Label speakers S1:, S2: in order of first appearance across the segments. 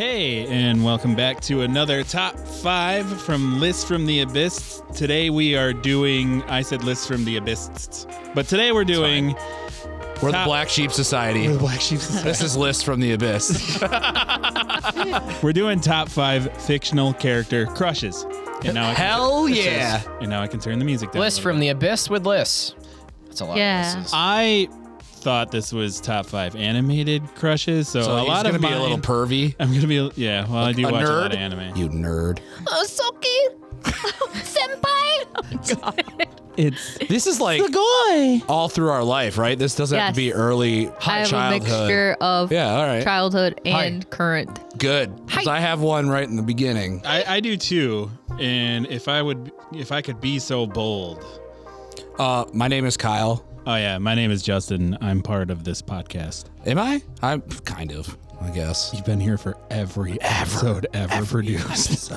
S1: Hey, and welcome back to another top five from List from the Abyss. Today we are doing, I said List from the Abyss, but today we're doing
S2: We're
S1: Top-
S2: the Black Sheep Society.
S1: Black Sheep Society.
S2: This is List from the Abyss.
S1: We're doing top five fictional character crushes. And now I can,
S2: Hell yeah.
S1: and now I can turn the music down. a
S3: List
S1: little
S3: from
S1: bit.
S3: the abyss with lists. That's a lot
S4: Yeah.
S3: of lisses.
S1: I thought this was top five animated crushes, so,
S2: So
S1: a lot
S2: going
S1: of
S2: to be
S1: mine-
S2: a little pervy.
S1: I'm gonna be yeah. Well, I do
S2: a
S1: watch a
S2: nerd?
S1: lot of anime.
S2: You nerd.
S4: Oh, Soki! Oh, Senpai!
S1: It's
S2: This is like
S1: guy.
S2: all through our life, right? This doesn't have to be
S4: Yes.
S2: early
S4: I have
S2: childhood.
S4: a mixture of
S2: Yeah, all right.
S4: childhood and current.
S2: Good. 'Cause
S4: Hi.
S2: I have one right in the beginning.
S1: I, I do too. And if I would, if I could be so bold.
S2: Uh, my name is Kyle.
S1: Oh yeah, my name is Justin. I'm part of this podcast.
S2: Am I? I'm kind of, I guess.
S1: You've been here for every episode ever produced.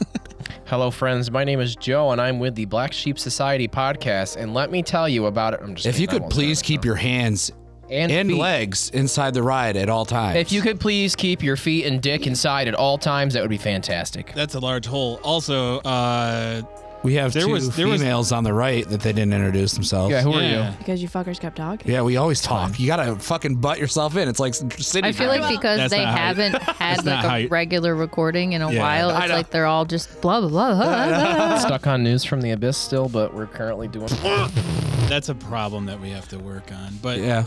S3: Hello, friends. My name is Joe, and I'm with the Black Sheep Society podcast. And let me tell you about it. I'm just.
S2: If
S3: kidding,
S2: you
S3: I
S2: could
S3: won't
S2: please
S3: tell you.
S2: keep your hands
S3: and,
S2: and
S3: feet.
S2: legs inside the ride at all times.
S3: If you could please keep your feet and dick inside at all times, that would be fantastic.
S1: That's a large hole. Also, uh,
S2: we have
S1: There
S2: two
S1: was- there was-
S2: females on the right that they didn't introduce themselves.
S3: Yeah. Who are
S1: yeah.
S3: you?
S5: Because you fuckers kept talking.
S2: Yeah, we always talk. You gotta fucking butt yourself in. It's like city.
S4: I feel
S2: time.
S4: like because
S1: That's
S4: they
S1: not how you-
S4: haven't had
S1: not how
S4: like
S1: you-
S4: a regular recording in a
S1: Yeah.
S4: while,
S2: I
S4: it's
S2: know.
S4: like they're all just blah blah blah. blah, blah.
S3: Stuck on news from the abyss still, but we're currently doing.
S1: that's a problem that we have to work on. But
S2: yeah,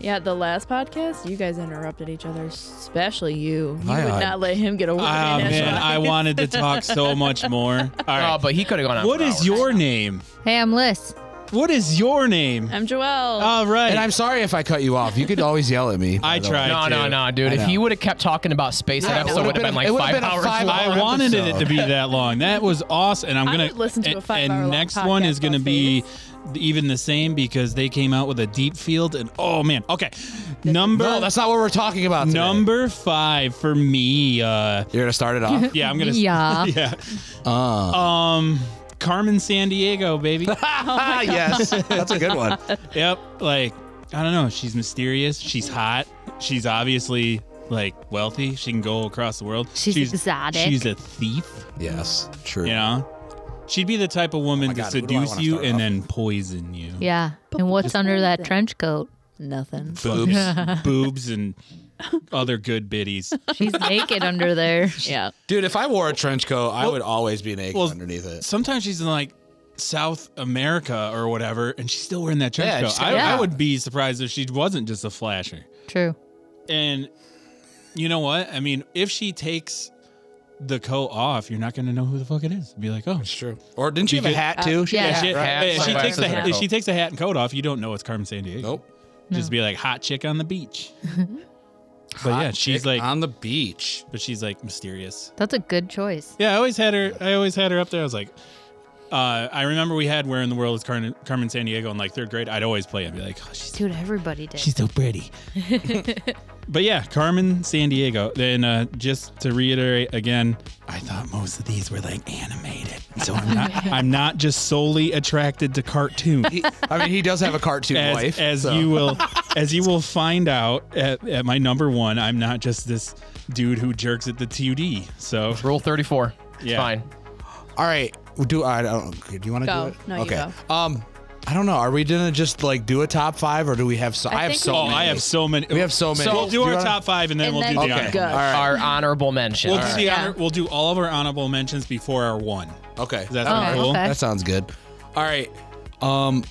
S5: Yeah, the last podcast, you guys interrupted each other, especially you. You
S2: I-
S5: would
S2: I-
S5: not let him get a word
S1: Ah,
S5: in.
S1: man,
S5: edgewise.
S1: I wanted to talk so much more. All right.
S3: Oh, but he could have gone on.
S1: what
S3: for
S1: is
S3: hours.
S1: your name?
S4: Hey, I'm Liz.
S1: What is your name?
S5: I'm Joelle.
S2: Ah.
S1: All right.
S2: and I'm sorry if I cut you off. You could always yell at me. by
S1: I
S2: the
S1: tried.
S2: way.
S3: No,
S1: too.
S3: no, no, dude.
S2: I
S3: If
S2: know.
S3: he would have kept talking about space,
S2: Yeah, it
S3: that episode would
S2: would've been
S3: have been
S2: a-
S3: like
S2: it would've
S3: five
S2: been a
S3: hours.
S2: five-
S3: long.
S1: I
S2: Our
S1: wanted it
S2: episode.
S1: to be that long. That was awesome, and I'm
S5: I
S1: gonna
S5: would listen to a
S1: and-
S5: five-hour
S1: And
S5: long
S1: next one is
S5: podcast
S1: gonna
S5: on
S1: be even the same because they came out with a deep field, and oh man, okay, number
S2: No, that's not what we're talking about. Today.
S1: number five for me. Uh,
S2: You're gonna start it off. Uh.
S1: yeah, I'm gonna
S4: Yeah.
S1: yeah. Um, Carmen San Diego, baby.
S2: Ah, yes, that's a good one.
S1: yep, like I don't know. She's mysterious. She's hot. She's obviously like wealthy. She can go across the world.
S4: She's exotic.
S1: She's a thief.
S2: Yes, true.
S1: You know? She'd be the type of woman
S2: Oh my
S1: to
S2: God, who do I
S1: seduce
S2: wanna
S1: you
S2: start
S1: and
S2: off?
S1: then poison you.
S4: Yeah. And what's under that trench coat? Nothing.
S1: Boobs, boobs, and other good biddies.
S4: She's naked under there.
S5: yeah.
S2: Dude, if I wore a trench coat, I would always be naked
S1: well,
S2: underneath it.
S1: Sometimes she's in like South America or whatever, and she's still wearing that trench
S2: Yeah,
S1: coat.
S2: she's
S1: I,
S2: got-
S1: I
S2: Yeah.
S1: would be surprised if she wasn't just a flasher.
S4: True.
S1: And you know what? I mean, if she takes the coat off, you're not going to know who the fuck it is. Be like, oh,
S2: It's true. Or didn't you have a hat too? She
S4: Uh, yeah.
S2: had a
S1: she,
S2: hat, right?
S3: hat,
S1: if she takes
S3: sunglasses,
S1: the
S3: and a
S1: if
S3: coat.
S1: she takes the hat and coat off, you don't know it's Carmen San Diego.
S2: oh. Nope.
S1: Just be like hot chick on the beach. but yeah,
S2: Hot
S1: she's
S2: chick
S1: like
S2: on the beach.
S1: but she's like mysterious.
S4: That's a good choice.
S1: Yeah, I always had her. I always had her up there. I was like, uh, I remember we had "Where in the World Is Carmen, Carmen San Diego" in like third grade. I'd always play it and be like, oh, she's
S4: Dude, everybody did.
S1: she's so pretty. but yeah, Carmen San Diego. Then uh, just to reiterate again, I thought most of these were like animated, so I'm not. I'm not just solely attracted to cartoon.
S2: He- I mean, he does have a cartoon
S1: as,
S2: wife.
S1: as
S2: so-
S1: you will as you will find out at, at my number one i'm not just this dude who jerks at the 2d so
S3: Rule thirty-four. It's
S1: Yeah.
S3: fine.
S2: All right. Do I don't do you want to
S5: Go.
S2: do it?
S5: No, you
S2: okay. Um I don't know. Are we gonna just like do a top five or do we have so I, have
S5: think
S2: so
S5: we-
S1: oh
S2: many.
S1: i have so many
S2: We have so many.
S1: we'll do,
S2: you
S1: our
S2: wanna-
S1: top five and then
S4: And
S1: we'll
S4: then
S1: do the
S2: Okay.
S1: honorable
S5: Go.
S2: All right.
S3: Our honorable mention.
S1: we'll do the
S4: Yeah.
S1: honor, we'll do all of our honorable mentions before our one
S2: Okay.
S1: Does that
S2: All
S1: sound
S2: right.
S1: cool?
S4: Oh, okay.
S2: That sounds good. All right. Um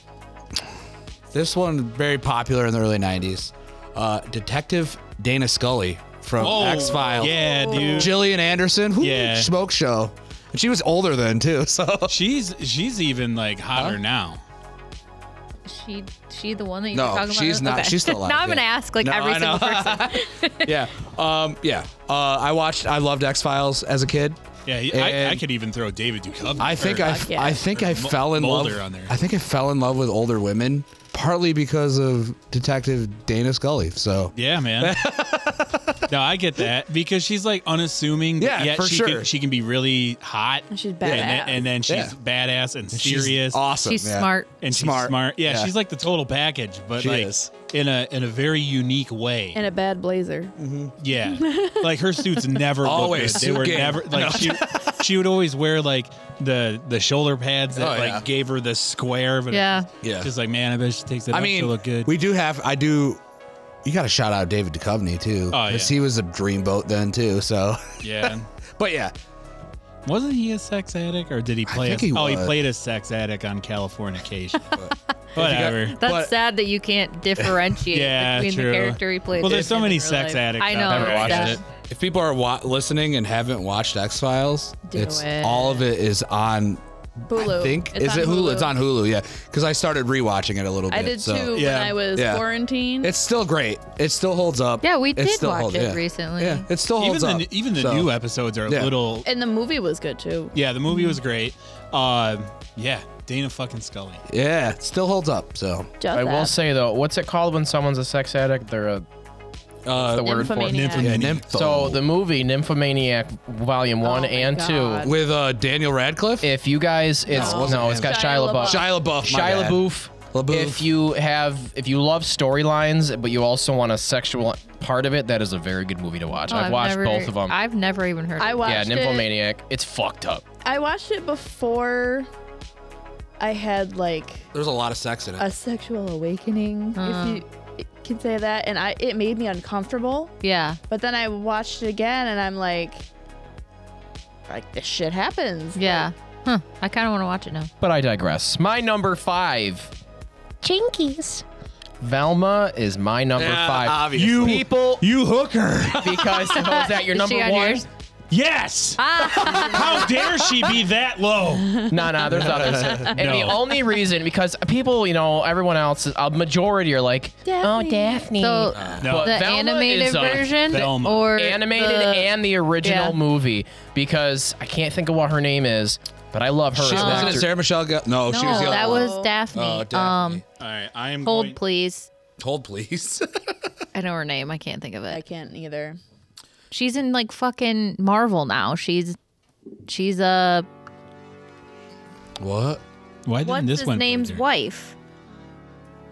S2: this one very popular in the early nineties. Uh Detective Dana Scully from
S1: Oh,
S2: X Files.
S1: yeah dude
S2: Jillian Anderson. Who
S1: Yeah.
S2: smoke show. And she was older then too, so
S1: she's she's even like hotter now
S4: She she the one that you
S2: No,
S4: were talking about?
S2: she's not.
S4: Okay.
S2: She's still alive,
S4: now I'm
S2: yeah.
S4: gonna ask like
S2: No,
S4: every
S2: I know.
S4: single person.
S2: yeah. Um yeah. Uh I watched I loved X Files as a kid.
S1: yeah he- I, I
S2: And-
S1: could even throw david Duchovny
S2: I think
S1: or-
S2: I,
S5: yeah.
S2: I think I
S1: Mo-
S2: fell in love.
S1: Mulder on there.
S2: I think I fell in love with older women partly because of Detective Dana Scully. So
S1: yeah, man. no, I get that because she's like unassuming. but
S2: Yeah,
S1: yet
S2: for
S1: she
S2: sure.
S1: Can, she can be really hot.
S5: And she's
S1: And then,
S5: badass.
S1: and then she's badass and serious.
S2: she's awesome.
S4: She's
S2: yeah.
S4: smart.
S1: and she's smart.
S2: Smart.
S1: Yeah,
S2: Yeah.
S1: she's like the total package. But
S2: She
S1: like,
S2: is.
S1: in a in a very unique way.
S5: And a bad blazer.
S1: Yeah, like her suits never looked
S2: Always
S1: good. They
S2: suit
S1: were
S2: game.
S1: never like she she would always wear like the the shoulder pads that
S2: Oh,
S1: like
S2: yeah.
S1: gave her the square. But it
S4: Yeah.
S1: was
S2: Yeah.
S1: just like man, I bet she takes it.
S2: I
S1: up
S2: mean,
S1: to look good.
S2: we do have. I do. You got to shout out David Duchovny too,
S1: Oh, yeah.
S2: 'cause he was a dreamboat then too. So,
S1: yeah,
S2: but yeah,
S1: wasn't he a sex addict or did he play?
S2: think
S1: a,
S2: he
S1: oh, he
S2: was.
S1: played a sex addict on Californication. Whatever.
S4: That's
S2: But-
S4: sad that you can't differentiate
S1: Yeah,
S4: between
S1: true.
S4: the character he played.
S1: Well, there's
S4: in
S1: so
S4: and
S1: many
S4: in real
S1: sex
S4: life.
S1: addicts
S4: I
S1: out
S4: know.
S1: there.
S3: Never watched
S4: that-
S3: it.
S2: if people are wa- listening and haven't watched X Files,
S5: Do
S2: it's
S5: it.
S2: all of it is on.
S5: Hulu.
S2: I think
S5: It's
S2: is
S5: on
S2: it Hulu? It's on Hulu, yeah. Because I started rewatching it a little bit.
S5: I did
S2: so.
S5: too
S1: yeah.
S5: when I was
S2: Yeah.
S5: quarantined.
S2: It's still great. It still holds up.
S4: Yeah, we
S2: It
S4: did
S2: still
S4: watch
S2: holds-
S4: it
S2: yeah.
S4: recently.
S2: Yeah, it still
S1: even
S2: holds
S1: the
S2: up.
S1: even the
S2: So,
S1: new episodes are a
S2: Yeah.
S1: little.
S5: and the movie was good too.
S1: Yeah, the movie
S4: Mm.
S1: was great. Uh, yeah, Dana fucking Scully.
S2: Yeah, it still holds up. So
S5: Just
S3: I
S5: that.
S3: will say though, what's it called when someone's a sex addict? They're
S2: Uh,
S3: a what's the word for it?
S5: Nymphomaniac.
S1: Nymphomaniac.
S2: yeah,
S1: Nymphomaniac.
S2: Nympho.
S3: So the movie Nymphomaniac Volume
S2: Oh
S3: One
S5: Oh my
S3: and
S5: God.
S3: Two.
S2: with uh, Daniel Radcliffe,
S3: If you guys, it's
S2: it
S3: no,
S2: wasn't
S3: it's
S2: him.
S3: got Shia
S5: Shia
S3: LaBeouf.
S5: LaBeouf.
S2: Shia LaBeouf, my
S3: Shia
S2: bad.
S3: LaBeouf.
S2: LaBeouf.
S3: If you have, if you love storylines, but you also want a sexual part of it, that is a very good movie to watch.
S4: Oh,
S3: I've, watched
S4: never-
S3: both of them.
S4: I've never even heard.
S5: I
S4: of
S5: watched
S3: yeah,
S5: it-
S3: Nymphomaniac. It's fucked up.
S5: I watched it before I had like
S2: There's a lot of sex in it.
S5: a sexual awakening,
S4: Uh.
S5: if you can say that, and I it made me uncomfortable.
S4: it. Yeah.
S5: But then I watched it again, and I'm like, like this shit happens.
S4: Yeah. Huh. I kind of want to watch it now.
S3: But I digress. My number five.
S4: Jinkies.
S3: Valma is my number
S2: Yeah,
S3: five.
S2: obviously.
S3: You people,
S1: You hooker.
S3: because was that your
S4: Is she
S3: number
S4: on
S3: one?
S4: yours?
S1: yes.
S4: Ah.
S1: How dare she be that low?
S3: No, no, there's others. And the
S1: No.
S3: only reason, because people, you know, everyone else, a majority are like, oh,
S5: Daphne."
S3: Daphne.
S4: So
S1: No.
S4: the
S3: Velma
S4: animated
S3: is a-
S4: version
S1: Velma.
S4: or
S3: animated
S4: the-
S3: and the original
S4: yeah.
S3: movie, because I can't think of what her name is, but I love her.
S2: she
S3: as an
S2: wasn't it
S3: actor.
S2: Sarah Michelle. Ge- no,
S4: No,
S2: she was the other
S4: that
S2: one.
S4: was Daphne.
S2: Oh, Daphne.
S4: Um,
S1: All right, I am
S4: hold
S1: going-
S4: please.
S2: Hold please.
S4: I know her name. I can't think of
S5: I
S4: it.
S5: can't either.
S4: She's in like fucking Marvel now. She's she's uh
S2: what?
S1: Why didn't
S4: what's
S1: this
S4: his
S1: one?
S4: name's wife?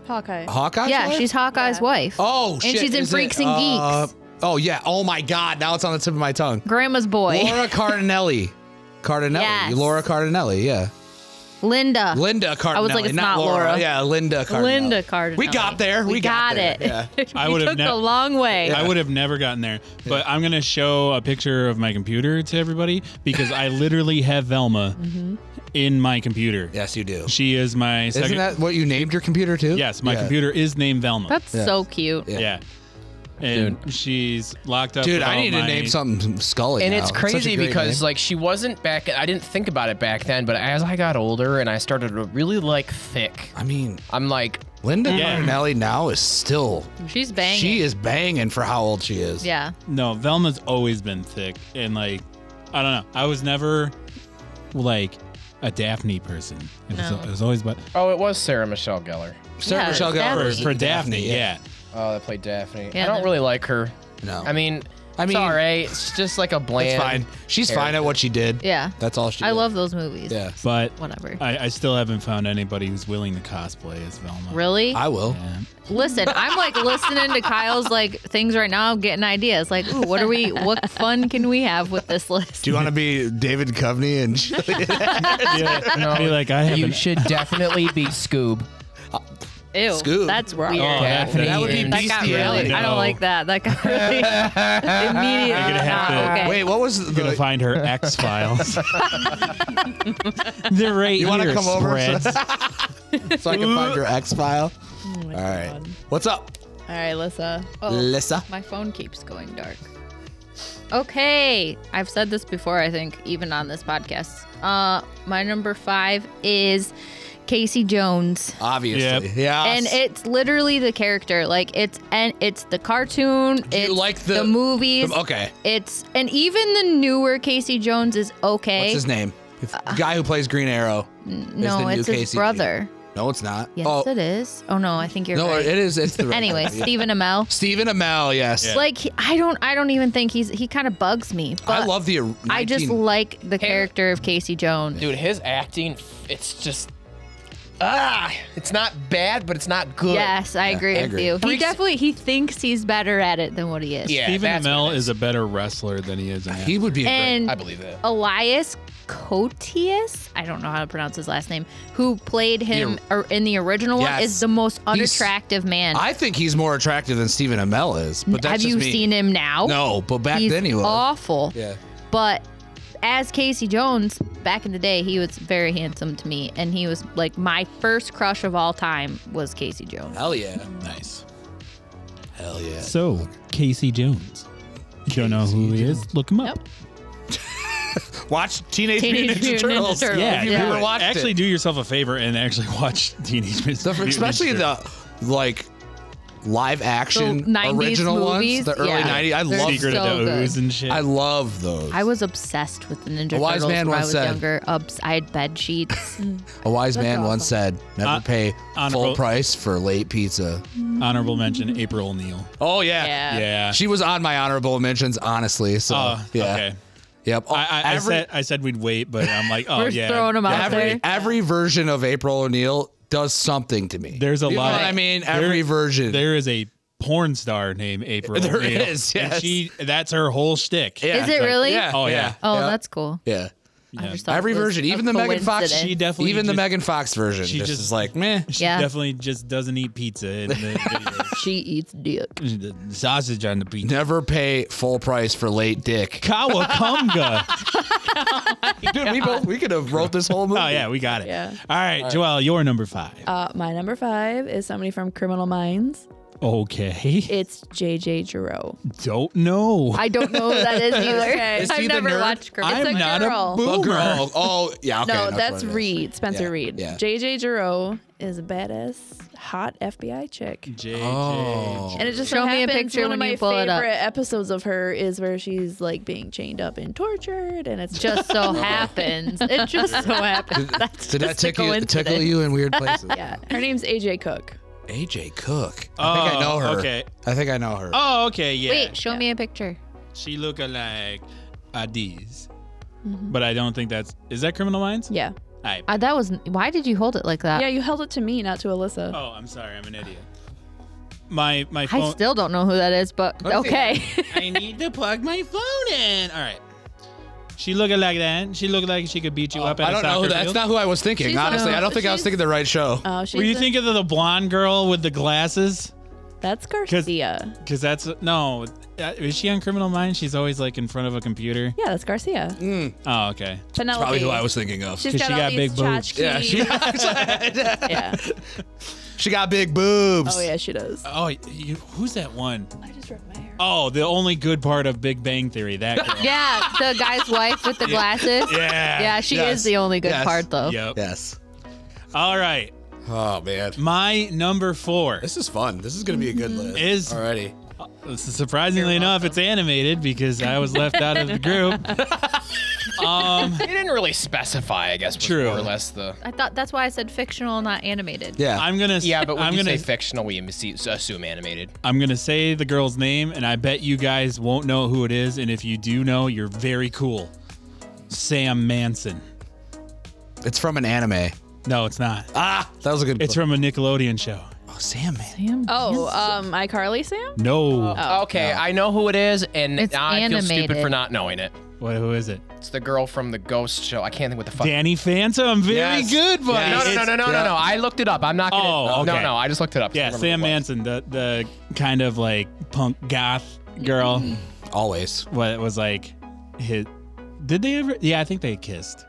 S5: Hawkeye.
S2: Hawkeye?
S4: yeah, she's Hawkeye's
S5: Yeah.
S4: wife.
S2: Oh
S4: and
S2: shit!
S4: she's in
S2: is
S4: Freaks
S2: it,
S4: and
S2: uh,
S4: Geeks.
S2: Oh yeah. Oh my god! Now it's on the tip of my tongue.
S4: Grandma's boy.
S2: Laura Cardinelli. Cardinelli.
S4: Yes.
S2: Laura Cardinelli. Yeah.
S4: Linda.
S2: Linda Cardinelli.
S4: was like, it's
S2: not,
S4: not
S2: Laura.
S4: Laura.
S2: Yeah, Linda Cardinelli.
S4: Linda Cardinale.
S2: We got there. We,
S4: We, got,
S2: there.
S4: it.
S2: Yeah.
S1: I
S4: we
S1: would have
S4: took
S1: nev-
S4: the long way.
S1: I would have never gotten there, but I'm gonna show a picture of my computer to everybody because I literally have Velma
S4: Mm-hmm.
S1: in my computer.
S2: Yes, you do.
S1: She is my
S2: Isn't
S1: second.
S2: that what you named your computer too?
S1: yes, my
S2: Yeah.
S1: computer is named Velma.
S4: That's so cute.
S2: Yeah. Oh,
S1: yeah. And she's locked up.
S2: Dude,
S1: with
S2: I
S1: all
S2: need
S1: my-
S2: to name something Scully.
S3: And
S2: now.
S3: it's
S2: such a
S3: crazy
S2: great
S3: because
S2: name.
S3: like she wasn't back. I didn't think about it back then, but as I got older and I started to really like thick,
S2: I mean,
S3: I'm like,
S2: Linda
S1: Yeah.
S2: Cardinelli now is still.
S4: She's banging.
S2: She is banging for how old she is.
S4: yeah.
S1: No, Velma's always been thick, and like, I don't know. I was never like a Daphne person. It,
S4: No.
S1: was, it was always but
S3: oh, it was Sarah Michelle Gellar.
S2: Sarah
S4: Yeah,
S2: Michelle
S1: for,
S2: Gellar
S4: Daphne.
S1: for Daphne. Yeah.
S3: Oh, that played Daphne.
S4: Yeah,
S3: I don't
S4: that-
S3: really like her.
S2: No.
S3: I mean,
S2: I
S3: I
S2: mean-
S3: mean, it's all right. It's just like a bland.
S2: It's fine. She's fine at what she did.
S4: Yeah.
S2: That's all she.
S4: I
S2: did.
S4: love those movies.
S2: Yeah.
S1: But
S4: Whatever.
S1: I, I still haven't found anybody who's willing to cosplay as Velma.
S4: really?
S2: I will.
S1: Yeah.
S4: Listen, I'm like listening to Kyle's like things right now, getting ideas. Like, ooh, what are we? What fun can we have with this list?
S2: Do you want to be David Coveney and
S1: I'd be like, I have
S3: You
S1: an-
S3: should definitely be Scoob.
S4: Ew,
S2: Scoob?
S4: that's weird.
S1: Oh, that,
S3: Daphne.
S1: that
S3: That would be
S4: that got really.
S1: bestiality.
S4: I don't like that. That got really immediately.
S1: You're gonna have
S4: not
S1: to-
S4: okay.
S2: Wait, what was
S1: You're gonna
S2: the?
S1: find her X Files. They're right
S2: You wanna
S1: here,
S2: come over?
S1: spreads.
S2: So I can find your X file.
S5: Oh my
S2: All right.
S5: God.
S2: What's up,
S5: All right, Lissa.
S4: Oh,
S2: Lissa?
S4: my phone keeps going dark. Okay, I've said this before. I think even on this podcast. Uh, my number five is Casey Jones.
S2: Obviously.
S1: Yep.
S2: Yeah.
S4: and it's literally the character. Like it's and it's the cartoon.
S2: you
S4: it's
S2: like the-
S4: movies?
S2: Okay.
S4: It's and even the newer Casey Jones is okay.
S2: What's his name?
S4: Uh,
S2: guy who plays Green Arrow.
S4: no,
S2: the new
S4: it's his
S2: KCG.
S4: brother.
S2: No, it's not.
S4: Yes,
S2: oh,
S4: it is. Oh no, I think you're
S2: no,
S4: right.
S2: it is. It's the right
S4: anyway,
S2: guy. Yeah.
S4: Stephen Amell.
S2: Stephen Amell. Yes.
S4: Like he- I don't, I don't even think he's. He kind of bugs me. But
S2: I love the. 19,
S4: I just like the character of Casey Jones.
S3: Dude, his acting, it's just ah, it's not bad, but it's not good.
S4: Yes, I agree
S2: I
S4: with
S2: agree.
S4: you. He
S3: Freaks-
S4: definitely he thinks he's better at it than what he is.
S3: Yeah,
S1: Stephen
S3: that's what
S1: Amell
S3: it
S1: is a better wrestler than he is an
S2: He
S1: actor.
S2: would be. a great-
S4: And
S3: I believe that.
S4: Elias Cotius, I don't know how to pronounce his last name, who played him or in the original one,
S2: Yes.
S4: is the most
S2: He's-
S4: unattractive man.
S2: I think he's more attractive than Stephen Amell is. But that's
S4: Have
S2: just
S4: you
S2: me.
S4: seen him now?
S2: No, but back
S4: He's
S2: then he was.
S4: awful.
S2: yeah.
S4: But as Casey Jones, back in the day, he was very handsome to me, and he was like my first crush of all time was Casey Jones.
S2: Hell yeah.
S1: nice.
S2: Hell yeah.
S1: So Casey Jones. You don't know who he is? Look him up.
S2: Watch Teenage,
S4: Teenage
S2: Mutant Ninja
S4: Mutant Ninja
S2: Turtles.
S4: Turtles.
S1: Yeah,
S4: Yeah.
S1: if you
S4: Yeah.
S1: ever
S2: Never watched it.
S1: actually do yourself a favor and actually watch Teenage Mutant.
S2: The-
S1: Mutant
S2: especially
S1: Ninja
S2: the like live action
S4: The 90s
S2: original ones,
S4: movies,
S2: the early
S4: yeah.
S2: 90s. I
S4: They're
S2: love
S1: Secret
S4: so
S1: of the
S4: good.
S1: Ooze and shit.
S2: I love those.
S4: I was obsessed with the Ninja
S2: A wise
S4: Turtles
S2: man
S4: when I
S2: once
S4: was
S2: said-
S4: younger. Obs- I had bed sheets.
S2: A wise man once said, "Never
S1: Uh,
S2: pay
S1: honorable-
S2: full price for late pizza."
S1: Honorable mention: April O'Neil.
S2: Oh yeah.
S5: Yeah.
S1: Yeah.
S2: She was on my honorable mentions, honestly. So
S1: Uh,
S2: yeah,
S1: Okay.
S2: yep. Oh,
S1: I, I,
S2: every
S1: I said I said we'd wait, but I'm like, oh
S4: We're
S1: yeah.
S4: throwing 'em out
S1: definitely.
S4: there.
S2: every every version of April O'Neil does something to me.
S1: There's a
S2: You know
S1: lot.
S2: what I mean, every
S1: there-
S2: version.
S1: There is a porn star named April.
S2: There
S1: O'Neil,
S2: is,
S1: And
S2: yes.
S1: she that's her whole shtick.
S2: Yeah.
S4: Is it really?
S2: Yeah.
S1: Oh, yeah.
S4: Oh,
S2: yeah,
S4: that's cool.
S2: yeah.
S4: I just thought
S2: Every
S4: it was
S2: version,
S4: a
S2: even the Megan Fox,
S4: coincidence.
S1: She definitely
S2: even the
S1: just-
S2: Megan Fox version,
S1: she
S2: just,
S1: just-
S2: is like meh.
S1: She
S4: Yeah.
S1: definitely just doesn't eat pizza in the videos.
S4: She eats dick.
S1: The sausage on the pizza.
S2: Never pay full price for late dick.
S1: Kawakunga.
S2: Dude, we both we could have wrote this whole movie.
S1: oh yeah, we got it.
S5: Yeah.
S1: All right, Joelle, you're number five.
S5: Uh, my number five is somebody from Criminal Minds.
S1: okay.
S5: It's JJ Giroux.
S1: Don't know.
S4: I don't know who that is either.
S5: Okay. Is
S4: I've
S2: he the
S4: never
S2: nerd?
S4: watched Girl.
S1: I'm
S5: a
S1: not
S5: girl.
S1: a
S2: Oh,
S5: A
S1: boomer.
S2: girl. Oh, yeah. Okay,
S5: no,
S2: what
S5: that's
S2: it is.
S5: Reed, Spencer
S2: Yeah,
S5: Reed.
S2: yeah.
S5: JJ Giroux is a badass, hot FBI chick.
S1: JJ.
S2: Oh.
S5: And it just
S4: Show
S5: so
S4: me a
S5: happens
S4: picture
S5: one
S4: when
S5: of my
S4: you pull it
S5: favorite
S4: up.
S5: episodes of her is where she's like being chained up and tortured, and it's
S4: just so happens. It just so happens. That's
S2: Did that
S4: just a
S2: tickle you, tickle
S4: coincidence.
S2: you in weird places?
S5: yeah. Her name's AJ Cook.
S2: AJ Cook. I think I know her.
S1: Oh, Okay.
S2: I think I know her.
S1: Oh, okay. Yeah.
S4: Wait, show me a picture.
S1: She look like Adiz. But I don't think that's is that Criminal Minds?
S5: Yeah,
S1: I,
S4: Uh, that was. Why did you hold it like that?
S5: yeah. You held it to me, not to Alyssa.
S1: oh, I'm sorry, I'm an idiot. My my
S4: I
S1: phone.
S4: still don't know who that is, but okay.
S1: I need to plug my phone in. All right. She looking like that. She look like she could beat you up at
S2: Oh, I
S1: a
S2: don't know.
S1: soccer
S2: Who, that's
S1: field.
S2: not who I was thinking.
S5: She's
S2: honestly,
S5: on-
S2: I don't think I was
S5: she's-
S2: thinking the right show.
S5: Oh, she's
S1: Were you
S5: a-
S1: thinking of the blonde girl with the glasses?
S5: that's Garcia?
S1: Because that's no. uh, Is she on Criminal Minds? She's always like in front of a computer.
S5: Yeah, that's Garcia.
S1: Oh, okay.
S5: Penelope.
S2: Probably who I was thinking of.
S5: She's
S1: 'Cause
S5: got
S1: she
S5: all
S1: got
S5: these
S1: big boobs.
S5: tchotchkes. Oh,
S2: yeah, she,
S5: yeah.
S2: she got big boobs.
S5: Oh yeah, she does.
S1: Oh, you, who's that one?
S5: I just ripped my hair.
S1: Oh, the only good part of Big Bang Theory. That girl.
S4: yeah, the guy's wife with the glasses.
S1: Yeah.
S4: Yeah, she
S2: Yes.
S4: is the only good
S2: Yes.
S4: part though.
S1: Yep.
S2: Yes.
S1: All right.
S2: Oh man,
S1: My number four.
S2: this is fun. This is gonna be a good list.
S1: Is-
S2: already.
S1: Surprisingly enough, it's animated because I was left out of the group. um,
S3: You didn't really specify, I guess. was
S1: True.
S3: More or less the.
S4: I thought that's why I said fictional, not animated.
S2: Yeah.
S1: I'm gonna.
S3: Yeah, but when
S1: I'm
S3: you
S1: gonna.
S3: say fictional, we ase- assume animated.
S1: I'm gonna say the girl's name, and I bet you guys won't know who it is. And if you do know, you're very cool. Sam Manson.
S2: it's from an anime.
S1: No, it's not.
S2: Ah, that was a good.
S1: It's from a Nickelodeon show.
S2: oh, Sam man.
S5: Oh, um, iCarly Sam.
S1: No.
S4: Oh.
S3: Oh, Okay, I know who it is, and
S4: It's
S3: I feel stupid
S4: animated.
S3: for not knowing it.
S1: What? Who is it?
S3: It's the girl from the Ghost Show. I can't think what the fuck.
S1: Danny Phantom. Very
S2: Yes.
S1: good, buddy.
S3: No, no, no,
S1: It's-
S3: no, no, no, no. I looked it up. I'm not gonna.
S1: Oh,
S3: No,
S1: okay.
S3: no, I just looked it up.
S1: Yeah,
S3: Remember
S1: Sam
S3: what it was.
S1: Manson, the the kind of like punk goth girl.
S4: Mm-hmm.
S2: Always.
S1: what it was like his did they ever yeah i think they kissed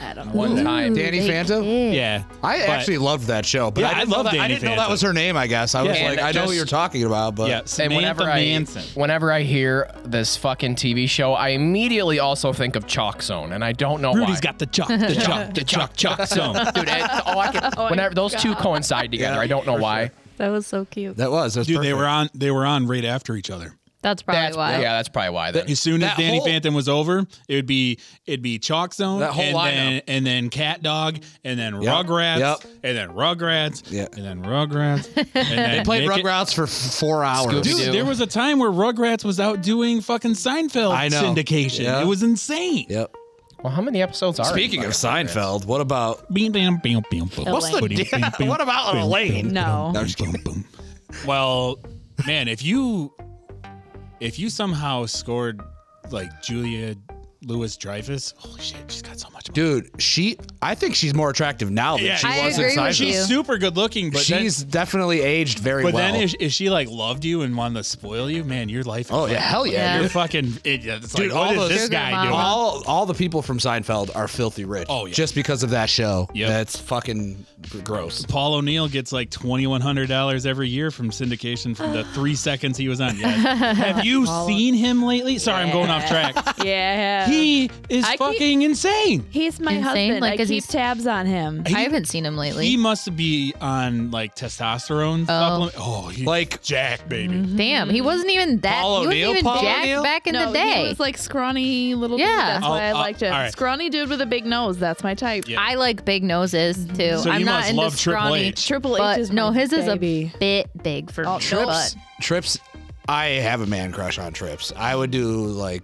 S5: I don't know.
S3: One time.
S2: Danny Phantom?
S1: yeah
S2: I
S1: But-
S2: actually loved that show, but
S1: Yeah,
S2: I,
S1: I
S2: didn't know
S1: love
S2: that- I
S1: Danny
S2: didn't know
S1: Phantom.
S2: that was her name. I guess I was
S1: Yeah.
S2: like,
S3: And
S2: I know what
S3: just-
S2: you're talking about, but
S1: yeah
S3: And
S1: samantha
S3: whenever
S1: manson
S3: I, whenever I hear this fucking TV show, I immediately also think of Chalk Zone, and I don't know
S1: rudy's
S3: why.
S1: got the chuck the chuck the chuck chuck zone
S3: Dude, it's all I
S4: Oh
S3: can, whenever those two coincide together,
S2: Yeah,
S3: I don't know why.
S4: That was so cute.
S2: that was. That was
S1: dude they
S2: perfect.
S1: were on they were on right after each other
S4: That's probably
S3: That's
S4: why.
S3: yeah, that's probably why. Then.
S1: as soon as
S2: That
S1: danny
S2: whole-
S1: phantom was over it would be it'd be chalk zone
S2: That whole
S1: and
S2: lineup.
S1: then and then cat dog and then rugrats
S2: Yep.
S1: and then rugrats
S2: Yeah.
S1: and then rugrats and then
S2: They played
S1: Nick-
S2: Rugrats for f- four hours.
S3: Scooby-Doo.
S1: Dude, there was a time where Rugrats was out doing fucking Seinfeld
S2: I know.
S1: syndication.
S2: Yeah.
S1: It was insane.
S2: Yep.
S3: Well, how many episodes are? in
S2: Speaking of
S3: Fucking Progress?
S2: Seinfeld, what about
S1: Beam, bam, bam, bam, bam.
S5: What's the
S1: Boom,
S2: damn-
S1: boom,
S2: what about
S1: boom,
S2: Elaine?
S1: boom,
S5: No.
S1: boom,
S2: No, I'm just
S1: boom, boom. Well, man, if you if you somehow scored like Julia Lewis Dreyfus, holy shit, she's got so much. money.
S2: dude? She, I think she's more attractive now than
S1: Yeah,
S2: she
S1: I
S2: was
S4: agree
S2: in
S4: with
S2: Seinfeld.
S4: you.
S1: she's super good looking, but then-
S2: she's definitely aged very
S1: but
S2: well.
S1: then if, if she like loved you and wanted to spoil you, man, your life. is
S2: oh yeah,
S1: fucking-
S2: hell yeah,
S4: Yeah.
S2: dude.
S1: You're fucking. It, it's
S2: Dude,
S1: like, what
S2: all
S1: is
S2: those-
S1: this
S4: Sugar
S1: guy
S4: mama.
S1: doing?
S2: All all the people from Seinfeld are filthy rich.
S1: Oh, yeah.
S2: just because of that show.
S1: Yep.
S2: that's fucking gr- gross.
S1: Paul O'Neill gets like twenty one hundred dollars every year from syndication from the three seconds he was on. Yeah. Have you seen him lately? Sorry, I'm going off track.
S5: Yeah.
S1: He is
S5: I keep-
S1: fucking insane.
S5: He's my
S4: Insane,
S5: husband.
S4: like,
S5: I
S4: is he-
S5: keep tabs on him.
S1: He-
S4: I haven't seen him lately.
S1: He must be on like testosterone supplement. Oh, he,
S2: Like
S1: Jack, baby.
S2: Mm-hmm.
S4: Damn, he wasn't even that.
S2: Paul
S4: he wasn't
S2: O'Neill?
S4: even
S2: Paul
S4: Jack
S2: O'Neill?
S4: back in
S5: no,
S4: the day.
S5: he was like scrawny little.
S4: Yeah.
S5: dude. That's
S1: Oh,
S5: why I
S1: uh,
S5: liked him.
S1: all right.
S5: Scrawny dude with a big nose. That's my type.
S1: Yeah.
S4: I like big noses too.
S1: So
S4: I'm
S1: you
S4: not
S1: must
S4: into
S1: love Triple
S4: scrawny,
S1: H.
S5: Triple H
S4: but
S5: is
S4: no,
S5: my
S4: his Mm-hmm. is
S5: baby.
S4: a bit big for me.
S2: trips. Trips. I have a man crush on Trips. I would do like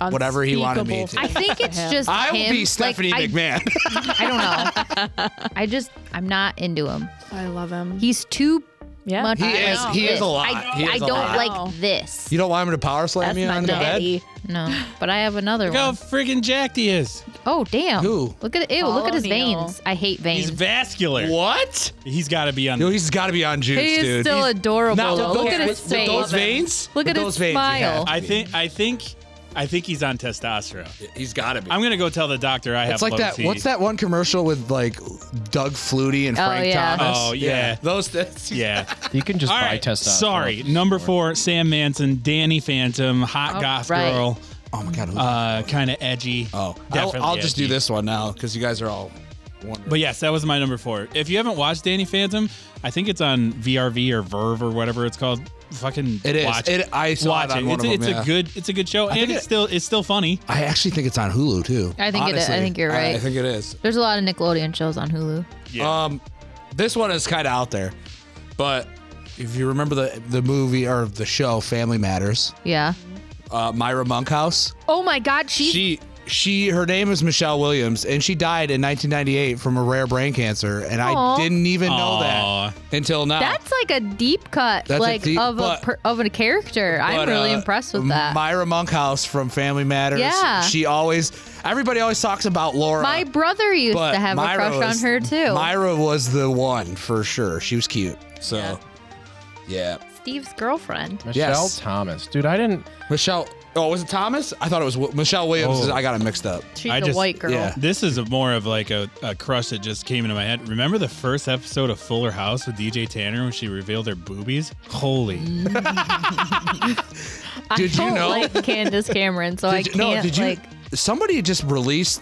S2: whatever he wanted me to.
S4: I think it's just
S2: I
S4: him.
S2: will be
S4: Like,
S2: Stephanie
S4: I-
S2: McMahon.
S4: I don't know. I just I'm not into him.
S5: I love him.
S4: He's too
S5: yeah.
S4: much.
S2: He
S4: like
S2: is- he
S4: this.
S2: is a lot.
S4: I,
S2: He is
S4: I
S2: a
S4: don't
S2: lot.
S5: Wow.
S4: like this.
S2: you don't want him to power slam
S5: That's
S2: you
S5: my
S2: on the bed?
S5: daddy.
S4: No, but I have another
S1: Look how
S4: one.
S1: friggin' jacked he is.
S4: Oh damn!
S2: Who?
S4: Look at ew!
S5: Paul
S4: Look at his
S5: O'Neill.
S4: veins. I hate veins.
S1: He's vascular.
S2: What?
S1: He's got to be on.
S2: No, he's got to be on juice,
S4: He is
S2: dude.
S4: still
S2: He's-
S4: adorable.
S2: Now,
S4: Look
S2: those-
S4: at
S2: with-
S4: his
S2: with
S4: face.
S2: Those veins.
S4: Look
S2: With
S4: at his
S2: those veins, you have
S4: smile.
S2: to
S1: I
S2: be.
S1: think. I think. I think he's on testosterone.
S2: he's got to be.
S1: I'm gonna go tell the doctor I have.
S2: it's like
S1: low
S2: that.
S1: T.
S2: What's that one commercial with like Doug Flutie and
S4: Oh,
S2: Frank
S4: yeah.
S2: Thomas?
S1: Oh, yeah.
S2: Those. That's,
S1: Yeah.
S3: You can just
S1: All
S3: buy
S1: right.
S3: testosterone.
S1: Sorry. Number four, Sam Manson, Danny Phantom, hot
S4: All
S1: goth
S4: right.
S1: girl,
S2: Oh my god. who-
S1: uh, kind of edgy.
S2: oh, I'll,
S1: definitely
S2: I'll just do
S1: edgy.
S2: this one now because you guys are all. wondering.
S1: But yes, that was my number four. If you haven't watched Danny Phantom, I think it's on VRV or Verve or whatever it's called. Fucking
S2: It is.
S1: Watch
S2: It- I saw
S1: watch
S2: it on
S1: it.
S2: one
S1: it's
S2: of
S1: it's
S2: them, yeah.
S1: a good. It's a good show, and
S2: think
S1: it's
S2: it-
S1: still it's still funny.
S2: I actually think it's on Hulu too.
S4: I think it is. I
S2: honestly.
S4: think you're
S2: I- I,
S4: right.
S2: think it is.
S4: There's a lot of Nickelodeon shows on Hulu.
S1: Yeah.
S2: Um, this one is kind of out there, but if you remember the the movie or the show Family Matters,
S4: Yeah.
S2: uh, Myra Monkhouse,
S4: Oh my God, she's
S2: she she her name is Michelle Williams, and she died in 1998 from a rare brain cancer, and
S4: Aw.
S2: I didn't even
S1: Aw.
S2: know that until now.
S4: that's like a deep cut,
S2: That's a
S4: like
S2: deep-
S4: of
S2: but-
S4: a per, of a character. I'm
S2: But,
S4: really
S2: uh,
S4: impressed with that.
S2: Myra Monkhouse from Family Matters.
S4: Yeah.
S2: She always, everybody always talks about Laura.
S4: my brother used
S2: but
S4: to have
S2: Myra
S4: a crush
S2: was-
S4: on her too.
S2: Myra was the one for sure. She was cute. So,
S4: Yeah.
S2: yeah.
S4: Steve's girlfriend.
S3: Michelle
S2: Yes.
S3: Thomas, dude. I didn't.
S2: Michelle. Oh, was it Thomas? I thought it was Wi- Michelle Williams.
S1: Oh.
S2: I got it mixed up.
S4: She's
S1: I
S4: a
S1: just-
S4: white girl.
S2: yeah.
S1: This is a more of like a, a crush that just came into my head. Remember the first episode of Fuller House with DJ Tanner when she revealed her boobies? Holy.
S2: Did
S4: I
S2: you
S4: don't
S2: know-
S4: like Candace Cameron, so I
S2: Did
S4: can't
S2: you- no, did you?
S4: like.
S2: somebody just released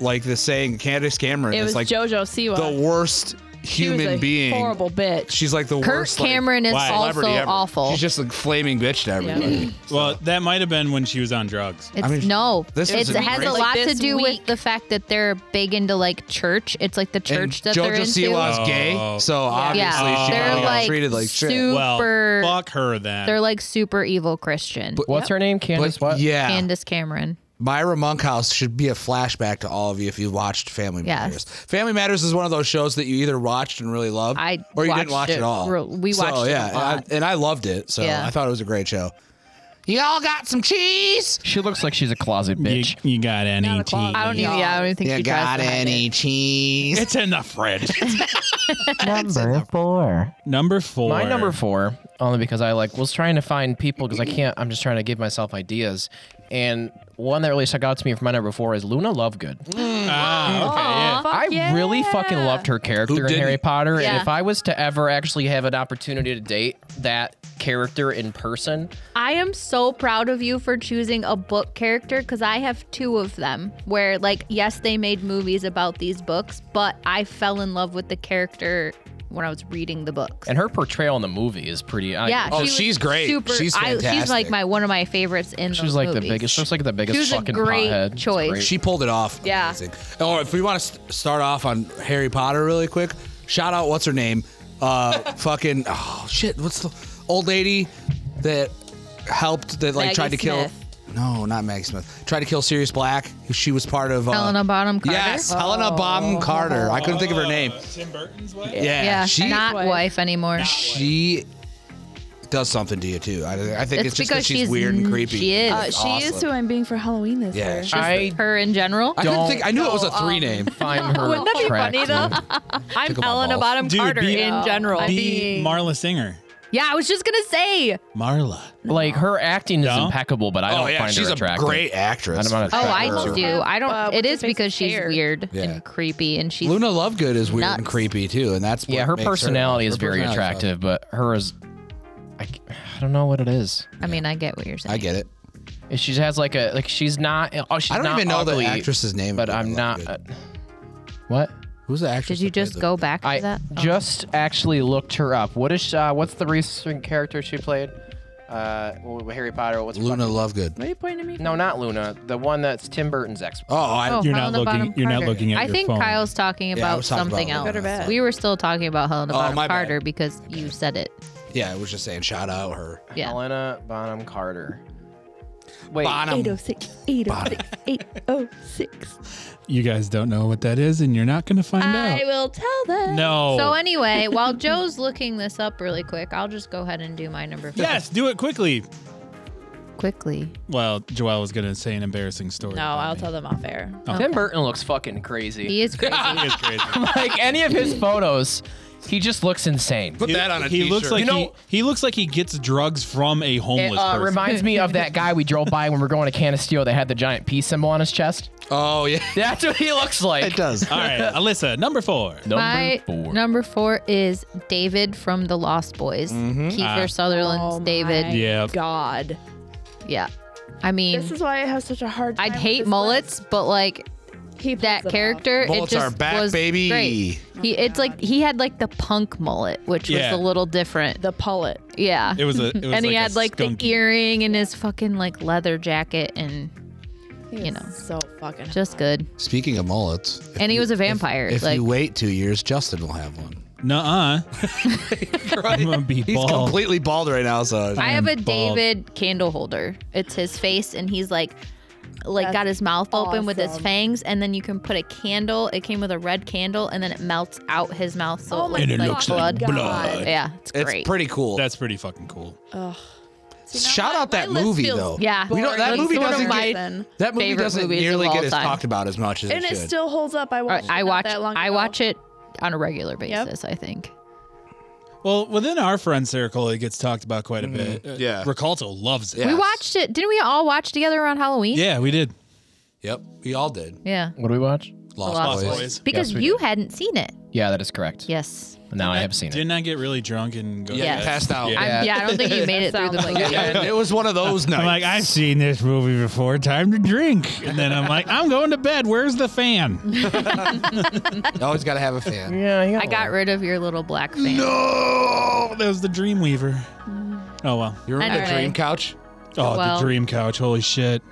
S2: like the saying Candace Cameron
S5: It
S2: is
S5: was
S2: like
S5: JoJo Siwa.
S2: the worst
S5: She was
S2: human
S5: a
S2: being.
S5: Horrible bitch.
S2: She's like the
S4: Kurt
S2: worst. like,
S4: Cameron is
S1: why?
S4: also
S2: celebrity ever.
S4: awful.
S2: She's just a flaming bitch to everybody.
S1: Well, that might have been when she was on drugs.
S4: It's
S2: mean,
S4: no.
S2: this
S4: it
S2: is a
S4: has
S2: great-
S4: a
S5: Like
S4: lot to
S5: this
S4: do with
S5: week.
S4: the fact that they're big into like church. It's like the
S2: And
S4: church that they're
S2: Jojo
S4: into.
S2: Siwa's
S1: Oh.
S2: gay, so obviously
S4: Yeah,
S2: she
S1: They're,
S2: probably got
S4: like,
S2: treated like shit.
S4: su- Super-
S1: well, fuck her then.
S4: They're like super evil Christian.
S3: What's her name? Candace. what?
S2: yeah,
S4: Candace Cameron.
S2: Myra Monkhouse should be a flashback to all of you if you watched Family
S4: Yes.
S2: Matters. Family Matters is one of those shows that you either watched and really loved,
S4: I
S2: or you didn't watch
S4: watched it
S2: at all.
S4: real- we
S2: so,
S4: watched it a
S2: yeah, and I-
S4: lot.
S2: and I loved it. So
S4: Yeah.
S2: I thought it was a great show. Y'all got some cheese?
S3: She looks like she's a closet
S1: you,
S3: bitch.
S1: you got any tea?
S4: I don't even. Yeah, I don't even think she tries to hide it.
S2: cheese?
S1: It's in the fridge.
S3: Number four.
S1: number four.
S3: My number four, only because I like was trying to find people because I can't. I'm just trying to give myself ideas, and one that really stuck out to me for my number four is Luna Lovegood.
S1: Ah, okay, yeah.
S3: I
S5: yeah.
S3: really fucking loved her character in
S2: didn't?
S3: Harry Potter,
S4: Yeah.
S3: and if I was to ever actually have an opportunity to date that character in person,
S4: I am so proud of you for choosing a book character because I have two of them where, like, yes, they made movies about these books, but I fell in love with the character when I was reading the books.
S3: and her portrayal in the movie is pretty. I,
S4: yeah,
S2: Oh,
S4: she was
S2: she's great.
S4: Super,
S2: She's
S4: I, she's like
S2: fantastic.
S4: my one of my favorites in.
S3: She was
S4: those
S3: like the
S4: movies.
S3: biggest. She looks like the biggest
S4: She was a
S3: fucking
S4: great
S3: pothead. It's
S4: choice.
S3: great.
S2: She pulled it off.
S4: Yeah.
S2: Amazing. Or if we want to st- start off on Harry Potter really quick, shout out what's her name? Uh, fucking oh shit, what's the old lady that helped that like
S5: Maggie
S2: tried to
S5: Smith.
S2: kill No, not Maggie Smith. Tried to kill Sirius Black. She was part of. Uh,
S4: Helena Bonham Carter.
S2: Yes, Helena Bonham Carter. I couldn't think of her name.
S1: Uh, Tim Burton's wife?
S2: Yeah,
S4: Yeah,
S2: she
S4: not
S5: Wife.
S4: wife anymore.
S2: she does something to you too. I, I think it's,
S4: It's
S2: just
S4: because
S2: she's,
S4: she's
S2: weird and
S4: n-
S2: creepy.
S4: she is.
S5: Uh, she is who I'm being for Halloween this
S2: Yeah,
S5: year.
S2: she's-
S3: I
S4: Her in general.
S2: I couldn't
S3: Don't um,
S2: think. I knew it was a three name.
S3: find her.
S6: Wouldn't that be funny though?
S3: attractive.
S6: I'm
S2: Took 'em all
S6: Helena
S2: off.
S6: Bottom
S1: Dude,
S6: Carter
S1: be-
S6: in general.
S5: I
S1: Be
S5: mean-
S1: Marla Singer.
S4: Oh, Yeah, I was just gonna say.
S1: Marla.
S3: Like her acting is
S1: No?
S3: impeccable, but I don't
S2: oh yeah,
S3: find
S2: she's
S3: her
S2: a
S3: attractive.
S2: great actress.
S3: I'm not
S2: for
S4: Oh,
S2: sure.
S4: I
S5: Sure.
S4: do. I don't.
S5: Uh,
S4: it
S5: what's
S4: is
S5: her
S4: because
S5: face's
S4: she's
S5: hair?
S4: weird
S2: Yeah.
S4: and creepy, and she's
S2: Luna Lovegood is weird and
S4: Nuts.
S2: creepy too, and that's
S3: Yeah,
S2: what
S3: her
S2: makes
S3: personality is
S2: her
S3: very
S2: personality
S3: attractive, but her is. I, c- I don't know what it is.
S4: I mean, I get what you're saying.
S2: I get it.
S3: If She has like a like. She's not. Oh, she's
S2: I don't
S3: not
S2: even know
S3: ugly,
S2: the actress's name,
S3: But
S2: Helena
S3: I'm not.
S2: Lovegood.
S3: uh, what?
S2: Who's the actress?
S4: Did you
S2: that played
S4: just
S2: the-
S4: go back to
S3: I
S4: that? Oh.
S3: just actually looked her up. What is? Uh, what's the recent character she played? Uh, w- Harry Potter. What's her
S2: Luna Lovegood.
S5: What are you pointing at me?
S3: No, not Luna. The one that's Tim Burton's ex.
S2: Oh, I,
S4: Oh,
S1: You're not
S4: Helena
S1: looking-
S4: Bonham
S1: you're not
S4: Carter.
S1: looking at
S4: I
S1: your
S4: think
S1: phone.
S4: Kyle's talking
S2: Yeah, I
S4: about
S2: was talking
S4: something
S2: about
S4: else.
S2: Luna,
S5: Better bet.
S4: We were still talking about Helena
S2: Oh,
S4: Bonham
S2: my bad.
S4: Carter because you said it.
S2: yeah, I was just saying, shout out her.
S4: Yeah.
S3: Helena Bonham Carter. Wait.
S2: Bonham.
S5: 806, 806, 806.
S1: You guys don't know what that is, and you're not going to find
S5: I
S1: out.
S5: will tell them.
S1: No.
S4: So anyway, while Joe's looking this up really quick, I'll just go ahead and do my number five
S1: yes, do it quickly.
S4: quickly.
S1: Well, Joelle was going to say an embarrassing story.
S4: Oh,
S5: No, I'll tell them off air.
S3: Tim Burton looks fucking crazy.
S4: He is crazy.
S1: He is crazy.
S3: like any of his photos, he just looks insane.
S2: Put that on a
S1: he looks
S2: t-shirt.
S1: like
S3: You know-
S1: he, he looks like he gets drugs from a
S3: It
S1: homeless
S3: uh,
S1: person.
S3: reminds me of that guy we drove by when we were going to Canisteo that had the giant peace symbol on his chest.
S2: Oh yeah,
S3: That's what he looks like.
S2: it does.
S1: All right, Alyssa, number four.
S4: my number four is David from The Lost Boys.
S2: Mm-hmm.
S4: Kiefer
S1: Ah.
S4: Sutherland's
S5: Oh
S4: David.
S5: my
S1: Yeah.
S5: God.
S4: Yeah. I mean,
S5: This is why I have such a hard time.
S4: I'd
S5: with
S4: hate
S5: this
S4: mullets, but like
S5: list. He
S4: that
S5: pulls it
S4: character, it
S2: Mullets
S4: just
S2: are back,
S4: was
S2: baby.
S4: great. He, it's like he had like the punk mullet, which
S1: Yeah.
S4: was a little different.
S5: off. The pullet.
S4: yeah,
S1: It was a. It was
S4: and he
S1: a
S4: had like
S1: skunky-
S4: the earring and his fucking like leather jacket, and
S5: He
S4: You
S5: is
S4: know.
S5: So fucking.
S4: just good.
S2: Speaking of mullets, if
S4: And he
S2: you-
S4: was a vampire.
S2: If
S4: like
S2: you wait two years, Justin will have one.
S1: Nuh-uh. I'm gonna be
S2: He's
S1: bald.
S2: completely bald right now, so
S4: I have a
S1: am bald.
S4: David candle holder. It's his face, and he's like, like got his mouth open with his
S5: awesome.
S4: fangs, and then you can put a candle. It came with a red candle, and then it melts out his mouth, so
S5: Oh
S4: it
S5: my
S4: looks
S1: And it
S4: like
S1: looks
S4: blood.
S1: like
S5: God.
S1: blood.
S4: Yeah, it's
S2: it's
S4: great.
S2: pretty cool.
S1: That's pretty fucking cool.
S5: Ugh.
S2: shout out that
S5: my list
S2: movie
S5: feels
S2: though.
S4: yeah,
S2: We don't, that
S4: It's
S2: movie
S4: sort of
S2: doesn't
S4: my-
S2: get, that movie
S4: favorite
S2: doesn't
S4: movies of
S2: nearly get
S4: all
S2: as
S4: time.
S2: talked about as much as
S5: And
S2: it
S5: it
S2: should.
S5: still holds up. I
S4: All right,
S5: watched.
S4: I
S5: it not
S4: watch.
S5: That long
S4: I
S5: ago.
S4: watch it on a regular
S5: Yep.
S4: basis. I think.
S1: Well, within our friend circle, it gets talked about quite a bit. Uh,
S2: Mm-hmm. Yeah.
S1: Ricalto loves it.
S2: Yeah.
S4: We
S2: Yes.
S4: watched it. Didn't we all watch together around Halloween?
S1: Yeah, we did.
S2: yep, we all did.
S4: Yeah.
S3: What do we watch?
S2: Lost,
S1: Lost
S2: Boys.
S1: Boys.
S4: Because
S3: Yes, we
S4: you hadn't seen it.
S3: Yeah, that is correct.
S4: Yes.
S3: Now I have seen it.
S1: Didn't I get really drunk and go
S2: Yeah,
S1: to
S4: you
S1: bed?
S2: passed out.
S1: Yeah.
S4: I'm, yeah, I don't think you made it through the movie.
S2: Yeah, it was one of those nights.
S1: I'm like, I've seen this movie before. Time to drink. And then I'm like, I'm going to bed. Where's the fan?
S2: You always got to have a fan.
S3: Yeah, yeah.
S4: I got rid of your little black fan.
S1: No, that was the Dreamweaver.
S2: Mm.
S1: Oh well.
S2: You remember the
S4: Anyway.
S2: dream couch?
S1: Oh,
S4: Well-
S1: the dream couch. Holy shit.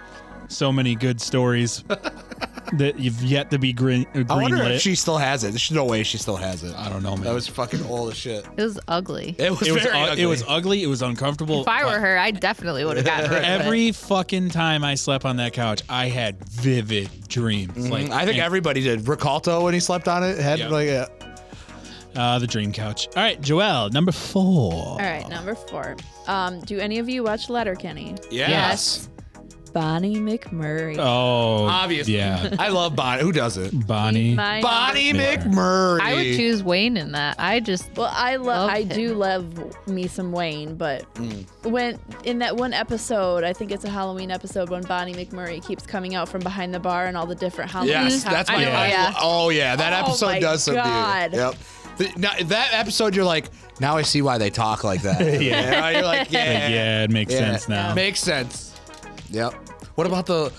S1: So many good stories that you've yet to be green
S2: I wonder
S1: greenlit.
S2: if she still has it. There's no way she still has it.
S1: I don't know, man.
S2: That was fucking old as shit.
S4: It was ugly.
S2: It was,
S1: it was
S2: very
S1: u-
S2: ugly.
S1: it was ugly. It was uncomfortable.
S4: If I were
S1: but
S4: her, I definitely would have gotten rid of it.
S1: Every fucking time I slept on that couch, I had vivid dreams. Like
S2: Mm-hmm. I think
S1: and-
S2: everybody did. Ricalto when he slept on it had
S1: Yeah.
S2: like a
S1: uh, the dream couch. All right, Joelle, number four.
S5: All right, number four. Um, do any of you watch Letterkenny?
S4: Yes.
S5: Bonnie McMurray.
S1: Oh,
S2: Obviously.
S1: Yeah,
S2: I love Bonnie. Who doesn't?
S1: Bonnie.
S5: My-
S2: Bonnie
S1: Yeah.
S2: McMurray.
S4: I would choose Wayne in that. I just
S5: Well, I love.
S4: Love
S5: I
S4: him.
S5: do love me some Wayne, but when in that one episode, I think it's a Halloween episode when Bonnie McMurray keeps coming out from behind the bar and all the different Halloween.
S2: Yes,
S5: costumes.
S2: that's
S4: I
S2: my.
S4: know,
S2: I
S4: yeah.
S2: Oh yeah, that
S5: Oh
S2: episode
S5: my
S2: does subdue.
S5: God.
S2: Yep. The- now, that episode, you're like, now I see why they talk like that. yeah. You're like, yeah,
S1: Like, yeah, it makes
S2: yeah.
S1: sense now.
S2: Makes sense. Yep. What about the?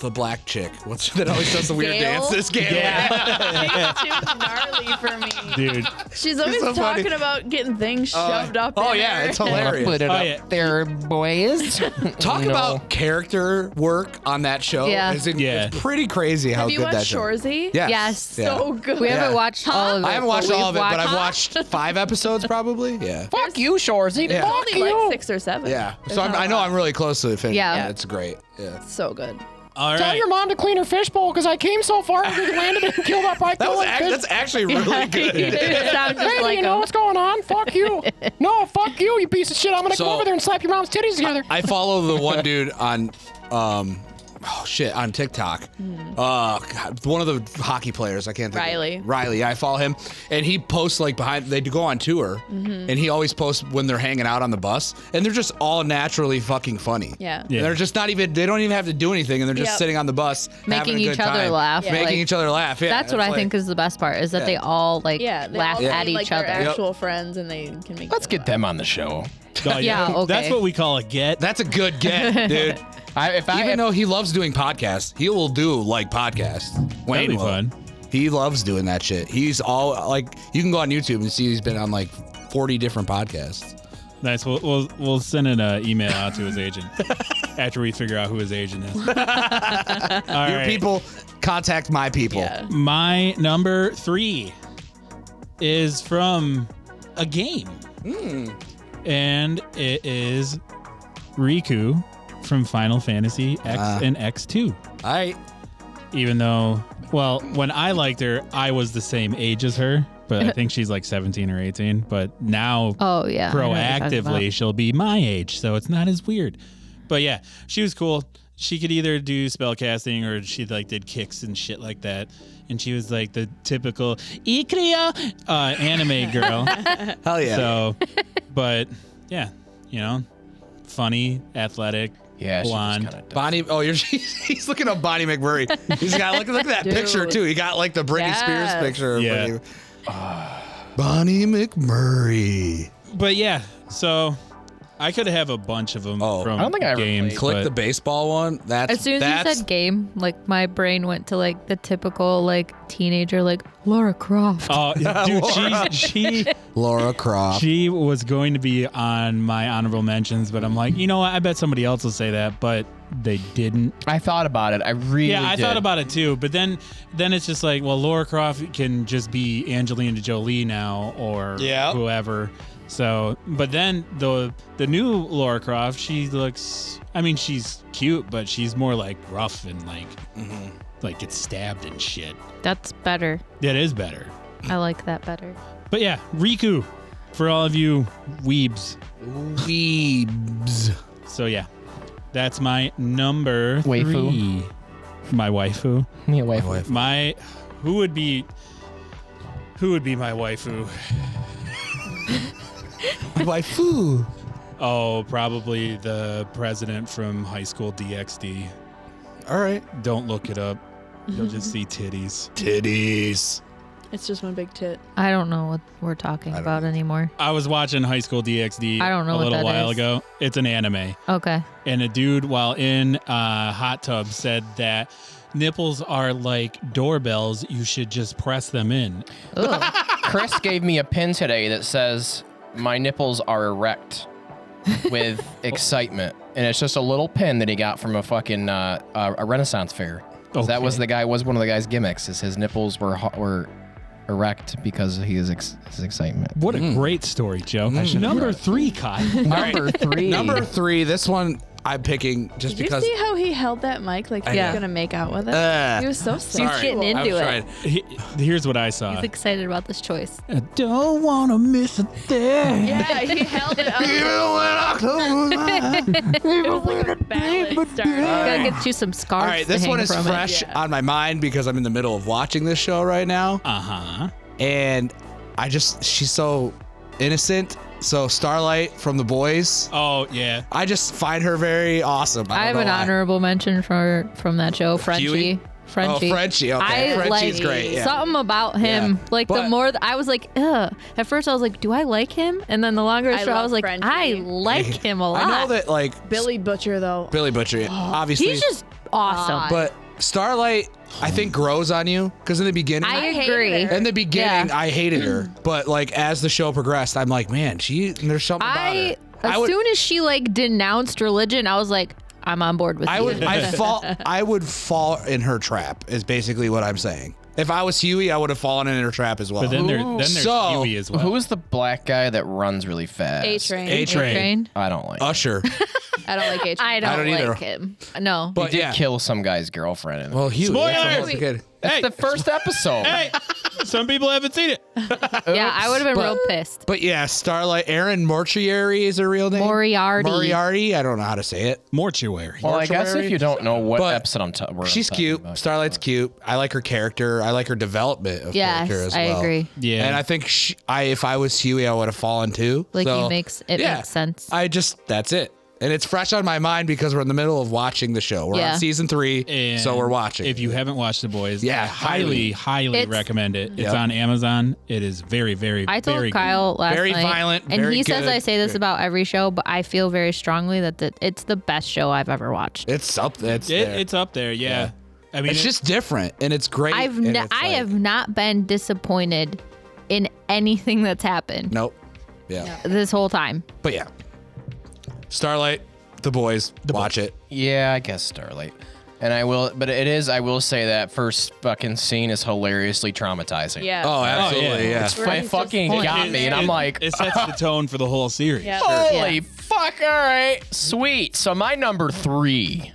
S2: the black chick. What's that always does the weird
S4: Gail?
S2: dances? Gail. Yeah.
S5: She's too gnarly for me.
S1: dude.
S5: She's always
S2: so funny.
S5: talking about getting things shoved up.
S2: Oh
S5: in
S2: yeah,
S5: her.
S2: it's
S3: Put
S2: hilarious.
S3: it
S1: Oh,
S3: up
S1: yeah.
S3: there, boys.
S2: Talk
S3: No.
S2: about character work on that show.
S4: Yeah.
S2: It's, in-
S1: Yeah.
S2: it's pretty crazy how
S5: Have you
S2: good that
S5: watched
S2: show.
S5: Shorzy?
S2: Yes.
S4: Yes.
S2: Yeah.
S5: So good.
S4: We haven't
S2: Yeah.
S4: watched all of it.
S2: I haven't watched
S4: but
S2: all of it,
S4: we've
S2: but I've watched five episodes probably. Yeah.
S3: Fuck you, Shorzy.
S2: Yeah.
S3: Fuck
S5: only
S3: you.
S5: like six or seven.
S2: Yeah.
S5: There's
S2: So I'm,
S5: not a
S2: I know
S5: lot.
S2: I'm really close to the finish.
S4: Yeah.
S2: Yeah. It's great. Yeah.
S5: so good.
S1: All
S3: Tell
S1: right.
S3: your mom to clean her fishbowl because I came so far and we landed and killed that right
S2: That was act- that's actually really good.
S5: It sounds just
S3: Randy,
S5: like
S3: you know
S5: him.
S3: what's going on? Fuck you. No, fuck you, you piece of shit. I'm gonna
S2: So-
S3: go over there and slap your mom's titties together.
S2: I follow the one dude on, um, oh shit, on TikTok.
S4: Hmm.
S2: Uh, God, one of the hockey players. I can't think. of-
S5: Riley.
S2: Riley. I follow him, and he posts like behind. They go on tour,
S4: Mm-hmm.
S2: and he always posts when they're hanging out on the bus, and they're just all naturally fucking funny.
S5: Yeah.
S1: Yeah.
S2: And they're just not even. They don't even have to do anything, and they're just
S5: Yep.
S2: sitting on the bus, having
S4: Making
S2: a good
S4: each other
S2: time,
S4: laugh,
S2: making
S4: like-
S2: each other laugh. Yeah,
S4: That's what
S2: it's
S4: I
S2: like-
S4: think is the best part is that they all like
S5: Yeah. They
S4: laugh
S5: all seem
S4: at
S5: like
S4: each
S5: they're
S4: other.
S5: Actual friends, and they can make.
S3: Let's
S5: it
S3: get
S5: laugh.
S3: them on the show.
S1: Oh,
S4: Yeah, okay.
S1: That's what we call a get.
S2: That's a good get, dude.
S3: I, if I
S2: Even though he loves doing podcasts, he will do like podcasts. Wayne
S1: be
S2: will.
S1: fun.
S2: He loves doing that shit. He's all like, you can go on YouTube and see he's been on like 40 different podcasts.
S1: Nice. We'll, we'll, we'll send an uh, email out to his agent after we figure out who his agent is. All
S2: Your
S1: right.
S2: people contact my people.
S5: Yeah.
S1: My number three is from a game. And it is Riku from Final Fantasy X
S2: Ah.
S1: and X2.
S2: All right.
S1: Even though, well, when I liked her, I was the same age as her, but I think she's like 17 or 18. But now,
S4: Oh yeah. I know what you're talking about.
S1: proactively she'll be my age so it's not as weird but yeah she was cool she could either do spell casting or she like did kicks and shit like that and she was like the typical ikria uh, anime girl
S2: Hell yeah.
S1: so but yeah you know funny athletic
S3: yeah,
S1: blonde
S2: Bonnie, oh, you're, he's looking up Bonnie McMurray. He's got look, look at that
S5: Dude.
S2: picture too. He got like the Britney Spears
S5: Yes.
S2: picture. of
S1: Yeah.
S2: Britney- Bonnie McMurray.
S1: but yeah so i could have a bunch of them
S2: Oh.
S1: from
S3: I don't think I ever
S1: games
S3: played.
S2: Click
S1: but-
S2: the baseball one. That's
S4: As soon as
S2: that's
S4: you said game, like my brain went to like the typical like teenager like Laura Croft.
S1: Oh, dude, she she
S2: Laura Croft.
S1: She was going to be on my honorable mentions, but I'm like, you know what? I bet somebody else will say that, but they didn't.
S3: I thought about it. I really
S1: yeah, I thought about it too, but then then it's just like, well, Laura Croft can just be Angelina Jolie now or
S2: Yeah.
S1: whoever. So, but then the the new Laura Croft, she looks. I mean, she's cute, but she's more like rough and like like gets stabbed and shit.
S4: That's better.
S1: That is better.
S4: I like that better.
S1: But yeah, Riku, for all of you weebs.
S2: Weebs.
S1: So yeah, that's my number
S3: Waifu.
S1: three. My waifu.
S3: Me away.
S1: My who would be who would be my waifu?
S2: Waifu.
S1: Oh, probably the president from High School DxD.
S2: All right.
S1: Don't look it up. You'll just see titties.
S2: Titties.
S5: It's just one big tit.
S4: I don't know what we're talking
S2: don't
S4: about anymore.
S1: I was watching High School DxD
S4: I don't know
S1: a
S4: what
S1: little
S4: that
S1: while
S4: is.
S1: ago. It's an anime.
S4: Okay.
S1: and a dude while in a hot tub said that nipples are like doorbells you should just press them in
S4: Ugh.
S3: Chris gave me a pin today that says my nipples are erect with excitement, and it's just a little pin that he got from a fucking uh, uh, a Renaissance fair. 'Cause That was
S1: Okay.
S3: the guy was one of the guy's gimmicks. Is his nipples were ho- were erect because he is ex- his excitement.
S1: what a great story joe
S3: Mm.
S1: number three kyle
S3: Number three.
S2: Number three. This one I'm picking just
S5: Did you
S2: because.
S5: see how he held that mic like he
S4: Yeah.
S5: was gonna make out with it?
S2: Uh,
S5: he was so
S2: sorry.
S5: sexual.
S4: getting
S2: I
S4: into
S2: was
S4: it.
S2: trying.
S1: He- here's what i saw
S4: He's excited about this choice.
S1: i don't want to miss a thing
S5: Yeah, he held it up. It was like a ballad started.
S4: Gotta get you some scarves.
S2: All right,
S4: to
S2: this
S4: hang
S2: one is
S4: from it.
S2: fresh
S5: Yeah.
S2: on my mind because I'm in the middle of watching this show right now,
S1: uh-huh
S2: and I just she's so innocent. So Starlight from The Boys,
S1: oh yeah
S2: I just find her very awesome.
S4: I
S2: I,
S4: have
S2: don't
S4: an
S2: know why.
S4: honorable mention for from that show, Frenchie.
S2: Huey?
S4: Frenchie.
S2: Oh, Frenchie. Okay,
S4: I
S2: Frenchie's
S4: like
S2: great. Yeah.
S4: something about him.
S2: Yeah.
S4: Like the
S2: But-
S4: more th- I was like, ugh. At first I was like, do I like him? And then the longer
S5: I
S4: I, I
S5: love
S4: was like,
S5: Frenchie.
S4: I like him a lot.
S2: I know that like
S5: Billy Butcher though.
S2: Billy Butcher, obviously.
S4: He's just awesome.
S2: But Starlight, I think, grows on you because in the beginning,
S4: I
S6: hated
S4: agree.
S6: her.
S2: in the beginning,
S4: Yeah.
S2: I hated her, but like as the show progressed, I'm like, man, she there's something about her.
S4: I as
S2: I would,
S4: soon as she like denounced religion, I was like, I'm on board with
S2: I
S4: you.
S2: would, I fall, I would fall in her trap. Is basically what I'm saying. If I was Huey, I would have fallen in her trap as well.
S1: But then there, then there's
S2: So-
S1: Huey as well.
S3: Who is the black guy that runs really fast?
S6: A train.
S2: A train,
S4: Train.
S3: I don't like. him.
S2: Usher.
S6: I don't like A train.
S4: I don't,
S2: I don't either.
S4: like him. No.
S2: But
S3: Did
S2: yeah,
S3: kill some guy's girlfriend. In it.
S2: well, Huey. that's
S1: Spoilers!
S2: a kid.
S3: That's
S1: Hey.
S3: the first episode.
S1: hey, some people haven't seen it.
S4: yeah, I would have been real pissed.
S2: But yeah, Starlight. Aaron Mortuary is her real name.
S4: Moriarty.
S2: Moriarty. I don't know how to say it.
S1: Mortuary.
S3: Well, I guess
S2: Mortuary.
S3: if you don't know what
S2: But
S3: episode I'm, t- we're
S2: She's
S3: talking
S2: cute.
S3: about.
S2: Starlight's cute. I like her character. I like her development of
S4: Yes,
S2: character as
S4: I
S2: well.
S4: agree.
S1: Yeah.
S2: And I think she, I, if I was Huey, I would have fallen too.
S4: Like
S2: So,
S4: it makes it
S2: yeah.
S4: makes sense.
S2: I just that's it. And it's fresh on my mind because we're in the middle of watching the show. We're
S4: Yeah.
S2: on season three,
S1: And
S2: so we're watching.
S1: If you haven't watched The Boys,
S2: Yeah,
S1: I highly, highly
S4: It's-
S1: recommend it. It's
S2: Yep.
S1: on Amazon. It is very, very,
S4: I told
S1: very good.
S4: Kyle last
S2: Very
S4: night,
S2: violent,
S4: and
S2: very
S4: he says
S2: good.
S4: I say this
S2: Good.
S4: about every show, but I feel very strongly that the, it's the best show I've ever watched.
S2: it's up, it's
S1: It,
S2: there.
S1: it's up there. Yeah. I mean,
S2: It's
S1: it-
S2: just different, and it's great.
S4: I've
S2: and
S4: n-
S2: it's
S4: I
S2: like-
S4: have not been disappointed in anything that's happened
S2: nope, yeah,
S4: this whole time.
S2: but yeah, Starlight, the boys, watch it.
S3: Yeah, I guess Starlight. And I will, but it is. I will say that first fucking scene is hilariously traumatizing.
S6: Yeah.
S2: Oh, absolutely,
S1: yeah.
S2: yeah.
S3: It's fu- it
S6: Right,
S3: fucking
S6: just-
S3: got me, and I'm
S1: it-
S3: like,
S1: it sets the tone for the whole series.
S6: Yeah.
S3: holy fuck! All right, sweet. So my number three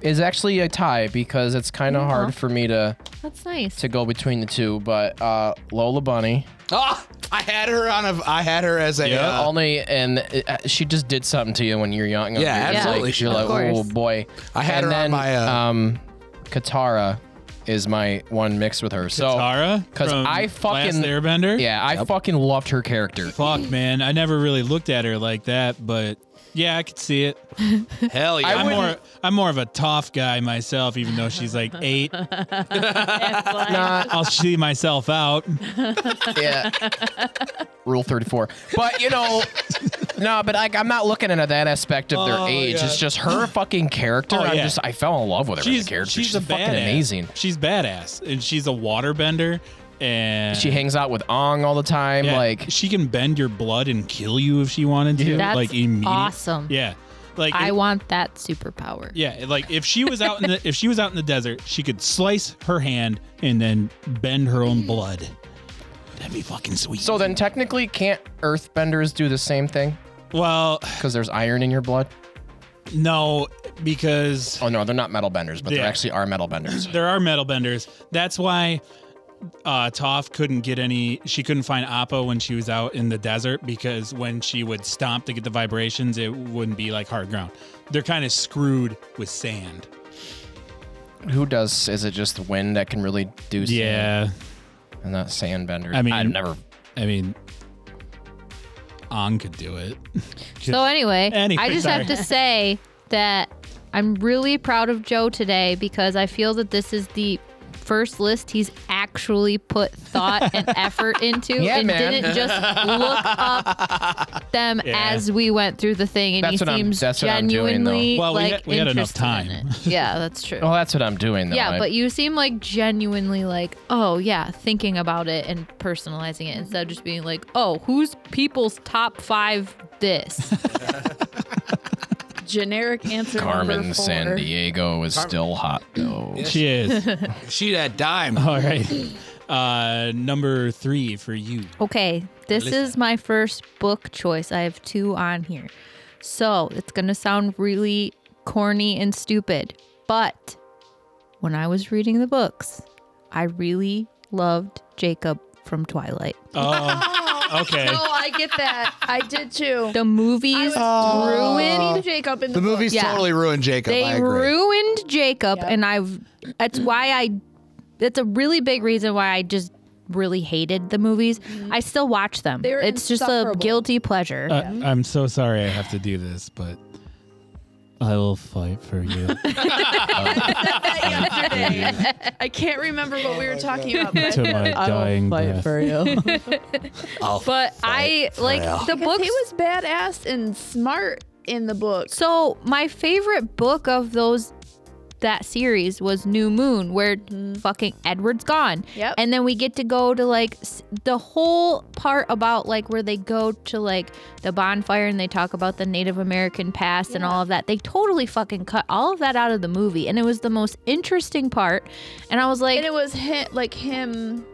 S3: is actually a tie because it's kind of hard for me to
S4: That's nice.
S3: to go between the two. But uh, Lola Bunny,
S2: Ah, I had her on a. I had her as a.
S1: Yeah.
S2: uh,
S3: only and uh, she just did something to you when you're young.
S2: Yeah,
S3: You're just
S2: absolutely.
S3: Like, you're
S4: Of
S3: like, oh
S4: course.
S3: boy.
S2: I had
S3: and
S2: her on
S3: then,
S2: my, uh,
S3: um, Katara is my one mix with her. So
S1: Tara,
S3: because
S1: from
S3: Oh, I
S1: Last
S3: fucking
S1: Airbender.
S3: yeah, I fucking loved her character.
S1: Fuck, man. I never really looked at her like that, but yeah, I could see it.
S2: hell yeah.
S1: I'm more, I'm more of a tough guy myself, even though she's like eight.
S3: Nah,
S1: I'll see myself out.
S3: yeah. Rule 34. But, you know, no, but like, I'm not looking at that aspect of their
S1: Oh,
S3: age.
S1: yeah.
S3: It's just her fucking character.
S1: Oh,
S3: I'm
S1: yeah.
S3: just, I fell in love with her as a character. She's,
S1: a
S3: fucking
S1: badass.
S3: amazing.
S1: She's badass, and she's a waterbender, and
S3: She hangs out with Ong all the time.
S1: yeah,
S3: Like,
S1: she can bend your blood and kill you if she wanted to.
S4: That's
S1: like immediately.
S4: awesome.
S1: Yeah, like
S4: I
S1: it-
S4: want that superpower.
S1: yeah, like if she was out in the if she was out in the desert, she could slice her hand and then bend her own blood. That'd be fucking sweet.
S3: so then technically, can't earthbenders do the same thing?
S1: well,
S3: Because there's iron in your blood?
S1: no, because
S3: Oh, no, they're not metal benders, but they
S1: Yeah.
S3: actually are metal benders.
S1: there are metal benders. That's why uh, Toph couldn't get any. She couldn't find Appa when she was out in the desert because when she would stomp to get the vibrations, it wouldn't be like hard ground. They're kind of screwed with sand.
S3: Who does? Is it just the wind that can really do sand? And not sand benders?
S1: I mean-
S3: I've never.
S1: I mean, On could do it.
S4: So anyway,
S1: Anyway,
S4: I just have
S1: sorry.
S4: to say that I'm really proud of Joe today because I feel that this is the first list he's actually put thought and effort into
S3: Yeah,
S4: and
S3: man.
S4: didn't just look up them
S1: Yeah.
S4: as we went through the thing and
S3: That's
S4: he
S3: what I'm-
S4: seems
S3: that's what I'm doing, though.
S4: genuinely
S1: Well, we
S4: like
S1: had- we had enough
S4: interested in
S1: time.
S4: it. Yeah, that's true.
S3: Well, that's what I'm doing, though.
S4: yeah,
S3: I-
S4: but you seem like genuinely like, oh yeah, thinking about it and personalizing it instead of just being like, oh, who's people's top five this?
S5: Generic answer.
S3: Carmen
S5: number four.
S3: San Diego is still hot though.
S1: She is.
S2: she that dime.
S1: All right. Uh, number three for you.
S4: Okay, this is my first book choice. I have two on here. So it's going to sound really corny and stupid, but when I was reading the books, I really loved Jacob from Twilight.
S1: Oh, okay.
S6: Oh, I get that.
S5: I did too.
S4: The movies ruined.
S5: Jacob in the,
S2: Oh. The movie's
S4: Yeah.
S2: totally ruined Jacob. I
S4: They
S2: agree.
S4: ruined Jacob,
S5: Yep.
S4: and I've. That's why I. That's a really big reason why I just really hated the movies. I still watch them.
S5: They're
S4: it's just a
S5: insufferable.
S4: guilty pleasure.
S1: Uh, I'm so sorry I have to do this, but I will fight for you.
S5: I can't remember what we were talking about. But
S1: to my dying breath.
S5: you.
S2: I'll
S4: But I
S2: fight for
S4: like
S2: you.
S4: the books.
S5: he was badass and smart in the book.
S4: so my favorite book of those that series was New Moon, where fucking Edward's gone.
S5: Mm-hmm. Yep.
S4: And then we get to go to like s- the whole part about like where they go to like the bonfire and they talk about the Native American past and all of that. They totally fucking cut all of that out of the movie, and it was the most interesting part. And I was like,
S5: and it was him, like him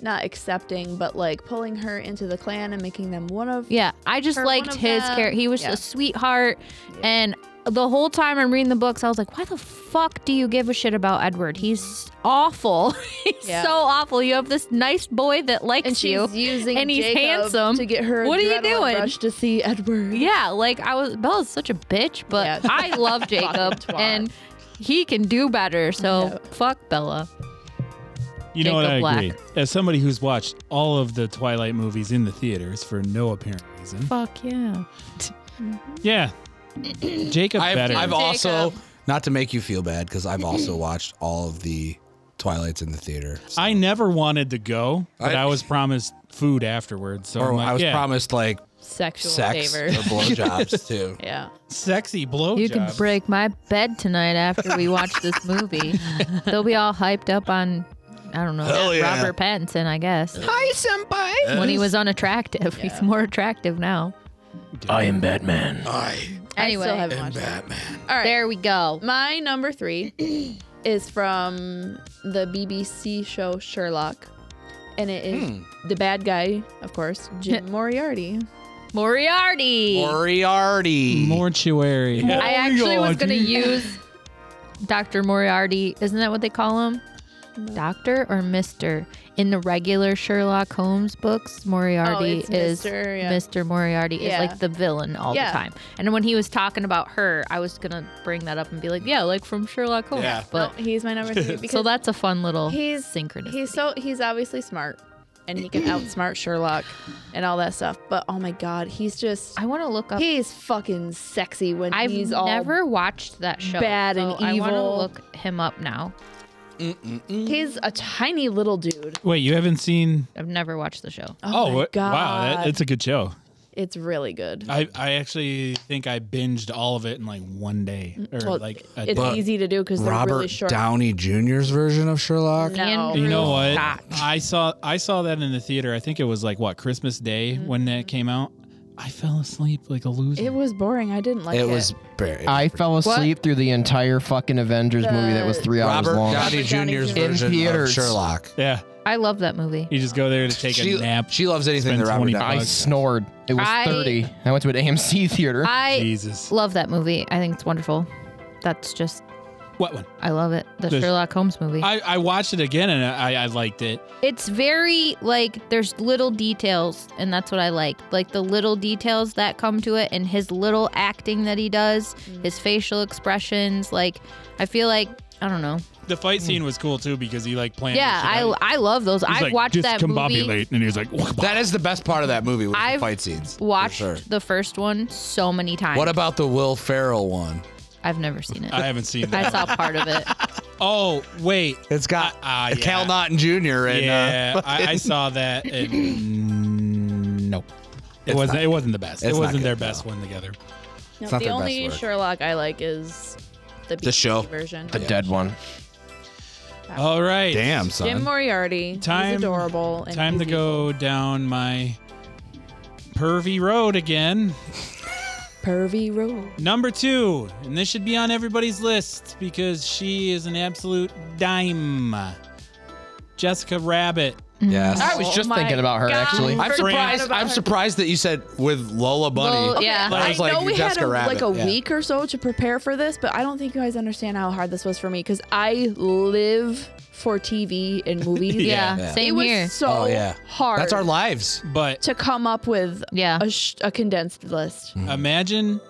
S5: not accepting, but like pulling her into the clan and making them one of.
S4: Yeah, I just
S5: Or
S4: liked
S5: one of
S4: his
S5: them.
S4: character. He was
S5: Yeah.
S4: a sweetheart, and the whole time I'm reading the books, I was like, "Why the fuck do you give a shit about Edward? He's awful. he's
S5: Yeah.
S4: so awful. You have this nice boy that likes
S6: and she's
S4: you,
S6: using
S4: and he's
S6: Jacob
S4: handsome.
S5: To get her.
S4: What are you
S5: adrenaline
S4: doing?
S5: Rush to see Edward.
S4: yeah, like I was. Bella's such a bitch, but
S5: Yeah.
S4: I love Jacob,
S5: Fucking twat.
S4: and he can do better. So fuck Bella.
S1: You know what
S4: Jacob
S1: I
S4: Black.
S1: agree. As somebody who's watched all of the Twilight movies in the theaters for no apparent reason.
S4: Fuck yeah.
S1: Yeah. Jacob
S2: I've,
S1: better.
S2: I've also, not to make you feel bad, because I've also watched all of the Twilights in the theater.
S1: I never wanted to go, but I,
S2: I-
S1: was promised food afterwards. So
S2: or
S1: I'm like,
S2: I was
S1: yeah,
S2: promised like
S5: Sexual
S2: sex
S5: favors.
S2: or blowjobs too.
S5: Yeah.
S1: sexy blow.
S4: You can break my bed tonight after we watch this movie. They'll be all hyped up on, I don't know,
S2: Hell yeah.
S4: Robert Pattinson, I guess.
S3: Hi, senpai.
S4: When he was unattractive, he's more attractive now.
S3: I am Batman.
S2: I
S5: I
S4: Anyway.
S5: still haven't watched it.
S2: Batman.
S5: All right.
S4: There we go.
S5: My number three is from the BBC show Sherlock, and it is the bad guy, of course, Jim Moriarty.
S4: Moriarty.
S2: Moriarty.
S1: Mortuary.
S4: I actually was going to use Dr. Moriarty. Isn't that what they call him? Doctor or Mister? In the regular Sherlock Holmes books, Moriarty
S5: Oh,
S4: is
S5: it's Mr., yeah.
S4: Mr. Moriarty
S5: Yeah.
S4: is like the villain all
S5: Yeah.
S4: the time. And when he was talking about her, I was gonna bring that up and be like, yeah, like from Sherlock Holmes.
S2: Yeah.
S4: But
S5: He's my number three because
S4: so that's a fun little
S5: he's
S4: synchronicity.
S5: He's so he's obviously smart, and he can outsmart Sherlock and all that stuff. But oh my god, he's just
S4: I want to look up.
S5: he's fucking sexy when
S4: I've
S5: he's all.
S4: never watched that show.
S5: bad and
S4: so I want to
S5: evil.
S4: look him up now.
S5: he's a tiny little dude.
S1: Wait, you haven't seen?
S4: I've never watched the show.
S5: Oh, my
S1: what-
S5: god,
S1: wow, that, it's a good show.
S5: it's really good.
S1: I, I actually think I binged all of it in like one day or
S5: Well,
S1: like a
S5: it's
S1: day.
S5: easy to do because they're
S2: Robert
S5: really short.
S2: Downey Jr.'s version of Sherlock.
S5: No.
S4: Ian
S1: You know what?
S4: Scott.
S1: I saw I saw that in the theater. I think it was like what Christmas Day when
S4: Mm-hmm.
S1: that came out. I fell asleep like a loser.
S5: It was boring. I didn't like it.
S2: It was very
S3: I fell asleep through the entire fucking Avengers movie that was three hours
S2: Robert
S3: long.
S2: Downey
S5: Downey
S2: Jr.'s
S5: Jr.
S2: version
S3: In theaters.
S2: of Sherlock.
S1: yeah,
S4: I love that movie.
S1: you just go there to take
S2: She,
S1: a nap.
S2: she loves anything
S1: Spend
S2: that Robert
S1: 20
S2: Downey.
S3: I
S1: Okay.
S3: snored. It was
S4: I-
S3: 30. I went to an AMC theater.
S4: I
S1: Jesus,
S4: love that movie. I think it's wonderful. That's just
S1: what one?
S4: I love it. The
S1: There's-
S4: Sherlock Holmes movie.
S1: I, I watched it again and I, I liked it.
S4: it's very like there's little details and that's what I like. Like the little details that come to it and his little acting that he does, his facial expressions, like I feel like I don't know.
S1: The fight scene was cool too because he like planned.
S4: Mm. Yeah,
S1: the shit
S4: I
S1: out.
S4: I love those.
S1: He's
S4: I've
S1: like,
S4: watched that movie.
S1: discombobulate, and he was like, "Wah, bah."
S2: That is the best part of that movie was the
S4: I've
S2: fight scenes. for
S4: Watched
S2: sure.
S4: the first one so many times.
S2: What about the Will Ferrell one?
S4: I've never seen it.
S1: I
S4: I,
S1: haven't seen that.
S4: saw part of it.
S1: oh wait,
S2: It's got
S1: Ah, yeah.
S2: Cal Naughton Jr. and
S1: yeah,
S2: uh,
S1: I, I saw that. And, no, it
S2: It's
S1: wasn't.
S2: not
S1: it wasn't the best. It
S2: It's not
S1: wasn't
S2: good,
S1: their
S2: no.
S1: best one together.
S5: No,
S2: not their
S5: the
S2: best
S5: only
S2: work.
S5: Sherlock I like is the, BBC
S2: show.
S5: version.
S3: the dead one.
S1: All right,
S2: damn son.
S5: Jim Moriarty.
S1: Time-
S5: He's adorable. And
S1: Time to
S5: he's
S1: go down my pervy road again.
S5: Pervy Road.
S1: Number two, and this should be on everybody's list because she is an absolute dime. Jessica Rabbit.
S2: yes.
S3: I
S5: Oh
S3: was just thinking about her, actually.
S2: I'm surprised.
S5: about
S2: I'm
S5: her.
S2: surprised that you said with Lola Bunny.
S4: Well, yeah.
S2: But I
S5: I
S2: was like,
S5: know we
S2: Jessica
S5: had a,
S2: Rabbit,
S5: like a
S2: yeah.
S5: week or so to prepare for this, but I don't think you guys understand how hard this was for me because I live for TV and movies.
S4: Yeah,
S2: Yeah.
S5: It
S4: same
S5: was
S4: here.
S5: so
S2: oh yeah,
S5: hard
S2: That's our lives.
S1: But
S5: to come up with
S4: Yeah.
S5: a, sh- a condensed list.
S1: Mm-hmm.
S2: Mm.
S1: imagine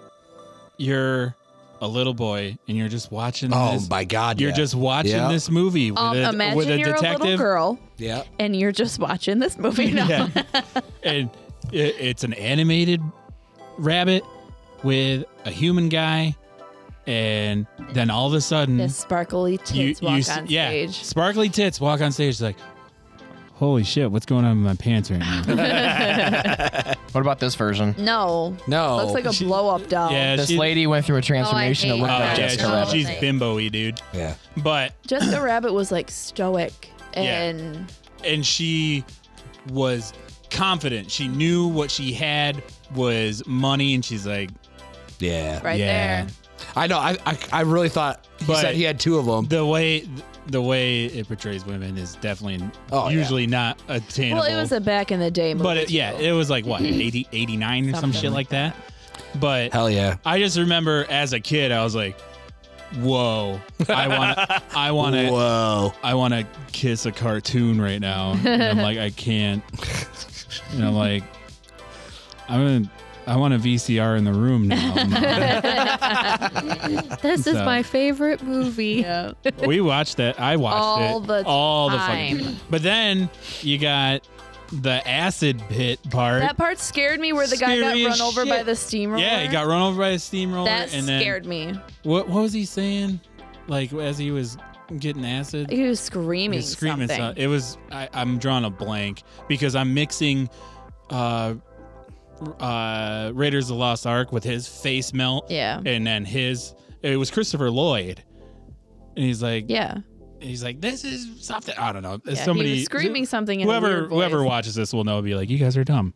S1: you're a little boy and you're just watching
S2: Oh
S1: this.
S2: my God,
S1: You're
S2: yeah.
S1: just watching
S2: Yeah.
S1: this movie with,
S5: Um,
S1: a,
S5: imagine
S1: with a
S5: you're a little
S1: detective.
S5: girl
S2: Yeah.
S5: and you're just watching this movie now.
S1: Yeah. and it, it's an animated rabbit with a human guy. And then all of a sudden,
S5: The sparkly tits walk
S1: s-
S5: on
S1: yeah,
S5: stage.
S1: Sparkly tits walk on stage. Like, holy shit, what's going on in my pants right now?
S3: What about this version?
S5: No.
S2: No.
S5: Looks like a
S1: She-
S5: blow up doll.
S1: yeah,
S3: This
S1: she-
S3: lady went through a transformation.
S6: Oh,
S3: to
S6: I
S3: look
S6: hate
S1: Oh,
S3: like
S6: that.
S1: yeah,
S3: Jessica
S6: Oh,
S1: she-
S3: Rabbit.
S1: she's
S6: Rabbit.
S1: bimbo-y, dude.
S2: Yeah.
S1: But
S5: Jessica Rabbit was like stoic
S1: Yeah.
S5: and
S1: and she was confident. She knew what she had was money, and she's like,
S2: Yeah.
S5: right
S1: yeah.
S5: there.
S2: I know. I I, I really thought he
S1: But-
S2: said he had two of them.
S1: The way the way it portrays women is definitely
S2: Oh, yeah.
S1: usually not attainable.
S5: Well, it was a back in the day movie.
S1: but it, yeah, it was like what 80, 89 or some
S4: Something
S1: shit like
S4: like
S1: that. But
S2: Hell yeah.
S1: I just remember as a kid, I was like, "Whoa, I want, I want to,
S2: Whoa.
S1: I want to kiss a cartoon right now." And I'm like, I can't. And I'm like, I'm gonna, I want a VCR in the room now.
S4: This is
S1: So-
S4: my favorite movie.
S5: Yeah.
S1: we watched that. I watched
S4: All
S1: it
S4: the
S1: all the fucking.
S4: time.
S1: But then you got the acid pit part.
S5: That part scared me where the guy got
S1: Scary as
S5: run over
S1: shit.
S5: by the steamroller.
S1: yeah, he got run over by a steamroller.
S5: That
S1: and then,
S5: scared me.
S1: What what was he saying? Like as he was getting acid,
S5: He was screaming.
S1: He was screaming
S5: something.
S1: so- It was I, I'm drawing a blank because I'm mixing uh, uh, Raiders of the Lost Ark with his face melt,
S5: Yeah.
S1: and then his it was Christopher Lloyd, and he's like
S5: Yeah.
S1: he's like this is something I don't know.
S5: yeah.
S1: Somebody
S5: he was screaming something. In a
S1: Whoever
S5: weird voice.
S1: whoever watches this will know. and Be like, you guys are dumb.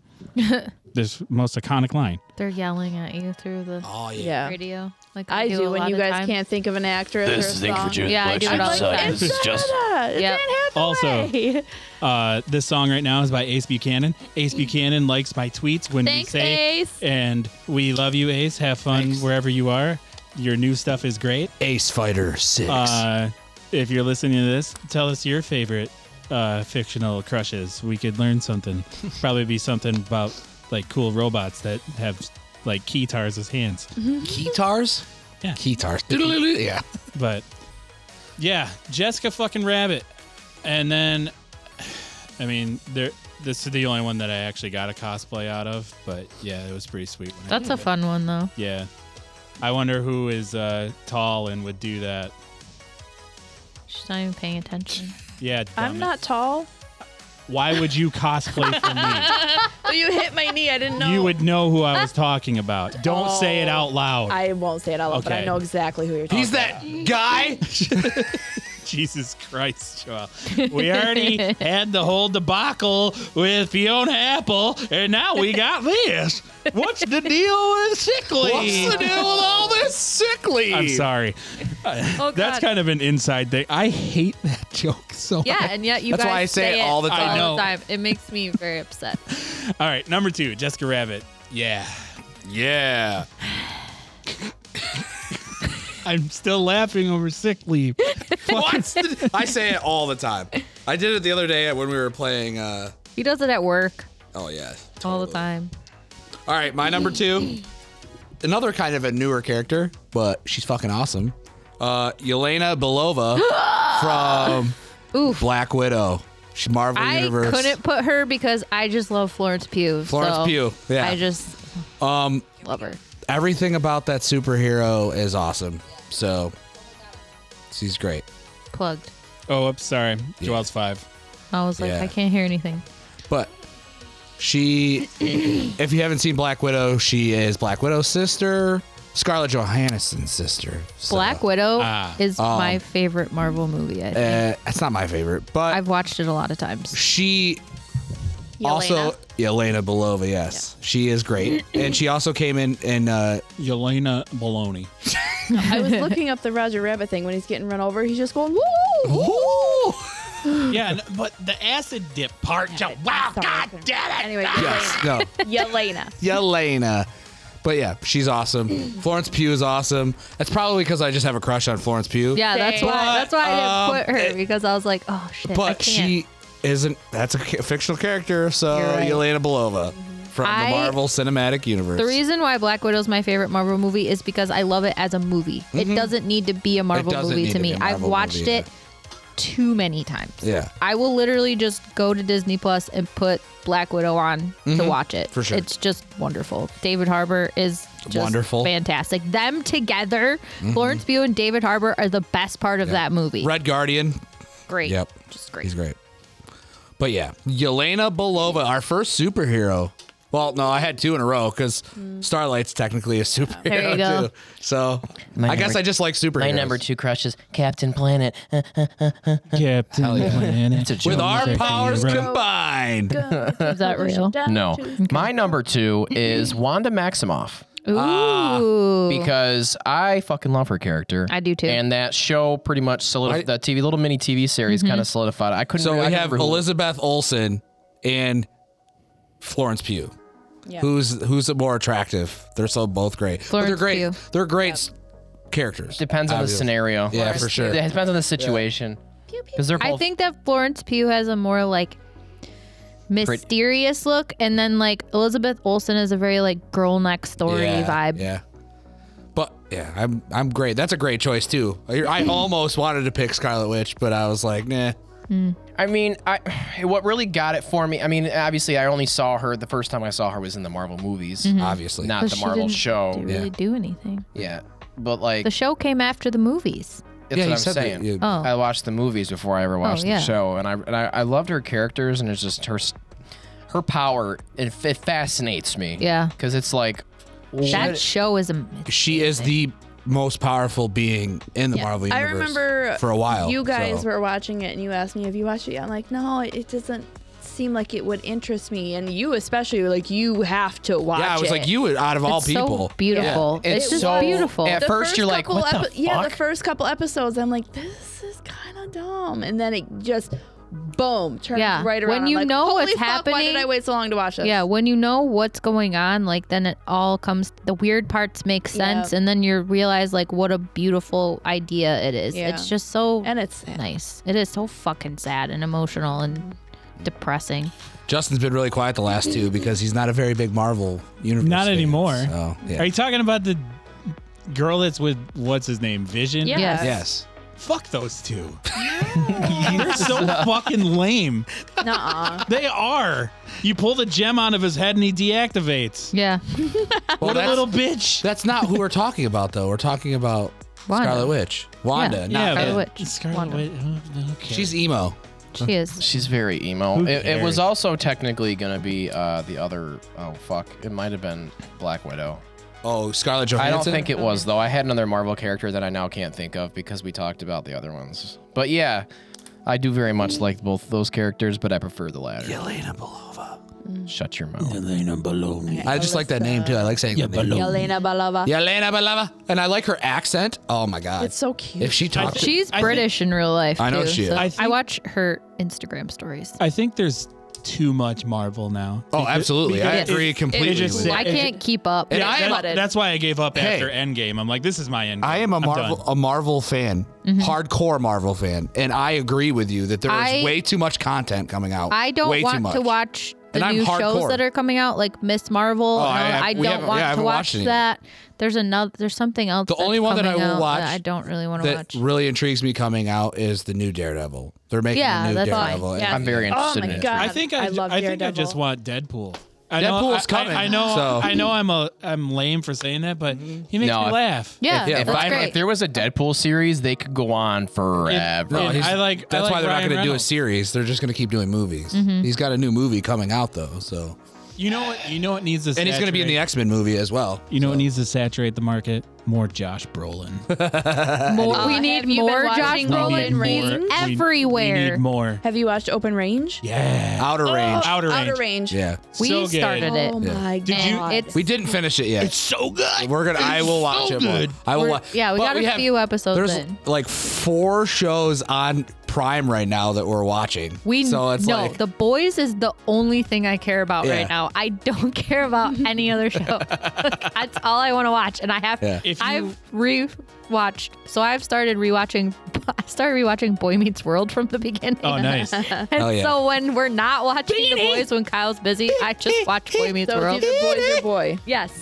S1: this most iconic line.
S4: They're yelling at you through the
S2: Oh yeah.
S5: Yeah.
S4: radio. Like
S5: I do
S4: a
S5: when
S4: lot
S5: you
S4: of
S5: guys
S4: times.
S5: can't think of an actress or a song.
S4: Yeah, I do it all the time.
S5: It's just it's
S4: Yep.
S1: Also, uh, this song right now is by Ace Buchanan. Ace Buchanan likes my tweets when
S5: Thanks,
S1: we say
S5: Ace.
S1: and we love you, Ace. Have fun wherever you are. Your new stuff is great.
S2: Ace Fighter Six.
S1: Uh, if you're listening to this, tell us your favorite uh, fictional crushes. We could learn something. Probably be something about like cool robots that have like keytars as hands.
S2: Guitars.
S1: Yeah.
S2: Guitars. Yeah.
S1: But yeah, Jessica fucking Rabbit. And then I mean, there this is the only one that I actually got a cosplay out of, but yeah, it was pretty sweet. When I
S4: That's
S1: did
S4: a
S1: it.
S4: fun one though.
S1: Yeah. I wonder who is uh, tall and would do that.
S4: She's not even paying attention.
S1: Yeah,
S5: I'm
S1: dummy.
S5: not tall.
S1: Why would you cosplay for me?
S5: Oh, you hit my knee. I didn't know.
S1: You would know who I was talking about. Don't say it out loud.
S5: I won't say it out loud, but
S1: Okay.
S5: I know exactly who you're talking.
S2: He's that guy.
S1: Jesus Christ, Joel. We already had the whole debacle with Fiona Apple, and now we got this. What's the deal with sickly?
S2: What's the deal with all this sickly?
S1: I'm sorry.
S4: Oh,
S1: That's kind of an inside thing. I hate that joke so
S4: yeah, and yet you
S2: That's
S4: guys
S2: why I say it all the
S1: I
S2: time.
S1: know.
S4: It makes me very upset.
S1: much. All right, number two, Jessica Rabbit. Yeah.
S2: Yeah.
S1: I'm still laughing over sickly.
S2: What's the, I say it all the time. I did it the other day when we were playing. uh
S4: He does it at work
S2: Oh yeah.
S4: all the
S2: totally.
S4: time.
S2: All right, my number two. Another kind of a newer character, but she's fucking awesome. Uh, Yelena Belova from
S4: Oof.
S2: Black Widow. She's Marvel
S4: I
S2: Universe.
S4: couldn't put her because I just love Florence Pugh.
S2: Florence
S4: so
S2: Pugh, yeah.
S4: I just
S2: Um,
S4: love her.
S2: everything about that superhero is awesome. So she's great.
S4: Plugged.
S1: oh, I'm sorry. Joel's five.
S4: I was like,
S2: Yeah.
S4: I can't hear anything.
S2: But she, if you haven't seen Black Widow, she is Black Widow's sister, Scarlett Johansson's sister. So, Um,
S4: Black Widow
S1: Ah.
S4: is my favorite Marvel movie. I think.
S2: Uh, that's not my favorite, but
S4: I've watched it a lot of times.
S2: she also Elena Belova, yes. She is great. and she also came in and uh
S1: Yelena Baloney.
S5: I was looking up the Roger Rabbit thing when he's getting run over. He's just going woo.
S2: woo!
S1: yeah, n- but the acid dip part, Joel. Wow, God damn it.
S5: Anyway,
S2: Yes, no.
S5: Yelena.
S2: Yelena. But yeah, she's awesome. Florence Pugh is awesome. That's probably because I just have a crush on Florence Pugh.
S4: Yeah, that's
S5: But,
S4: why. That's why I
S2: um,
S4: didn't put her because I was like, oh shit. I
S2: But
S4: can't.
S2: she isn't that's a ca- fictional character, so
S4: You're right.
S2: Yelena Belova from
S4: I-
S2: the Marvel Cinematic Universe.
S4: The reason why Black Widow is my favorite Marvel movie is because I love it as a movie. It doesn't need to be a Marvel
S2: Mm-hmm. doesn't
S4: movie
S2: need
S4: to
S2: to be
S4: me.
S2: a
S4: I've
S2: Marvel
S4: watched
S2: movie,
S4: it too many times.
S2: Yeah.
S4: I will literally just go to Disney Plus and put Black Widow on to watch it.
S2: Mm-hmm. For sure.
S4: It's just wonderful. David Harbour is just
S2: Wonderful. Mm-hmm.
S4: fantastic. Them together, Florence Pugh and David Harbour are the best part of that movie.
S2: Red Guardian.
S4: Great.
S2: Yep.
S4: Just great.
S2: He's great. But yeah, Yelena Belova, our first superhero. Well, no, I had two in a row because Starlight's technically a superhero
S4: Mm. There you go.
S2: too. So
S3: My
S2: I guess
S3: number-
S2: I just like superheroes.
S3: My number two crush is Captain Planet.
S1: Captain Planet.
S3: a joke.
S2: With our
S1: Joseph
S2: powers
S1: Hero.
S2: combined.
S4: Is that real?
S3: no, my number two is Wanda Maximoff
S2: Ah.
S4: Ooh.
S3: because I fucking love her character.
S4: I do too.
S3: And that show pretty much solidified that TV little mini TV series kind of solidified. it. I couldn't.
S2: So
S3: I
S2: we
S3: couldn't
S2: have
S3: remember who-
S2: Elizabeth Olsen and Florence Pugh.
S5: Yeah.
S2: Who's who's more attractive? They're so both great. But they're
S4: Florence
S2: great.
S4: Pugh.
S2: They're great s- characters.
S3: Depends on the
S2: Obviously.
S3: scenario.
S2: Yeah, for sure.
S3: It depends on the situation. Because they're both.
S4: I think that Florence Pugh has a more like mysterious look, and then like Elizabeth Olsen is a very like girl next door
S2: yeah,
S4: vibe.
S2: Yeah. But yeah, I'm I'm great. That's a great choice too. I, I almost wanted to pick Scarlet Witch, but I was like, nah.
S3: I mean, I what really got it for me. I mean, obviously, I only saw her the first time I saw her was in the Marvel movies,
S5: Mm-hmm.
S3: uh,
S2: Obviously.
S3: not
S4: But
S3: the
S4: Mm-hmm. she
S3: Marvel
S4: didn't
S3: show.
S4: Didn't really do anything.
S3: Yeah, but like
S4: The show came after the movies.
S3: that's
S2: yeah,
S3: what
S2: you
S3: I'm
S2: said that,
S3: saying.
S2: yeah.
S4: Oh,
S3: I watched the movies before I ever watched
S4: yeah.
S3: the show, and I, and I I loved her characters, and it's just her s- her power. It, f- it fascinates me.
S4: Yeah.
S3: because it's like
S4: that show is a.
S2: She is the most powerful being in the Marvel
S5: I
S2: universe.
S5: remember
S2: for a while.
S5: You guys
S2: so-
S5: were watching it, and you asked me, "Have you watched it?" yet?" I'm like, "No, it doesn't seem like it would interest me." And you, especially, were like, "You have to watch."
S2: Yeah, I was
S5: it."
S2: like, you would out of all
S4: it's
S2: people.
S4: so beautiful.
S3: Yeah.
S4: It's,
S3: It's
S4: just
S3: so-
S4: beautiful.
S3: At first you're like,
S5: couple
S3: "What the
S5: Yeah, the
S3: fuck?"
S5: first couple episodes, I'm like, "This is kind of dumb," and then it just. Boom! Turns
S4: Yeah.
S5: right around.
S4: When
S5: I'm
S4: you
S5: like,
S4: know
S5: Holy
S4: what's
S5: fuck, Why did
S4: happening-
S5: I wait so long to watch this?
S4: Yeah, when you know what's going on, like then it all comes. The weird parts make sense, and then you realize like what a beautiful idea it is.
S5: Yeah.
S4: It's just so
S5: and it's sad.
S4: nice. It is so fucking sad and emotional and depressing.
S2: Justin's been really quiet the last two because he's not a very big Marvel universe.
S1: Not
S2: fan,
S1: anymore.
S2: So, yeah.
S1: Are you talking about the girl that's with what's his name? Vision?
S5: Yeah.
S4: Yes.
S2: yes.
S1: Fuck those two. They're so fucking lame.
S5: Nuh-uh.
S1: They are. You pull the gem out of his head and he deactivates.
S4: Yeah.
S2: Well,
S1: what a
S2: that's,
S1: little bitch.
S2: that's not who we're talking about though. We're talking about
S4: Wanda.
S2: Scarlet Witch. Wanda.
S4: Yeah.
S2: Not
S4: Scarlet
S2: him.
S4: Witch.
S1: Scarlet
S4: Wanda.
S1: Witch. oh, okay.
S2: She's e- emo.
S4: She is.
S3: she's very emo.
S1: Who
S3: It, it was
S1: cares?
S3: also technically gonna be uh, the other. Oh fuck! It might have been Black Widow.
S2: Oh, Scarlett
S3: I
S2: Johansson.
S3: don't think it was though. I had another Marvel character that I now can't think of because we talked about the other ones. But yeah, I do very much like both those characters, but I prefer the latter.
S2: Yelena Belova.
S3: Shut your mouth.
S1: Elena Baloney.
S2: I just like that name too. I like saying
S1: Yeah,
S2: the name.
S1: Baloney.
S5: Yelena Balova.
S2: Yelena Belova. And I like her accent. Oh my god.
S5: It's so cute.
S2: if she talked
S1: think-
S4: She's
S1: I think-
S4: British in real life.
S2: I know
S4: too,
S2: she is.
S4: so-
S1: I
S4: I,
S1: think-
S4: watch her Instagram stories.
S1: I think there's too much Marvel now.
S2: Oh,
S1: Because-
S2: absolutely. I
S1: because
S2: agree
S1: it-
S2: completely
S1: it just-
S2: with
S1: it-
S4: I can't keep up.
S2: And I am
S1: that-
S2: a-
S1: that's why I gave up
S2: Hey.
S1: after Endgame. I'm like, this is my end.
S2: I am a Marvel a Marvel fan,
S4: Mm-hmm.
S2: hardcore Marvel fan, and I agree with you that there is
S4: I-
S2: way too much content coming out.
S4: I don't
S2: way too
S4: want
S2: much.
S4: to watch the
S2: And I'm
S4: new
S2: hardcore. Oh,
S4: shows that are coming out, like Miss Marvel. and all
S2: I-
S4: that.
S2: I- we
S4: I, don't
S2: haven't-
S4: want
S2: yeah, I
S4: to
S2: haven't
S4: watch
S2: watched any.
S4: that. There's another. There's something else.
S2: The
S4: that's
S2: only one that I
S4: coming
S2: will
S4: out
S2: watch
S4: that I don't really want to
S2: that
S4: watch.
S2: really intrigues me coming out is the new Daredevil. They're making
S4: Yeah,
S2: a new
S4: that's fine.
S2: Daredevil. and-
S5: Yeah.
S3: I'm very
S5: oh
S3: interested
S5: my
S3: in it.
S5: god!
S1: I think I,
S5: I love
S1: I think I
S5: Daredevil.
S1: just want Deadpool. I
S2: Deadpool's
S1: know, I- I-
S2: coming,
S1: I, know.
S2: so- Mm-hmm.
S1: I know. I'm a. I'm lame for saying that, but he makes
S3: No,
S1: me
S3: I-
S1: laugh.
S4: yeah,
S2: yeah, if
S4: that's
S2: I-
S4: great.
S3: If there was a Deadpool series, they could go on forever.
S1: No,
S2: Oh, he's-
S1: I like- I
S2: That's
S1: like
S2: why they're
S1: Ryan
S2: not going to do a
S1: Reynolds.
S2: series. They're just going to keep doing movies.
S4: Mm-hmm.
S2: He's got a new movie coming out though, so
S1: You know what? You know what needs to.
S2: and he's going to be in the X Men movie as well.
S1: You know what needs to saturate the market? More Josh Brolin.
S4: more,
S5: Uh,
S4: we need
S5: have you been
S4: more Josh
S5: watching
S4: Brolin.
S5: Golden
S4: He's
S5: Ring?
S1: We-
S4: everywhere.
S1: We need more.
S5: Have you watched Open Range?
S1: Yeah.
S4: Oh.
S2: Oh, Outer Range.
S1: Outer Range.
S5: Outer Range.
S2: Yeah,
S4: We
S1: so good.
S4: started it.
S5: Oh my god!
S1: Did you-
S4: It's-
S2: we didn't finish it yet.
S1: so good.
S2: We're gonna. I will watch
S1: so
S2: it. More.
S1: good.
S2: I will.
S4: We're-
S2: Watch,
S4: yeah, we
S2: but
S4: got a
S2: have-
S4: few episodes
S2: There's
S4: in.
S2: like four shows on Prime right now that we're watching.
S4: We
S2: so it's
S4: no,
S2: like
S4: the boys is the only thing I care about
S2: Yeah.
S4: right now. I don't care about any other show. That's all I want to watch, and I have.
S2: Yeah.
S1: If you-
S4: I've rewatched, so I've started rewatching. I started rewatching Boy Meets World from the beginning.
S1: Oh, nice.
S4: and
S2: Oh, yeah.
S4: so when we're not watching The Boys, when Kyle's busy, I just watch Boy Meets
S5: So
S4: World.
S5: it's either boys or boy.
S4: Yes.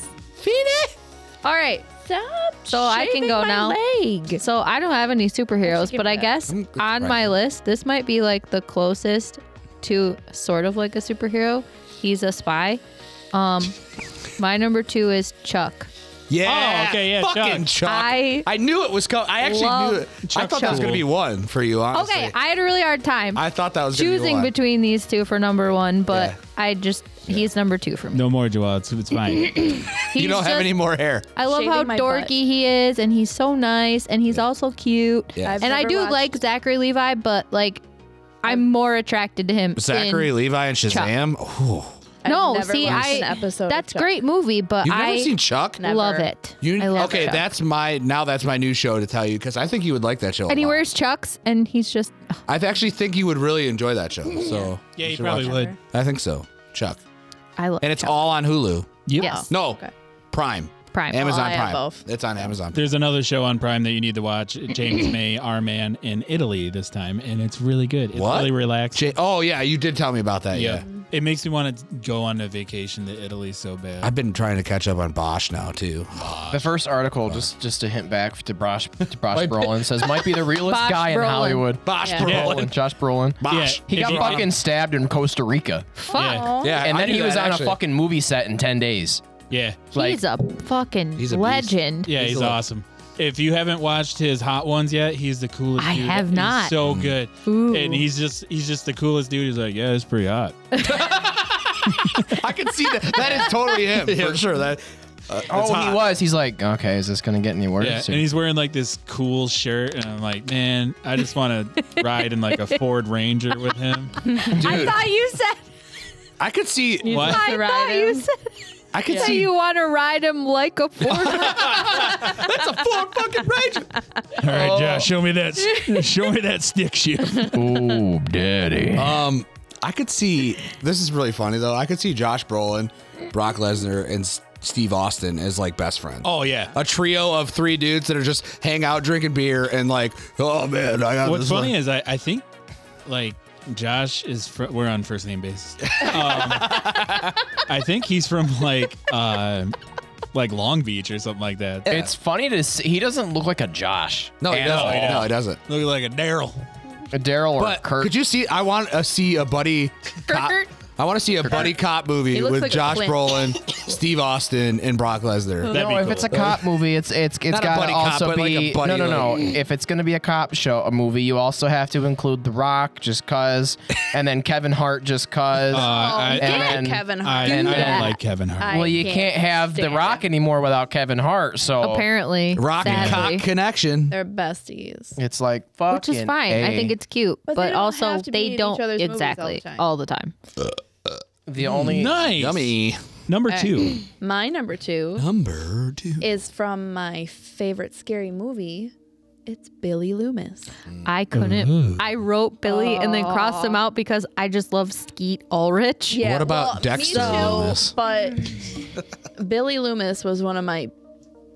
S4: All right.
S5: Stop.
S4: So I can
S5: shaving
S4: go
S5: my
S4: now.
S5: Leg.
S4: So I don't have any superheroes, but I guess
S2: Mm, good
S4: on
S2: try.
S4: my list, this might be like the closest to sort of like a superhero. He's a spy. Um, my number two is Chuck.
S2: Yeah.
S1: Oh, okay, yeah,
S2: Fucking Chuck.
S1: Chuck.
S4: I
S2: I knew it was coming. I actually
S4: love
S2: knew it. I
S1: Chuck
S2: thought that was going to
S1: Cool.
S2: be one for you, honestly.
S4: okay, I had a really hard time
S2: I thought that was gonna be
S4: choosing
S2: one.
S4: between these two for number one, but
S2: Yeah.
S4: I just he's number two for me.
S1: No more, Joel. It's, it's fine.
S4: He's
S2: You don't have
S4: just-
S2: any more hair.
S4: I love
S5: Shaving
S4: how
S5: my
S4: dorky
S5: butt.
S4: he is, and he's so nice, and he's also cute.
S2: Yeah. I've
S4: and I
S5: never
S4: do
S5: watched-
S4: like Zachary Levi, but like, I'm more attracted to him.
S2: Zachary
S4: in-
S2: Levi and Shazam. Ooh.
S5: I've
S4: No,
S5: never
S4: see,
S5: watched
S4: I
S5: an episode of
S4: that's
S5: Chuck.
S4: great movie, but
S2: You've
S4: I
S2: never seen Chuck?
S5: No.
S4: love
S5: Never.
S4: it.
S2: You,
S4: I love
S2: okay,
S4: Chuck.
S2: that's my now that's my new show to tell you because I think you would like that show. a
S4: and he
S2: lot.
S4: wears chucks, and he's just
S2: I actually think you would really enjoy that show. So
S1: yeah,
S2: you
S1: you
S2: should
S1: probably
S2: watch
S1: would.
S2: it. I think so. Chuck.
S4: I love.
S2: And it's
S4: Chuck.
S2: all on Hulu.
S1: Yep.
S4: yes,
S2: No.
S5: Okay.
S2: Prime.
S4: Prime. Oh,
S2: Amazon
S5: I have
S2: Prime.
S5: both.
S2: It's on Amazon.
S1: There's another show on Prime that you need to watch. James May, Our Man in Italy this time, and it's really good. It's
S2: What?
S1: really relaxing.
S2: J- oh yeah, you did tell me about that. Yeah.
S1: yeah. It makes me want to go on a vacation to Italy so bad.
S2: I've been trying to catch up on Bosch now too.
S3: The first article, just just to hint back to Brosh, to Brosh Brolin, says might be the realest
S4: Bosh
S3: guy in
S4: Brolin.
S3: Hollywood.
S2: Bosch
S5: Yeah.
S2: Brolin.
S3: Brolin, Josh Brolin.
S2: Bosch.
S1: Yeah.
S3: He
S1: If
S3: got
S1: you-
S3: fucking stabbed in Costa Rica,
S1: Yeah.
S2: Yeah,
S3: and
S2: I
S3: then
S2: knew
S3: he was
S2: that,
S3: on
S2: actually.
S3: a fucking movie set in ten days.
S1: yeah.
S3: Like,
S4: he's a fucking
S2: He's a beast.
S4: legend.
S1: Yeah, he's,
S2: a-
S1: awesome. If you haven't watched his hot ones yet, he's the coolest.
S4: I
S1: dude.
S4: have
S1: He's
S4: not.
S1: so good,
S4: Ooh.
S1: and he's just he's just the coolest dude. He's like, yeah, it's pretty hot.
S2: I can see that. That is totally him for sure. That uh,
S3: oh, he was. He's like, okay, is this gonna get any worse?
S1: Yeah,
S3: Or-
S1: and he's wearing like this cool shirt, and I'm like, man, I just want to ride in like a Ford Ranger with him.
S4: I thought you said.
S2: I could see.
S1: What?
S4: I
S5: ride
S4: thought you
S5: him.
S4: said
S2: I could
S4: that
S2: see.
S4: you want to ride him like a Ford.
S2: That's a Ford fucking Ranger.
S1: All right,
S4: "Oh."
S1: Josh, show me that. show me that stick shift.
S3: oh, daddy.
S2: Um, I could see. This is really funny though. I could see Josh Brolin, Brock Lesnar, and S- Steve Austin as like best friends.
S1: Oh yeah.
S2: A trio of three dudes that are just hang out drinking beer and like, oh man, I got
S1: What's
S2: this
S1: funny
S2: one.
S1: is I, I think like Josh is fr- we're on first name basis. Um, I think he's from like uh, like Long Beach or something like that.
S3: It's funny to see. He doesn't look like a Josh.
S2: No, he
S3: at
S2: doesn't.
S3: all.
S2: No, he doesn't.
S1: Look like a Daryl.
S3: A Daryl or a
S2: But
S3: Kurt.
S2: could you see? I want to see a buddy. Cop,
S4: Kurt.
S2: I want to see a buddy cop movie
S6: He looks
S2: with
S6: like a
S2: Josh
S6: twin.
S2: Brolin, Steve Austin, and Brock Lesnar.
S1: That'd
S3: no,
S1: be
S3: if
S1: cool.
S3: it's a cop movie, it's it's it's
S2: Not a
S3: got to
S2: buddy cop,
S3: also
S2: but like a
S3: be
S2: buddy,
S3: no no
S2: like-
S3: no. If it's gonna be a cop show, a movie, you also have to include The Rock, just cause, and then Kevin Hart, just cause.
S1: Uh,
S4: Oh,
S1: I,
S3: and
S1: I,
S3: then-
S5: Kevin
S1: I,
S5: Hart.
S1: I don't
S4: that.
S1: like Kevin Hart.
S5: I-
S3: well, you
S5: can't
S3: can't, have The
S5: stand
S3: Rock anymore without Kevin Hart, so
S4: Apparently,
S2: Rock and
S4: sadly.
S2: Oh, cock connection.
S5: They're besties.
S3: it's like fucking.
S4: which is fine. I
S3: A.
S4: think it's cute,
S5: But
S4: but,
S5: they don't
S4: also
S5: have to be in
S4: they
S5: each
S4: don't
S5: other's movies all the
S4: exactly
S5: time.
S4: all the time.
S3: the only.
S1: nice.
S2: Yummy.
S1: Number
S4: Uh,
S1: two.
S5: My number two
S2: Number two.
S5: is from my favorite scary movie. It's Billy Loomis.
S4: I couldn't.
S2: Mm-hmm.
S4: I wrote Billy and then crossed him out because I just love Skeet Ulrich.
S5: Yeah,
S2: What about
S5: me
S2: Dexter
S5: too,
S2: Loomis?
S5: But Billy Loomis was one of my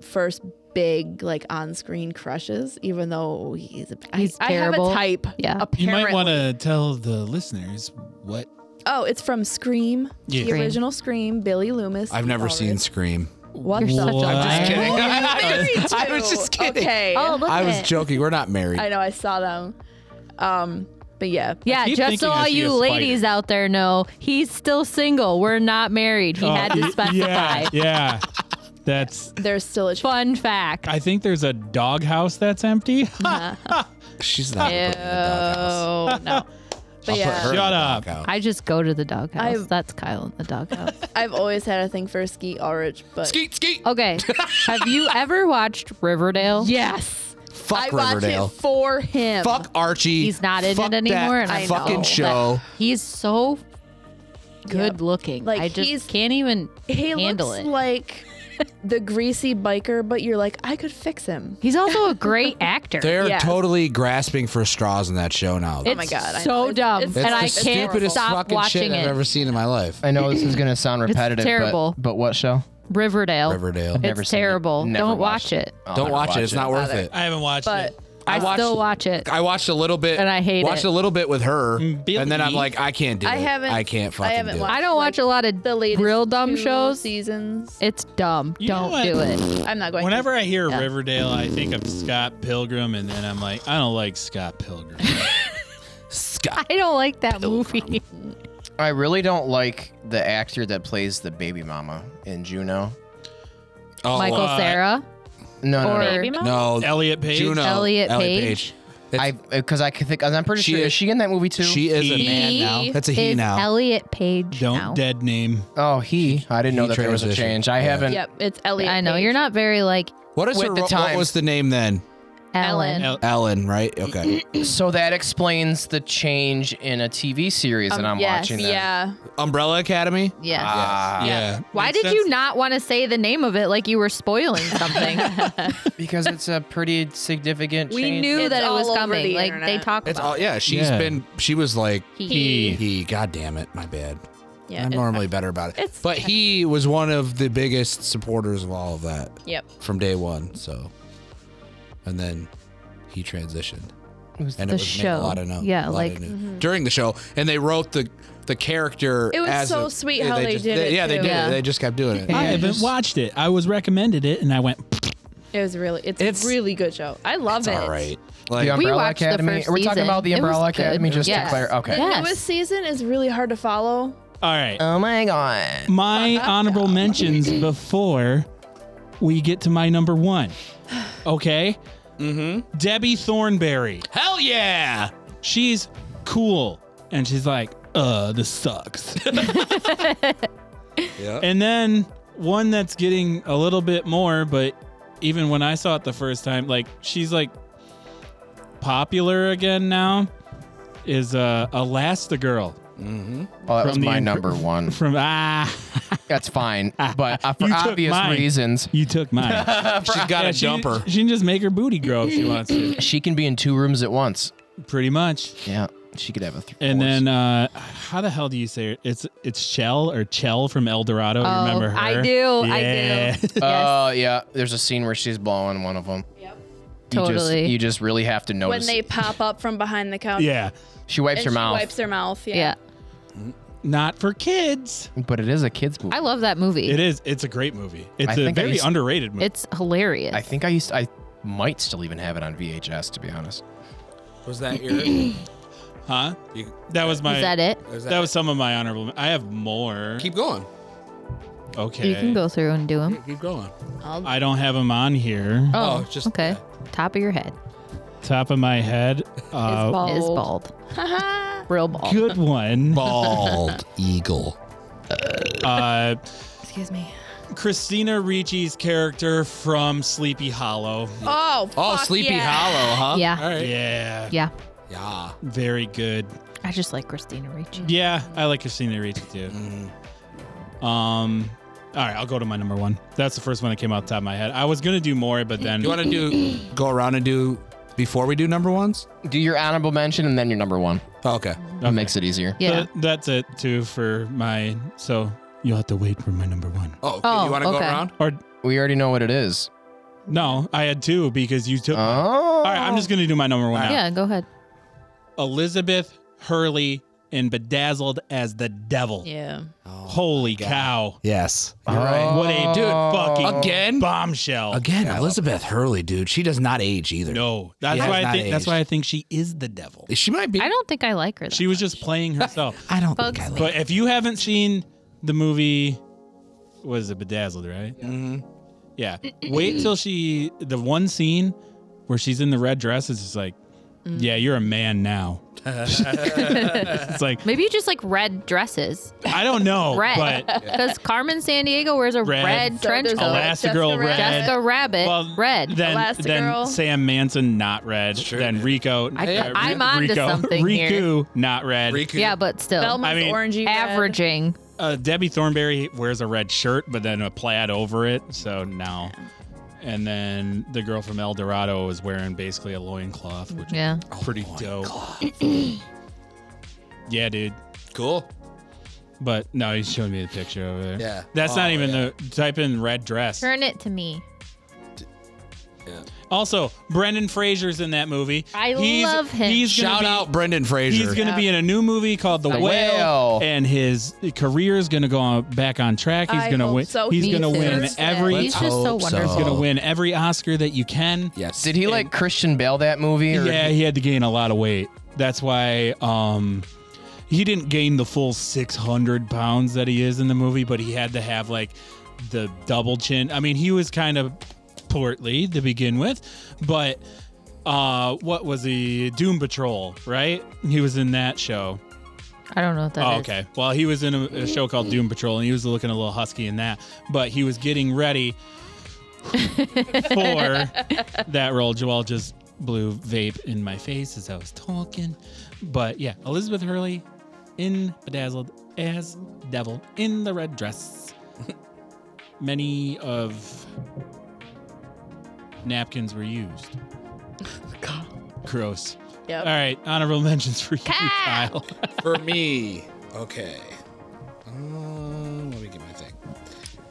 S5: first big like on-screen crushes. Even though he's a I-
S4: He's
S5: I
S4: terrible.
S5: have a type.
S4: Yeah.
S1: You
S5: apparently.
S1: might want to tell the listeners what.
S5: Oh, it's from Scream.
S1: Yeah.
S5: The
S4: Scream.
S5: original Scream. Billy Loomis.
S2: I've never
S5: Ulrich.
S2: seen Scream.
S5: What
S1: You're
S5: the?
S1: such a
S5: fuck?
S1: I'm just liar. kidding.
S2: I was just kidding.
S5: Okay.
S4: Oh, look
S2: I
S4: at
S2: was
S4: it.
S2: joking. We're not married.
S5: I know. I saw them. Um, but yeah.
S4: yeah,
S1: keep
S4: just
S1: thinking
S4: so
S1: I
S4: all
S1: see a
S4: you
S1: spider.
S4: ladies out there know, he's still single. We're not married. He had
S1: Oh,
S4: to
S1: y-
S4: specify.
S1: Yeah, yeah. That's.
S5: There's still a
S4: Fun fact.
S1: I think there's a doghouse that's empty.
S2: She's not. putting me in the doghouse.
S5: Oh no. But
S2: I'll put her
S5: yeah,
S2: in the
S1: Shut up.
S2: doghouse.
S4: I just go to the doghouse.
S5: I've-
S4: That's Kyle in the doghouse.
S5: I've always had a thing for Skeet Ulrich, but
S2: Skeet, skeet.
S4: okay. Have you ever watched Riverdale?
S5: yes,
S2: Fuck
S5: I watch
S2: Riverdale.
S5: it for him.
S2: Fuck Archie.
S4: He's not in
S2: Fuck
S4: it anymore,
S2: That
S4: and I
S2: fucking
S4: know.
S2: show.
S4: He's so good looking.
S5: Like,
S4: Like I just
S5: he's-
S4: can't even
S5: He
S4: handle
S5: looks
S4: it.
S5: like the greasy biker, but you're like, I could fix him.
S4: he's also a great actor.
S2: They're
S5: Yes.
S2: totally grasping for straws in that show now.
S4: it's
S5: Oh my God, I know.
S4: so
S5: It's-
S4: dumb,
S5: it's-
S2: It's
S4: and
S2: the
S4: I can't
S2: stupidest
S4: stop
S2: fucking shit
S4: watching
S2: I've
S4: it.
S2: ever seen in my life.
S3: I know this is gonna sound repetitive. but-
S4: terrible.
S3: But, what show?
S4: Riverdale.
S2: Riverdale.
S4: It's
S3: Never seen it.
S4: terrible.
S3: Never
S4: Don't
S3: watched
S4: watch it.
S3: I'll
S2: Don't
S3: never
S2: watch it. It's not worth it.
S1: I haven't watched
S5: But
S1: it.
S4: I,
S2: watched-
S4: still watch it.
S2: I watched a little bit,
S4: And I hate
S2: watched
S4: it.
S2: a little bit with her,
S1: Billy.
S2: and then I'm like, I can't do
S5: I
S2: it.
S5: haven't-
S2: I can't
S5: I
S2: fucking
S5: haven't
S2: do
S5: watched-
S4: I don't
S5: like,
S4: watch a lot of
S5: The latest
S4: real dumb
S5: two
S4: shows.
S5: seasons.
S4: It's dumb.
S1: You know
S4: Don't
S1: what?
S4: do it.
S5: I'm not going.
S1: Whenever
S5: to.
S1: I hear
S5: Yeah.
S1: Riverdale, I think of Scott Pilgrim, and then I'm like, I don't like Scott Pilgrim.
S2: it. Scott.
S4: I don't like that movie.
S3: I really don't like the actor that plays the baby mama in Juno.
S2: Oh,
S4: Michael
S1: uh,
S4: Sarah
S3: No, no, no.
S4: or
S5: Baby mom?
S2: No,
S1: Elliot Page.
S2: Juno,
S4: Elliot Page.
S2: Page.
S3: I because I could think I'm pretty
S2: She
S3: sure
S2: is-
S3: is she in that movie too?
S2: She is a
S1: He-
S2: man now. That's a he
S4: is
S2: now.
S4: Elliot Page.
S1: Don't
S4: now.
S1: dead name.
S3: Oh, he. I didn't know
S2: He
S3: that there was a
S2: transitioned.
S3: change. I
S2: Yeah.
S3: haven't.
S5: Yep, it's Elliot.
S4: I know
S5: Page.
S4: you're not very like
S2: What is
S3: With
S2: her, ro-
S3: the
S2: what
S3: time.
S2: was the name then?
S4: Ellen.
S1: El-
S2: Ellen, right? Okay.
S3: So that explains the change in a TV series
S5: Um,
S3: that I'm
S5: yes,
S3: watching. then.
S5: Yeah.
S2: Umbrella Academy.
S4: Yes.
S3: Ah,
S1: yeah.
S4: Why
S1: Makes
S4: did you
S1: sense.
S4: not want to say the name of it like you were spoiling something?
S3: because it's a pretty significant.
S4: we
S3: change.
S4: knew
S5: It's
S4: that it was
S5: all over
S4: coming.
S5: the
S4: Like they
S5: internet.
S4: talk
S2: It's
S4: about.
S2: all yeah. She's
S1: Yeah.
S2: been. She was like
S4: He.
S2: he. God damn it, my bad.
S5: Yeah.
S2: I'm
S5: it-
S2: normally better about it.
S5: it's-
S2: but he was one of the biggest supporters of all of that
S5: Yep.
S2: from day one. So, and then he transitioned,
S3: It was
S2: and
S4: the
S2: it was made
S4: show.
S2: a lot of no,
S4: Yeah,
S2: a lot
S4: like-
S2: of new- during the show, and they wrote the the character.
S5: mm-hmm. It was
S2: as
S5: so
S2: a-
S5: sweet how they
S2: just-
S5: did it,
S2: Yeah, they
S5: too.
S2: did.
S4: Yeah.
S2: It. They just kept doing it.
S1: I haven't watched it. I was recommended it, and I went.
S5: It was really. It's,
S2: It's-
S5: a really good show. I love
S2: It's
S5: it.
S2: all right.
S3: the
S2: Like
S4: We
S3: Umbrella
S4: watched the
S3: Academy.
S4: first
S3: Are we talking
S4: season.
S3: about the
S4: It was
S3: Umbrella
S4: good.
S3: Academy? Just
S4: Yes.
S3: to clarify. Okay.
S5: The
S4: Yes.
S5: newest season is really hard to follow.
S1: All right.
S2: Uh,
S3: Oh my god.
S1: my honorable mentions before we get to my number one. Okay. Mm-hmm. Debbie Thornberry.
S2: hell yeah.
S1: She's cool. And she's like, uh, this sucks.
S2: Yeah.
S1: and then one that's getting a little bit more, but even when I saw it the first time, like she's like popular again now, is uh Elastigirl
S3: Well, that was
S1: From the
S3: my
S1: inc-
S3: number one.
S1: from Ah
S3: That's fine, but uh, for
S1: You took
S3: obvious
S1: mine.
S3: reasons,
S1: You took mine.
S2: She's got
S1: Yeah,
S2: a
S1: she-
S2: jumper.
S1: She can just make her booty grow if she wants to.
S3: she can be in two rooms at once.
S1: Pretty much.
S3: Yeah, she could have a. Th-
S1: And then uh how the hell do you say it? It's it's Chell or Chell from El Dorado. You
S4: Oh,
S1: remember her?
S4: I do.
S1: Yeah. Uh,
S4: I do.
S3: Oh yeah, there's a scene where she's blowing one of them. Yep. You
S4: Totally.
S3: just, you just really have to notice.
S5: When they pop up from behind the couch.
S1: yeah.
S3: she wipes
S5: And
S3: her
S5: she
S3: mouth.
S5: wipes her mouth. Yeah.
S4: yeah.
S1: Not for kids.
S3: But it is a kids movie.
S4: I
S3: I,
S4: love that movie.
S1: It is. It's a great movie. It's
S3: I
S1: a
S3: think I
S1: very
S3: used-
S1: underrated movie.
S4: It's hilarious.
S3: think I used. I might still even have it on VHS to be honest.
S2: Was that your?
S1: huh?
S2: you,
S1: That was my
S4: is that it?
S2: was
S1: that was some of my honorable I have more.
S2: Keep going.
S1: okay.
S4: You can go through and do them.
S2: Keep going.
S1: I don't have them on here.
S4: Oh,
S2: Oh, just-
S4: okay. Top of your head
S1: Top of my head. Uh,
S4: is bald. Real bald.
S1: good one.
S2: Bald eagle.
S1: Uh
S4: Excuse me.
S1: Christina Ricci's character from Sleepy Hollow.
S5: Oh.
S2: Oh,
S5: fuck
S2: Sleepy
S5: yeah.
S2: Hollow, huh?
S4: Yeah.
S2: All right.
S1: Yeah.
S4: Yeah.
S2: Yeah.
S1: Very good.
S4: I just like Christina Ricci.
S1: Yeah, I like Christina Ricci too.
S4: Mm.
S1: Um, all right, I'll go to my number one. That's the first one that came out the top of my head. I was gonna do more, but then
S2: You want to do go around and do before we do number ones?
S3: Do your honorable mention and then your number one.
S2: Oh, okay.
S1: Okay.
S3: Makes it easier.
S4: Yeah.
S1: Th- that's it too for my. So you'll have to wait for my number one.
S2: Oh, okay.
S4: Oh,
S2: you want to
S4: okay.
S2: go around?
S1: Or
S3: We already know what it is.
S1: no, I had two because you took.
S3: Oh.
S1: all right, I'm just gonna do my number one now.
S4: Yeah, go ahead.
S1: Elizabeth Hurley in Bedazzled as the Devil.
S5: Yeah.
S1: Holy cow!
S2: Yes. All
S3: right.
S1: What a dude! Fucking
S2: Again?
S1: bombshell.
S2: Again, Elizabeth Hurley, dude. She does not age either.
S1: No, that's
S2: Yeah.
S1: why I
S2: Not
S1: think. That's
S2: aged.
S1: why I think she is the devil.
S2: She might be.
S4: I don't think I like her. Though.
S1: She was just playing herself.
S2: I don't
S4: Bugs
S2: think I like.
S1: But if you haven't seen the movie, what is it, Bedazzled, right?
S2: Mhm.
S4: Mm-hmm.
S1: Yeah. Wait till she, the one scene where she's in the red dress is just like,
S4: Mm.
S1: yeah, you're a man now. it's like,
S4: Maybe you just like red dresses.
S1: I don't know.
S4: Red.
S1: Oh, But
S4: Because Carmen San Diego wears a
S1: Red.
S4: red,
S5: So
S4: trench
S5: does
S4: coat.
S5: Elastigirl.
S1: Elastigirl
S5: Jessica
S1: red.
S4: Jessica Rabbit,
S1: Well,
S4: red.
S1: Then, then
S5: Elastigirl.
S1: Sam Manson, not red.
S2: Sure.
S1: Then Rico.
S4: I-
S1: uh,
S4: I'm onto
S1: Rico.
S4: something
S1: Riku,
S4: here.
S1: not red.
S2: Riku.
S4: yeah, but still.
S5: Velma's
S1: I mean,
S5: orangey. red.
S4: averaging.
S1: uh, Debbie Thornberry wears a red shirt, but then a plaid over it. So no. And then the girl from El Dorado is wearing basically a loincloth, which
S4: Yeah.
S1: is pretty dope. yeah, dude.
S2: Cool.
S1: But no, he's showing me the picture over there.
S2: Yeah.
S1: That's not
S2: Oh,
S1: even the type in red dress.
S4: Turn it to me.
S1: Also, Brendan Fraser's in that movie.
S4: I
S1: He's-
S4: love him.
S1: He's gonna
S2: Shout
S1: be-
S2: out Brendan Fraser.
S1: He's going to be in a new movie called The,
S3: The
S1: Whale,
S3: Whale.
S1: and his career is going to go on, back on track. He's
S5: I
S1: going to
S5: hope
S1: win.
S5: so.
S1: He's
S5: Me
S1: going to
S5: too.
S1: win
S5: Let's
S1: every.
S4: He's just so
S2: hope
S4: wonderful.
S1: He's gonna win every Oscar that you can.
S2: Yes.
S3: Did he like Christian Bale that movie? Or
S1: Yeah, he had to gain a lot of weight. That's why um he didn't gain the full 600 pounds that he is in the movie, but he had to have like the double chin. I mean, he was kind of portly to begin with, but uh, what was he? Doom Patrol, right? He was in that show.
S4: I don't know what that is.
S1: Oh, okay. Well, he was in a, a show called Doom Patrol, and he was looking a little husky in that. But he was getting ready for that role. Joel just blew vape in my face as I was talking. But yeah, Elizabeth Hurley in Bedazzled as Devil in the red dress. Many of napkins were used. Gross.
S5: Yep.
S1: All right, honorable mentions for you, Kyle.
S2: For me. Okay. Um, Oh, let me get my thing.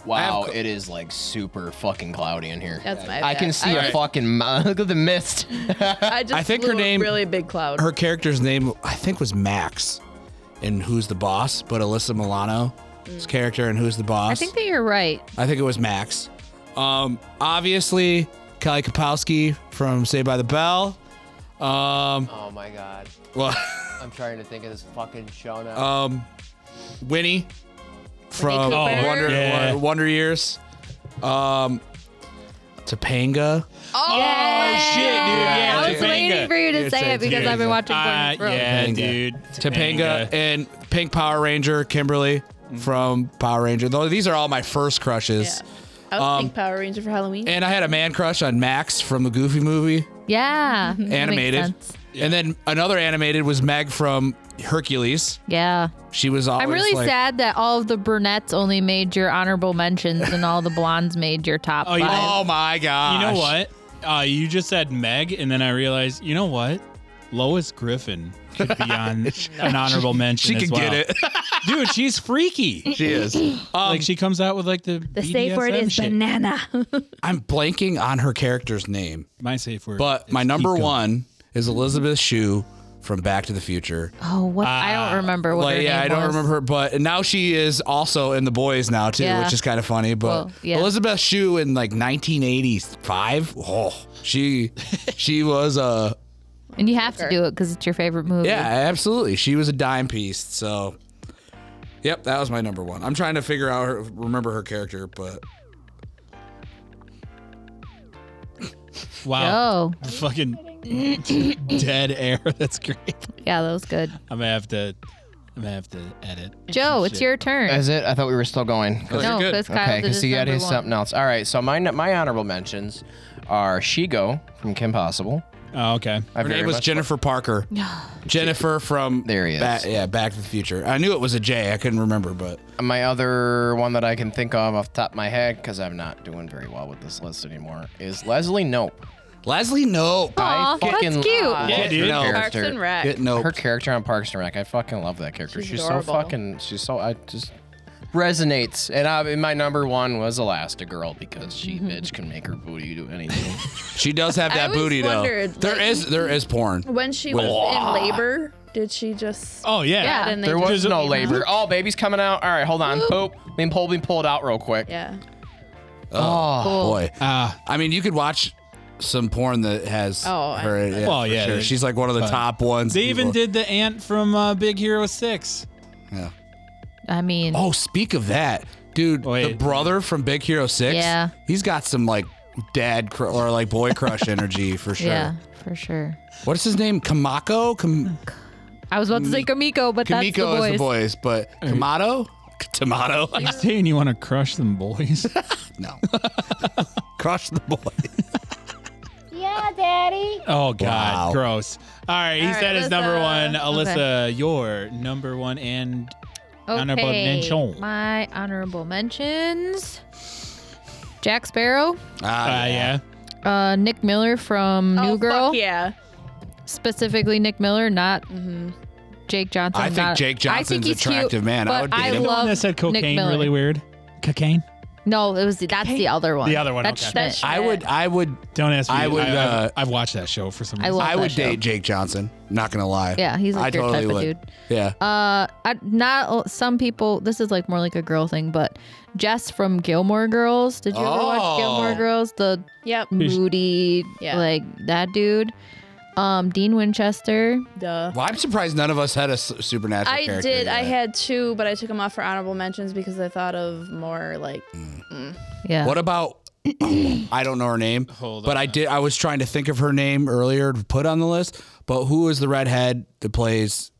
S3: Wow,
S2: co-
S3: it is like super fucking cloudy in here.
S5: That's my
S3: I can
S5: bad.
S3: see
S5: I,
S3: a fucking mi- look at the mist.
S5: I just
S2: I think
S5: blew
S2: her
S5: a
S2: name-
S5: really big cloud.
S2: Her character's name, I think, was Max, and who's the boss? But Alyssa Milano's character and who's the boss?
S4: Mm. I think that you're right.
S2: I think it was Max. Um, obviously, Kelly Kapowski from Saved by the Bell. Um,
S3: oh my god,
S2: well,
S3: I'm trying to think of this fucking show now.
S2: um, Winnie from
S4: Cooper.
S1: Oh,
S2: Wonder,
S1: yeah.
S2: Wonder Years. Um, Topanga.
S4: Oh,
S1: shit, dude, yeah,
S4: I was
S1: Topanga.
S4: waiting for you to
S2: It's
S4: say it because I've been
S2: Topanga.
S4: watching Boy
S1: Uh,
S4: Meets World.
S1: yeah,
S2: Topanga.
S1: dude.
S2: Topanga and Pink Power Ranger Kimberly from Power Ranger. Though these are all my first crushes.
S5: yeah. I was think Power Ranger for Halloween.
S2: um, And I had a man crush on Max from the Goofy movie,
S4: Yeah. that makes
S2: animated.
S4: sense.
S2: And then another animated was Meg from Hercules.
S4: Yeah.
S2: She was always
S4: I'm really
S2: like,
S4: sad that all of the brunettes only made your honorable mentions and all the blondes made your top
S1: Oh,
S4: five.
S1: you-
S2: Oh my
S1: You
S2: god!
S1: know what? Uh, you just said Meg, and then I realized, you know what? Lois Griffin could be on an honorable mention.
S2: She
S1: as
S2: can
S1: well.
S2: get it.
S1: dude. She's freaky.
S2: she is. Um,
S1: like she comes out with like the
S4: the safe word
S1: BDSM
S4: is
S1: shit.
S4: banana.
S2: I'm blanking on her character's name,
S1: My safe word,
S2: but
S1: is
S2: my number
S1: keep going.
S2: one is Elizabeth Shue from Back to the Future.
S4: oh, what? I don't remember what
S2: Like,
S4: her
S2: yeah,
S4: name
S2: I don't
S4: was.
S2: remember her, but and now she is also in the boys now too,
S4: Yeah.
S2: which is kind of funny. But
S4: Well, yeah.
S2: Elizabeth Shue in like 1985, oh, she she was uh,
S4: And you have to do it because it's your favorite movie.
S2: yeah, absolutely, she was a dime piece. So, yep, that was my number one. I'm trying to figure out her, remember her character, but
S1: Wow,
S4: Oh,
S1: fucking dead air. That's great.
S4: yeah, that was good.
S1: I'm gonna have to. I'm gonna have to edit.
S4: Joe, it's your turn.
S3: is it? I thought we were still going. 'Cause-
S4: no,
S2: good.
S4: because Kyle
S3: Okay,
S4: did his
S3: because you got
S4: number
S3: his
S4: one.
S3: something else. All right, so my my honorable mentions are Shigo from Kim Possible.
S1: Oh, okay.
S3: I
S2: her
S3: very
S2: name was
S3: much-
S2: Jennifer Parker. Jennifer from
S3: There he is.
S2: Ba- yeah, Back to the Future. I knew it was a J. I couldn't remember, but
S3: My other one that I can think of off the top of my head, because I'm not doing very well with this list anymore, is Leslie Nope.
S2: Leslie, no,
S4: Aw,
S3: I
S4: that's
S3: fucking
S4: cute.
S3: love
S1: Yeah,
S3: her
S1: dude.
S2: No.
S3: character.
S5: Parks and Rec.
S2: Get no.
S3: Her character on Parks and Rec, I fucking love that character.
S5: She's
S3: She's, so
S5: adorable.
S3: fucking, she's so, I just resonates. And I, my number one was Elastigirl because she
S4: Mm-hmm.
S3: bitch can make her booty do anything.
S2: She does have that
S5: always
S2: booty though.
S5: wondered,
S2: there
S5: like-
S2: is there is porn.
S5: when she
S2: With-
S5: was in labor, did she just?
S1: Oh yeah.
S4: Yeah.
S5: and they
S3: there
S5: just-
S3: was no labor. Oh, baby's coming out. All right, hold on. Oh, Boop. Being pulled, being pulled out real quick.
S5: Yeah.
S2: Oh
S4: Cool.
S2: boy.
S1: Ah,
S2: I mean, you could watch some porn that has
S5: Oh, I-
S2: her. in it,
S1: Well,
S2: for
S1: yeah,
S2: sure.
S1: they-
S2: she's like one of the
S1: but-
S2: top ones.
S1: they even
S2: people-
S1: did the ant from uh, Big Hero Six.
S2: Yeah.
S4: I mean,
S2: Oh, speak of that, dude. The
S1: Wait.
S2: brother from Big Hero Six.
S4: Yeah.
S2: He's got some like dad cr- or like boy crush energy for sure.
S4: yeah, for sure.
S2: What's his name? Kamako. Kam-
S4: I was about to say Kamiko, but that's the
S2: Mm. Kamiko is
S4: voice.
S2: the voice, but Kamado. Tomato?
S1: You saying you want to crush them boys?
S2: No. Crush the boy.
S7: Yeah, Daddy.
S1: Oh God,
S2: Wow.
S1: gross! All right, he
S5: All right,
S1: said his number one.
S5: Alyssa.
S1: Alyssa, your number one, and uh, Honorable mention.
S4: My honorable mentions. Jack Sparrow,
S1: uh,
S2: Ah,
S1: yeah,
S4: uh, Nick Miller from
S5: Oh,
S4: New
S5: fuck
S4: Girl,
S5: yeah.
S4: specifically Nick Miller, not
S5: Mm-hmm.
S4: Jake Johnson.
S2: I think
S4: not-
S2: Jake
S4: I
S2: Johnson's
S4: think he's
S2: attractive,
S4: cute,
S2: man. I
S4: but
S2: would date him.
S1: the one
S4: love
S1: that said
S4: Nick
S1: cocaine
S4: Miller.
S1: really weird. Cocaine?
S4: No, it was that's the other one.
S1: The other one,
S4: That's
S1: okay.
S4: Schmidt.
S5: That's
S2: I would. I would.
S1: Don't ask me.
S2: I would,
S1: I've-
S2: uh,
S1: I've watched that show for some
S4: I
S1: reason.
S4: love-
S2: I
S4: that
S2: would
S4: show.
S2: date Jake Johnson. Not gonna lie.
S4: Yeah, he's like
S2: I
S4: your
S2: totally
S4: type of
S2: would.
S4: dude.
S2: Yeah.
S4: Uh, I, not some people. This is like more like a girl thing, but Jess from Gilmore Girls. Did you ever watch
S2: Oh.
S4: Gilmore Girls? The
S5: Yep.
S4: moody,
S5: Yeah.
S4: like that dude. Um, Dean Winchester.
S5: Duh.
S2: Well, I'm surprised none of us had a s- supernatural
S5: I
S2: character.
S5: did. I
S2: yet.
S5: had two, but I took them off for honorable mentions because I thought of more like
S2: Mm.
S4: Yeah.
S2: What about? I don't know her name,
S1: Hold
S2: but I did. I was trying to think of her name earlier to put on the list. But who is the redhead that plays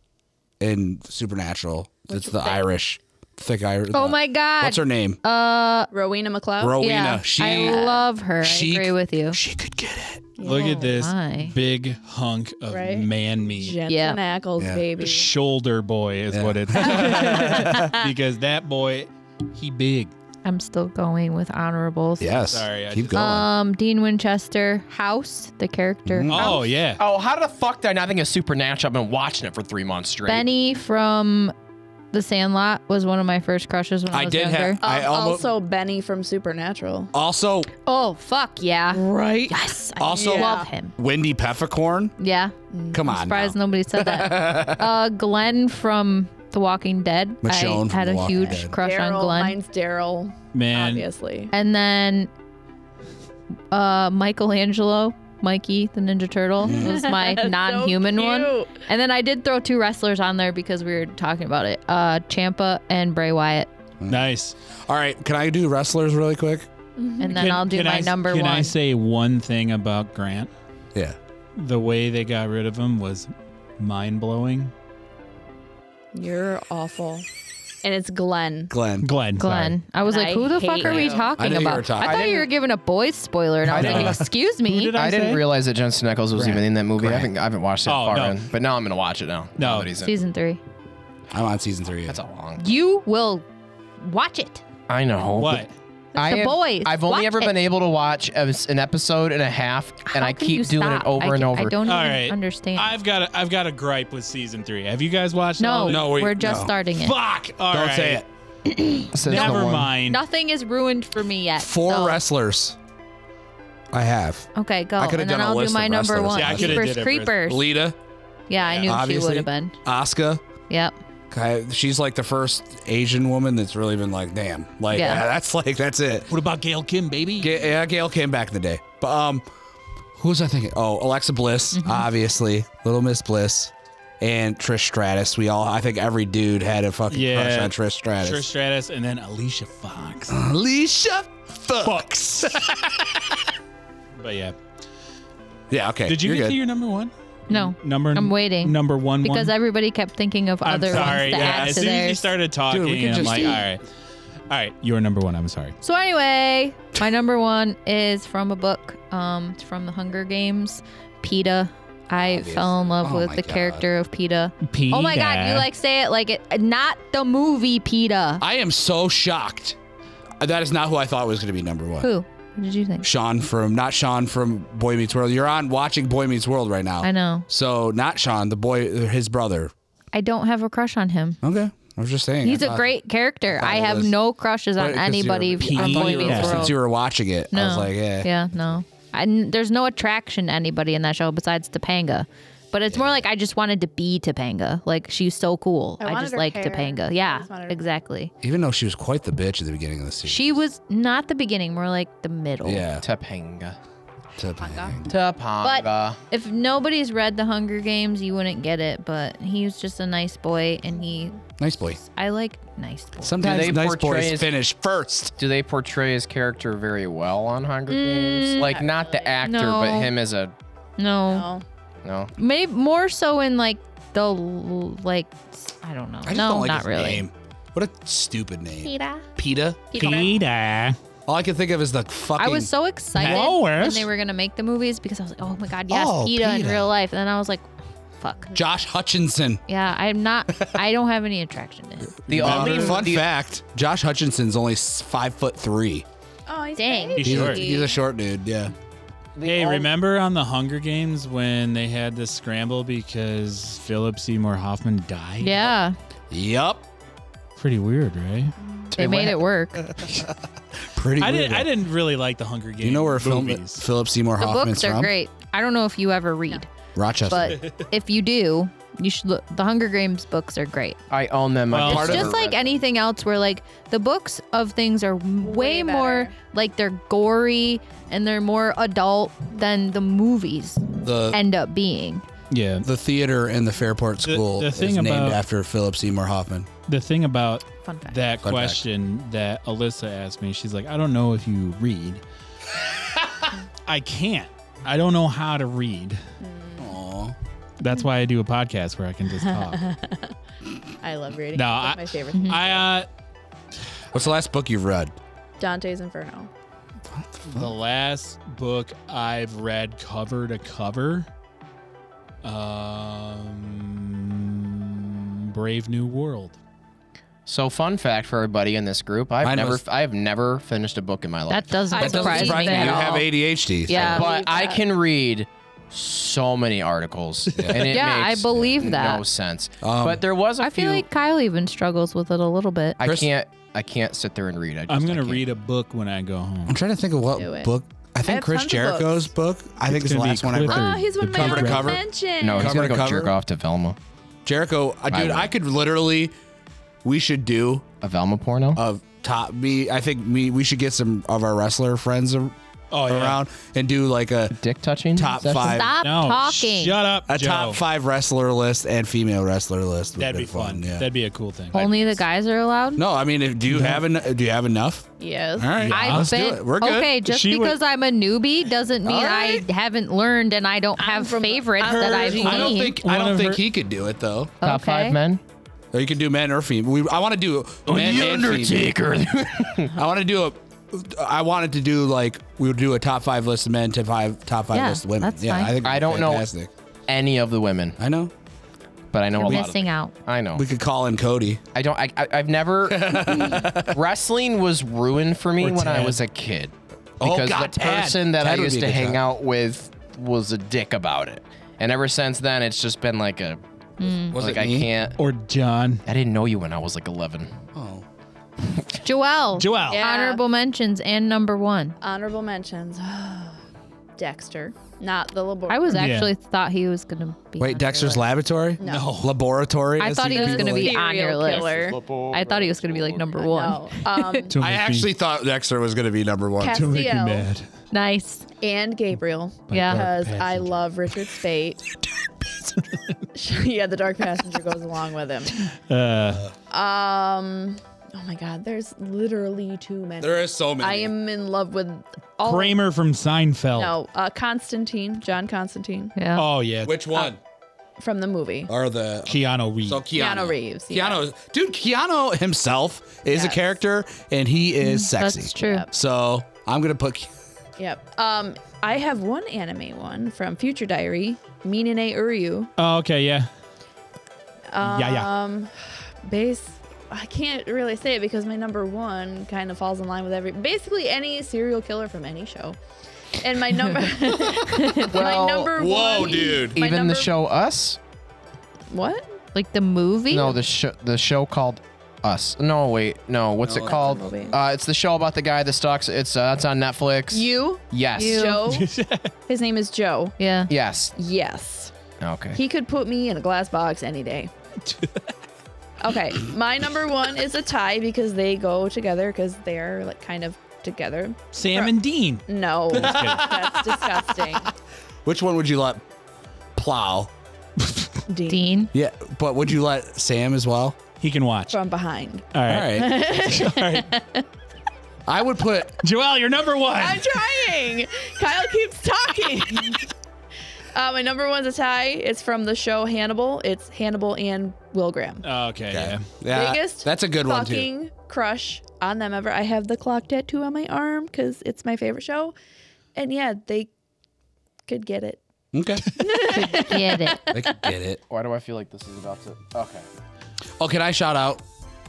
S2: in Supernatural? That's the Irish, thick Irish.
S4: Oh my God. Oh,
S2: What's her name?
S5: uh, Rowena McLeod.
S2: Rowena.
S4: Yeah.
S2: She.
S4: I love her.
S2: she-
S4: I agree with you.
S2: she could get it.
S1: Look at this
S4: Oh my.
S1: big hunk of
S5: Right?
S1: man meat.
S5: Jensen
S4: Yeah.
S5: Ackles,
S2: Yeah.
S5: baby.
S1: Shoulder boy is what it's because that boy, he big.
S4: I'm still going with honorables.
S2: Yes.
S1: Sorry, I
S2: Keep
S1: just-
S2: going.
S4: Um, Dean Winchester, House, the character.
S2: Mm,
S1: Oh yeah,
S3: Oh, how the fuck did I not think of Supernatural? I've been watching it for three months straight.
S4: Benny from The Sandlot was one of my first crushes when I,
S2: I
S4: was
S2: did
S4: younger. Um,
S2: have. I almost.
S5: Uh, also, Benny from Supernatural.
S2: Also,
S4: oh fuck yeah!
S5: Right.
S4: Yes, I
S2: Also-
S4: love him.
S2: Wendy Peppercorn.
S4: Yeah,
S2: Come on. now.
S4: Mm, surprised nobody said that. uh, Glenn from The Walking Dead.
S2: Michonne from
S4: I had
S2: The
S4: a
S2: Walking
S4: huge
S2: Dead.
S4: crush on
S5: Daryl.
S4: Glenn.
S5: Mine's Daryl,
S1: man.
S5: obviously.
S4: And then uh, Michelangelo, Mikey, the Ninja Turtle, was my non-human one.
S5: cute.
S4: And then I did throw two wrestlers on there because we were talking about it. Uh, Champa and Bray Wyatt.
S1: Nice.
S2: All right. Can I do wrestlers really quick?
S4: And then I'll do my
S1: I,
S4: number
S1: can
S4: one.
S1: I say one thing about Grant?
S2: Yeah.
S1: The way they got rid of him was mind blowing.
S5: You're awful. And it's Glenn.
S2: Glenn.
S1: Glenn. sorry.
S4: Glenn. I was
S5: And
S4: like,
S5: I
S4: who the fuck
S5: hate
S4: are we
S5: you.
S2: I
S4: talking
S2: knew you
S4: about?
S2: were talking-
S4: I
S2: I
S4: thought you were giving a boy's spoiler, and I was
S1: I
S4: like,
S1: know.
S4: excuse
S1: Who
S4: me.
S1: did I,
S3: I didn't
S1: say?
S3: realize that Jensen Ackles was even in that movie. I haven't, I haven't watched that
S1: Oh,
S3: far
S1: no.
S3: in, but now I'm gonna watch it now.
S1: No.
S3: now that he's in.
S4: Season three.
S2: I'm on season three.
S3: That's a long.
S4: You will watch it.
S3: I know.
S1: What?
S3: but I
S4: The
S3: have-
S4: boys.
S3: I've only
S4: Watch
S3: ever
S4: it.
S3: been able to watch a- an episode and a half, and
S4: How
S3: I
S4: can
S3: keep
S4: you
S3: doing
S4: stop?
S3: it over
S4: I
S3: and
S4: ca-
S3: over.
S4: I don't
S1: All
S4: even
S1: right.
S4: understand.
S1: I've got a, I've got a gripe with season three. Have you guys watched? all
S4: no,
S1: of it?
S2: No, wait,
S4: we're just
S2: no.
S4: starting it.
S1: Fuck. All
S2: Don't
S1: right.
S2: say it.
S3: Says the
S1: Never
S3: one.
S1: mind.
S4: Nothing is ruined for me yet.
S2: Four
S4: so-
S2: wrestlers. I have
S4: Okay, go.
S2: I could've
S4: and then
S2: done a
S4: I'll do
S2: list
S4: my
S2: of
S4: number
S2: wrestlers.
S4: one.
S2: Yeah, I
S1: could've
S4: Jeepers
S1: did it for-
S4: Creepers.
S2: Lita,
S4: yeah, I knew she
S2: obviously.
S4: would have been.
S2: Asuka.
S4: Yep.
S2: Kai- She's like the first Asian woman that's really been like, damn, like
S4: Yeah.
S2: that's like that's it.
S1: What about Gail Kim, baby?
S2: Ga- yeah, Gail came back in the day, but um, who was I thinking? Oh, Alexa Bliss, obviously, Little Miss Bliss, and Trish Stratus. We all, I think, every dude had a fucking
S1: Yeah.
S2: crush on Trish Stratus. Uh.
S1: Trish Stratus and then Alicia Fox.
S2: Alicia Fox.
S1: but yeah,
S2: yeah, okay.
S1: did you
S2: you're
S1: get
S2: good.
S1: to your number one?
S4: No,
S1: Number.
S4: I'm waiting.
S1: Number one.
S4: because
S1: one?
S4: everybody kept thinking of
S1: I'm
S4: other
S1: sorry.
S4: ones to
S1: yeah,
S4: add
S1: as
S4: to
S1: soon as you
S4: theirs.
S1: started talking,
S2: Dude, we could
S1: I'm
S2: just-
S1: like, all right, all right, you're number one. I'm sorry.
S4: So anyway, my number one is from a book. Um, it's from the Hunger Games. PETA. I fell in love
S2: Oh
S4: with
S2: my
S4: the
S2: God.
S4: character of PETA. Oh my god, you like say it like it not the movie PETA.
S2: I am so shocked. That is not who I thought was going to be number one.
S4: Who? What did you think?
S2: Sean from not Sean from Boy Meets World. You're on watching Boy Meets World right now.
S4: I know.
S2: So not Sean, the boy, his brother.
S4: I don't have a crush on him.
S2: Okay, I was just saying.
S4: He's
S2: a
S4: a great character.
S2: thought
S4: I
S2: it
S4: have
S2: was-
S4: no crushes on anybody on
S1: I thought
S4: Boy
S1: you were-
S4: Meets
S2: Since
S4: World.
S2: you were watching it,
S4: no.
S2: I was like, yeah.
S4: Yeah, no. I, n- there's no attraction to anybody in that show besides Topanga. But it's more like I just wanted to be Topanga. Like she's so cool.
S5: I
S4: I,
S5: wanted
S4: just
S5: her
S4: like
S5: hair.
S4: Topanga.
S5: I
S4: Yeah,
S5: just wanted her-
S4: exactly.
S2: Even though she was quite the bitch at the beginning of the season. Oh,
S4: She was not the beginning, more like the middle.
S2: yeah.
S3: Topanga.
S4: Oh
S2: Tip-
S3: Topanga.
S4: If nobody's read The Hunger Games, you wouldn't get it. But he's just a nice boy, and he,
S2: nice boy.
S4: I like nice boys.
S2: Sometimes
S3: they
S2: nice
S3: portray
S2: boys
S3: as-
S2: finish first.
S3: Do they portray his character very well on Hunger Games? Like not the actor,
S4: Mm, No.
S3: but him as a
S4: No,
S5: Oh.
S3: no.
S4: maybe more so in like the l- like I don't know.
S2: I just
S4: no,
S2: don't like
S4: not
S2: his
S4: really.
S2: name. What a stupid name.
S7: Peter.
S2: PETA.
S1: Peter.
S2: All I can think of is the fucking.
S4: I was so excited when
S1: Lois.
S4: they were gonna make the movies because I was like, oh my god, yes,
S2: Oh,
S4: PETA, in
S2: PETA.
S4: real life. And then I was like, fuck.
S2: Josh Hutchinson.
S4: Yeah, I'm not. I don't have any attraction to him.
S3: The only
S2: Fun
S3: the,
S2: fact: Josh Hutchinson's only s- five foot three.
S5: Oh, he's
S4: Dang.
S5: baby.
S1: He's short.
S2: He's a short dude. Yeah.
S3: the
S1: Hey,
S3: only-
S1: remember on the Hunger Games when they had the scramble because Philip Seymour Hoffman died?
S4: Yeah,
S2: Yup.
S1: Pretty weird, right?
S4: they made it work.
S2: Pretty.
S1: I
S2: weird,
S1: didn't.
S2: though.
S1: I didn't really like the Hunger Games.
S2: You know where Phil-
S1: movies.
S2: Philip Seymour
S4: The
S2: Hoffman's
S4: books are
S2: from?
S4: great. I don't know if you ever read,
S2: Rochester.
S4: but if you do, you should look. The Hunger Games books are great.
S3: I own them. I
S1: Well,
S3: just
S1: Part
S4: It's
S1: of
S3: never
S4: just like
S3: read
S4: anything else where like the books of things are way,
S5: Way
S4: more
S5: better.
S4: like they're gory and they're more adult than the movies
S2: The
S4: end up being.
S1: Yeah.
S2: the theater and the Fairport School
S1: the thing
S2: is
S1: about-
S2: named after Philip Seymour Hoffman.
S1: The thing about
S4: Fun fact.
S1: that
S2: Fun fact.
S1: question that Alyssa asked me, she's like, I don't know if you read. I can't. I don't know how to read.
S4: Mm.
S2: Aw.
S1: That's why I do a podcast where I can just talk.
S5: I love reading.
S1: No,
S5: it's
S1: I-
S5: like my favorite
S4: Mm-hmm.
S5: thing.
S1: I uh,
S2: What's the last book you've read?
S5: Dante's Inferno.
S1: the last book I've read cover to cover, um, Brave New World.
S3: So, fun fact for everybody in this group: I've
S2: Mine
S3: never,
S2: was-
S3: I have never finished a book in my life,
S4: That doesn't,
S5: I
S2: That doesn't
S5: Surprise
S2: surprise me.
S4: me
S2: You
S4: at
S2: have
S4: all.
S2: ADHD. so-
S4: Yeah.
S3: but I
S5: that.
S3: can read so many articles, and it
S4: Yeah, I
S3: makes
S4: believe
S3: no
S4: that.
S3: sense.
S2: Um,
S3: but there was a
S4: I
S3: few.
S4: feel like Kyle even struggles with it a little bit.
S3: I
S2: Chris-
S3: can't, I can't sit there and read. I just,
S1: I'm
S3: I
S1: gonna
S3: can't.
S1: read a book when I go home.
S2: I'm trying to think of
S5: Do
S2: what
S5: it.
S2: book. I think
S5: have
S2: Chris
S5: tons of
S2: Jericho's book. I think
S1: It's
S2: is the
S1: gonna be
S2: last one I
S1: Clifford.
S2: read.
S5: Oh, he's one of
S1: The
S5: my
S1: cover to
S5: honorable
S2: cover?
S5: mentions.
S3: No, he's
S2: Cover
S3: gonna
S2: to
S3: go
S2: cover?
S3: jerk off to Velma,
S2: Jericho, I, dude,
S3: would.
S2: I could literally, we should do
S3: a Velma porno.
S2: a top me. I think me. We should get some of our wrestler friends ar-
S1: Oh, yeah.
S2: around and do like a
S3: Dick touching.
S2: Top
S3: session?
S2: five.
S4: Stop
S1: No,
S4: talking.
S1: Shut up,
S2: a
S1: Joe.
S2: top five wrestler list and female wrestler list. would
S1: That'd be fun.
S2: Yeah.
S1: That'd be a cool thing.
S4: Only the guys are allowed?
S2: no, I mean, if, do you have en- do you have enough?
S5: Yes.
S2: All right,
S1: I've
S2: let's do
S4: But-
S2: it. We're good.
S4: Okay, just
S1: She would-
S4: because I'm a newbie doesn't mean
S2: right.
S4: I haven't learned and I don't have favorites that I've seen.
S2: I don't think I
S1: One
S2: don't
S1: of
S2: think
S1: her-
S2: he could do it though.
S3: Top five
S4: Okay.
S3: men.
S2: Or you can do men or female. We, I want to do
S1: Oh,
S2: men and female. I want to do a. I wanted to do like we would do a top five list of men, top five top five
S4: Yeah,
S2: list of women.
S4: that's
S2: yeah,
S4: fine.
S2: I think
S3: I
S2: it'd be
S3: don't know-
S2: fantastic.
S3: Any of the women,
S2: I know.
S3: but I know a
S4: You're
S3: lot. Of them.
S4: missing out.
S3: I know.
S2: We could call in Cody.
S3: I don't. I, I, I've never. wrestling was ruined for me
S1: Or
S3: when I
S1: Ted.
S3: was a kid
S2: Oh,
S3: because
S2: God,
S3: the
S2: Ted.
S3: person that
S2: Ted
S3: I
S2: would
S3: used
S2: be a
S3: to
S2: good
S3: hang
S2: shot.
S3: out with was a dick about it, and ever since then it's just been like a
S2: Was
S3: like
S2: it
S3: I
S2: me?
S3: can't.
S1: Or John.
S3: I didn't know you when I was like 11.
S2: Oh.
S4: Joelle.
S1: Joelle.
S5: Yeah.
S4: Honorable mentions and number one.
S5: Honorable mentions. Dexter, not the labor.
S4: I was
S1: Yeah.
S4: actually thought he was going to be.
S2: Wait,
S4: on
S2: Dexter's
S4: your
S2: laboratory?
S5: No.
S2: Laboratory.
S4: I
S2: as
S4: thought he
S2: people
S4: was going to
S2: like-
S4: be on your
S5: Serial
S4: list.
S5: killer.
S4: I thought he was going to be like number one.
S5: No. Um,
S1: Don't
S2: I
S1: make me-
S2: actually thought Dexter was going to be number one.
S5: Cat-
S1: Don't make me
S5: CL.
S1: mad.
S4: Nice.
S5: and Gabriel,
S4: yeah.
S5: because
S1: Dark
S5: I
S1: Passenger.
S5: love Richard Spate. yeah, the dark passenger goes along with him.
S1: Uh,
S5: Um, oh my God, there's literally too many.
S2: There is so many.
S5: I am in love with all.
S1: Kramer from
S3: Oh.
S1: Seinfeld.
S5: Oh. No, uh, Constantine, John Constantine
S4: Yeah.
S1: Oh yeah.
S2: Which one
S5: from the
S3: Uh.
S5: movie.
S2: are the
S1: Keanu Reeves.
S2: so
S5: Keanu,
S2: Keanu,
S5: Reeves. yeah.
S2: Keanu, dude, Keanu himself is a
S5: Yes. Mm,
S2: character, and he is sexy.
S4: That's true.
S2: So I'm gonna put. Ke-
S5: Yep. Um, I have one anime one from Future Diary, Minane Uryu.
S1: Oh, okay, yeah.
S5: Um,
S1: Yeah, yeah.
S5: Base. I can't really say it because my number one kind of falls in line with every, basically any serial killer from any show. And my number,
S3: Well,
S5: my number one.
S2: dude!
S5: My
S3: Even
S5: number-
S3: the show Us?
S5: What?
S4: Like the movie?
S3: No, the show the show called Us. No, wait, no. What's it called?
S5: movie.
S3: Uh, it's the show about the guy that stalks. It's uh, it's on Netflix.
S5: You,
S3: Yes.
S4: You.
S5: Joe. His name is Joe.
S4: Yeah.
S3: Yes.
S5: Yes.
S3: Okay.
S5: He could put me in a glass box any day. okay, my number one is a tie because they go together because they are like kind of together.
S1: Sam and Dean.
S5: No, that's disgusting.
S2: Which one would you let plow?
S5: Dean,
S4: Dean.
S2: Yeah, but would you let Sam as well?
S1: He can watch. All
S5: from behind.
S2: All
S1: right.
S2: right.
S1: All right.
S2: I would put.
S1: Joelle, you're number one.
S5: I'm trying. Kyle keeps talking. uh, my number one's a tie. It's from the show Hannibal. It's Hannibal and Will Graham.
S1: Oh, okay, yeah.
S2: Yeah,
S5: Biggest
S2: Uh, that's a good one too.
S5: fucking crush on them ever. I have the clock tattoo on my arm because it's my favorite show. And yeah, they could get it.
S2: Okay,
S4: Get it.
S2: I could get it.
S3: Why do I feel like this is about to? Okay.
S2: Oh, can I shout out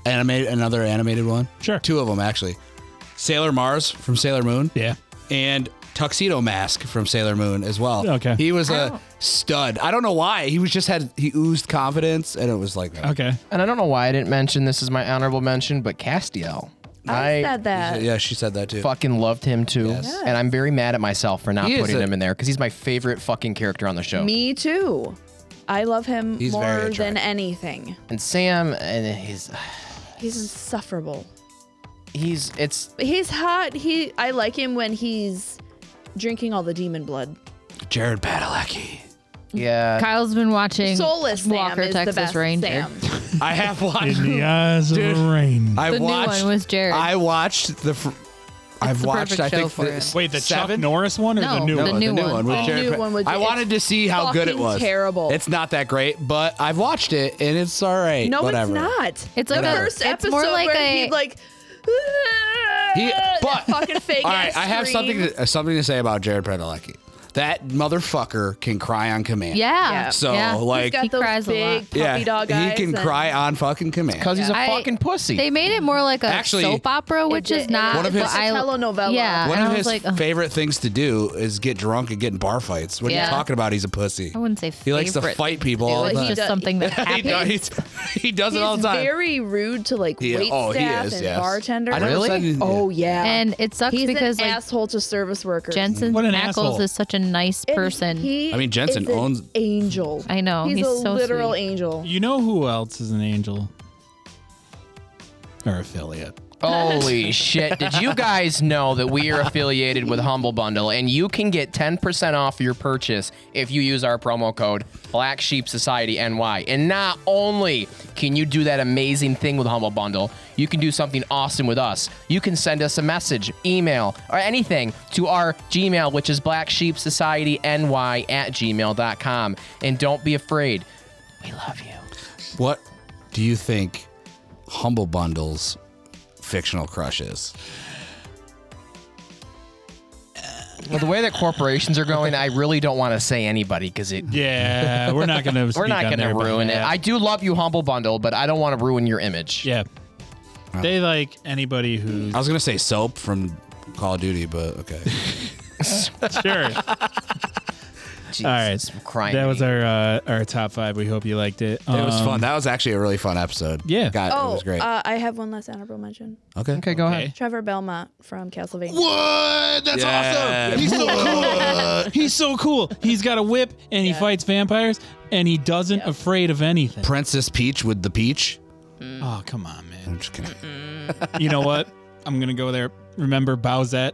S2: animated another animated one?
S1: Sure.
S2: Two of them actually. Sailor Mars from Sailor Moon
S1: Yeah.
S2: and Tuxedo Mask from Sailor Moon as well.
S1: Okay.
S2: He was a stud. I don't know why. He was just had he oozed confidence and it was like that.
S1: Okay.
S3: And I don't know why I didn't mention this is my honorable mention, but Castiel.
S5: I said that.
S2: Yeah, she said that too.
S3: fucking loved him too. And I'm very mad at myself for not
S2: He is
S3: putting
S2: a-
S3: him in there because he's my favorite fucking character on the show.
S5: Me too. I love him
S2: He's very
S5: more
S2: attractive.
S5: than anything.
S3: And Sam, and he's
S5: He's insufferable.
S3: he's it's
S5: He's hot. He I like him when he's drinking all the demon blood.
S2: Jared Padalecki.
S3: Yeah.
S4: Kyle's been watching
S5: Soulless Sam
S4: Walker,
S5: is
S4: Texas
S5: the best
S4: Ranger.
S5: Sam.
S2: I have watched.
S1: In the eyes of the rain.
S2: I
S4: The new one
S2: watched.
S4: was Jared.
S2: I watched the. Fr- I've
S4: the
S2: watched.
S4: perfect
S2: I
S4: show
S2: think
S4: for
S2: the
S4: it.
S1: Wait, the Chuck
S2: seven.
S1: Norris one or the
S4: No,
S1: new
S4: the
S1: one?
S4: new one.
S2: with
S5: The
S2: Jared
S5: new
S2: Pat-
S5: one with-
S2: I wanted to see how good it
S5: fucking
S2: was.
S5: terrible.
S2: It's not that great, but I've watched it and it's all right.
S5: No,
S2: whatever.
S5: it's not.
S4: It's like
S5: the
S4: a-
S5: first
S4: it's
S5: episode
S4: more like
S5: where
S4: a-
S5: he like.
S2: He-
S5: that
S2: but-
S5: fucking fake.
S2: All right,
S5: ass
S2: I have something
S5: scream.
S2: to, uh, something to say about Jared Padalecki. That motherfucker can cry on command.
S4: Yeah.
S5: Yeah.
S2: So,
S4: Yeah.
S2: like-
S5: He's got
S4: He
S5: those
S4: cries a lot.
S5: big puppy
S2: yeah,
S5: dog
S2: he
S5: eyes.
S2: can
S5: and-
S2: cry on fucking command.
S3: Because he's a
S4: I-
S3: fucking pussy.
S4: they made it more like a
S2: Actually-
S4: soap opera, which
S5: It-
S4: is
S5: it-
S4: not.
S2: One of
S4: but
S2: his-
S4: I-
S5: It's a telenovela.
S4: Yeah,
S2: One
S4: and
S2: of
S4: I was
S2: his
S4: like, ugh,
S2: favorite things to do is get drunk and get in bar fights. What are
S4: Yeah.
S2: you talking about? He's a pussy.
S4: I wouldn't say favorite.
S2: He likes to fight people all
S4: It's
S2: the
S5: Well,
S4: just
S2: time.
S5: he does-
S4: something that
S2: He
S4: happens.
S2: does, he does it all
S5: He's
S2: the time.
S5: very rude to like
S2: Yeah,
S5: wait
S2: oh, he
S5: staff
S2: is,
S5: and
S2: yes.
S5: bartenders.
S2: I never Really? said anything.
S5: Oh yeah.
S4: and it sucks
S5: he's
S4: because
S5: an
S4: like
S5: asshole to service workers.
S4: Jensen
S1: What an
S4: Ackles
S1: asshole.
S4: is such a nice
S5: Mm-hmm. And
S4: person.
S5: He
S2: I mean, Jensen
S5: is an
S2: owns-
S5: angel.
S4: I know,
S5: He's,
S4: he's
S5: a
S4: so
S5: literal
S4: sweet.
S5: angel.
S1: You know who else is an angel? Or affiliate.
S3: Holy shit. Did you guys know that we are affiliated with Humble Bundle and you can get 10% off your purchase if you use our promo code Black Sheep Society NY. And not only can you do that amazing thing with Humble Bundle, you can do something awesome with us. You can send us a message, email, or anything to our Gmail, which is Black Sheep Society NY at gmail.com. And don't be afraid. We love you.
S2: What do you think Humble Bundle's fictional crush is?
S3: Well, the way that corporations are going, I really don't want to say anybody because it
S1: Yeah, we're not gonna.
S3: We're not going to ruin it. I do love you, Humble Bundle, but I don't want to ruin your image.
S1: yeah. They like anybody who's
S2: I was gonna say soap from Call of Duty, but okay.
S1: sure.
S3: Jesus,
S1: All right.
S3: I'm crying.
S1: That was our uh, our top five. We hope you liked it. Um,
S2: it was fun. That was actually a really fun episode.
S1: Yeah.
S2: God,
S5: Oh,
S2: it was great.
S5: Uh, I have one last honorable mention.
S2: okay.
S3: Okay, go ahead.
S5: Trevor Belmont from Castlevania.
S2: What? That's awesome. He's so cool.
S1: He's so cool. He's got a whip and he fights vampires and he doesn't afraid of anything.
S2: Princess Peach with the peach.
S1: Oh come on, man.
S2: I'm just kidding.
S1: you know what? I'm gonna go there. Remember Bowsette?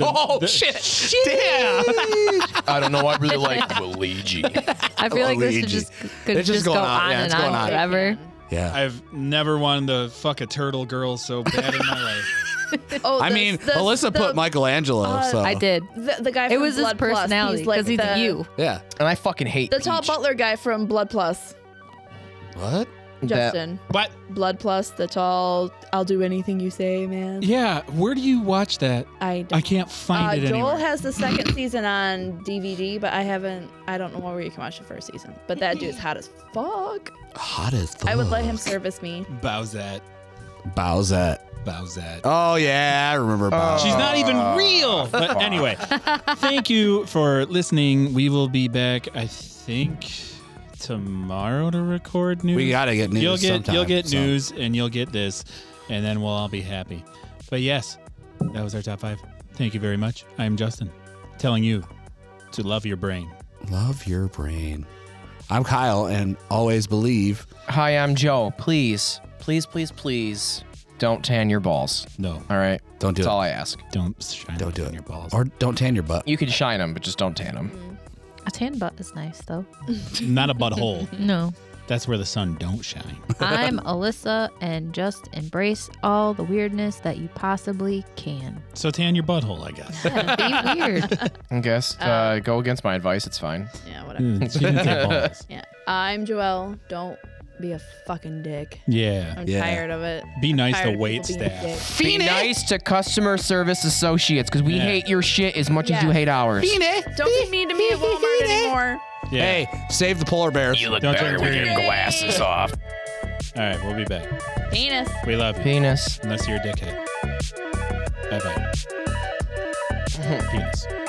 S2: oh shit. Damn.
S3: I don't know. I really like Luigi.
S4: I feel like this
S2: Luigi.
S4: is just could
S2: It's just
S4: just, go
S2: going on.
S4: on
S2: Yeah,
S4: and
S2: it's
S4: on,
S2: going on.
S4: forever.
S2: Yeah.
S1: I've never wanted to fuck a turtle girl so bad in my life.
S5: Oh,
S2: I
S5: the-
S2: mean,
S5: the-
S2: Alyssa
S5: the-
S2: put Michelangelo. so
S4: I did.
S5: The, the guy.
S4: It
S5: from
S4: was his
S5: Blood Plus,
S4: personality because he's,
S5: the-
S4: you.
S2: yeah.
S3: And I fucking hate
S5: The tall
S3: Peach.
S5: butler guy from Blood Plus.
S2: What?
S3: That-
S5: Justin.
S1: But
S5: Blood Plus, the tall. I'll do anything you say, man.
S1: yeah, where do you watch that?
S5: I
S1: I
S5: don't.
S1: can't
S5: uh,
S1: find it
S5: Joel
S1: anywhere.
S5: has the second season on DVD, but I haven't. I don't know where you can watch the first season. But that dude's hot as fuck.
S2: Hot as fuck.
S5: I would let him service me.
S1: Bowsette.
S2: Bowsette.
S1: Bowsette.
S2: Oh yeah, I remember Bowsette.
S1: She's not
S2: Uh,
S1: even real. But anyway, thank you for listening. We will be back, I think, tomorrow to record news.
S2: We gotta get news.
S1: You'll get
S2: sometime,
S1: you'll get
S2: so.
S1: news and you'll get this, and then we'll all be happy. But yes, that was our top five. Thank you very much. I'm Justin, telling you to love your brain.
S2: Love your brain. I'm Kyle, and always believe.
S3: Hi, I'm Joe. Please, please, please, please don't tan your balls.
S1: No,
S3: All right.
S2: Don't do
S3: That's
S2: it.
S3: all I ask.
S1: don't shine
S2: Don't do
S1: on
S2: it.
S1: your balls.
S2: Or don't tan your butt.
S3: You can shine them, but just don't tan them.
S4: A tan butt is nice though.
S1: Not a butthole.
S4: No.
S1: That's where the sun don't shine.
S4: I'm Alyssa, and just embrace all the weirdness that you possibly can.
S1: So tan your butthole, I guess.
S4: Yeah, be weird.
S3: I guess uh, go against my advice. It's fine.
S5: Yeah, whatever.
S1: Mm, she didn't say balls.
S5: Yeah. I'm Joelle. Don't be a fucking dick.
S1: Yeah.
S5: I'm
S2: Yeah.
S5: tired of it.
S1: Be nice
S5: Tired
S1: to
S5: of people
S1: wait
S5: being
S1: staff.
S5: dicks.
S3: Be nice to customer service associates because we
S1: Yeah.
S3: hate your shit as much as
S5: Yeah.
S3: you hate ours.
S5: Don't be mean to me at Walmart anymore.
S1: Yeah.
S2: Hey, save the polar bears.
S3: You look
S1: Don't
S3: better
S1: turn
S3: with
S1: green.
S3: your glasses off.
S1: All right, we'll be back.
S5: Penis.
S1: We love you.
S3: Penis.
S1: Unless you're a dickhead. Bye bye. Penis.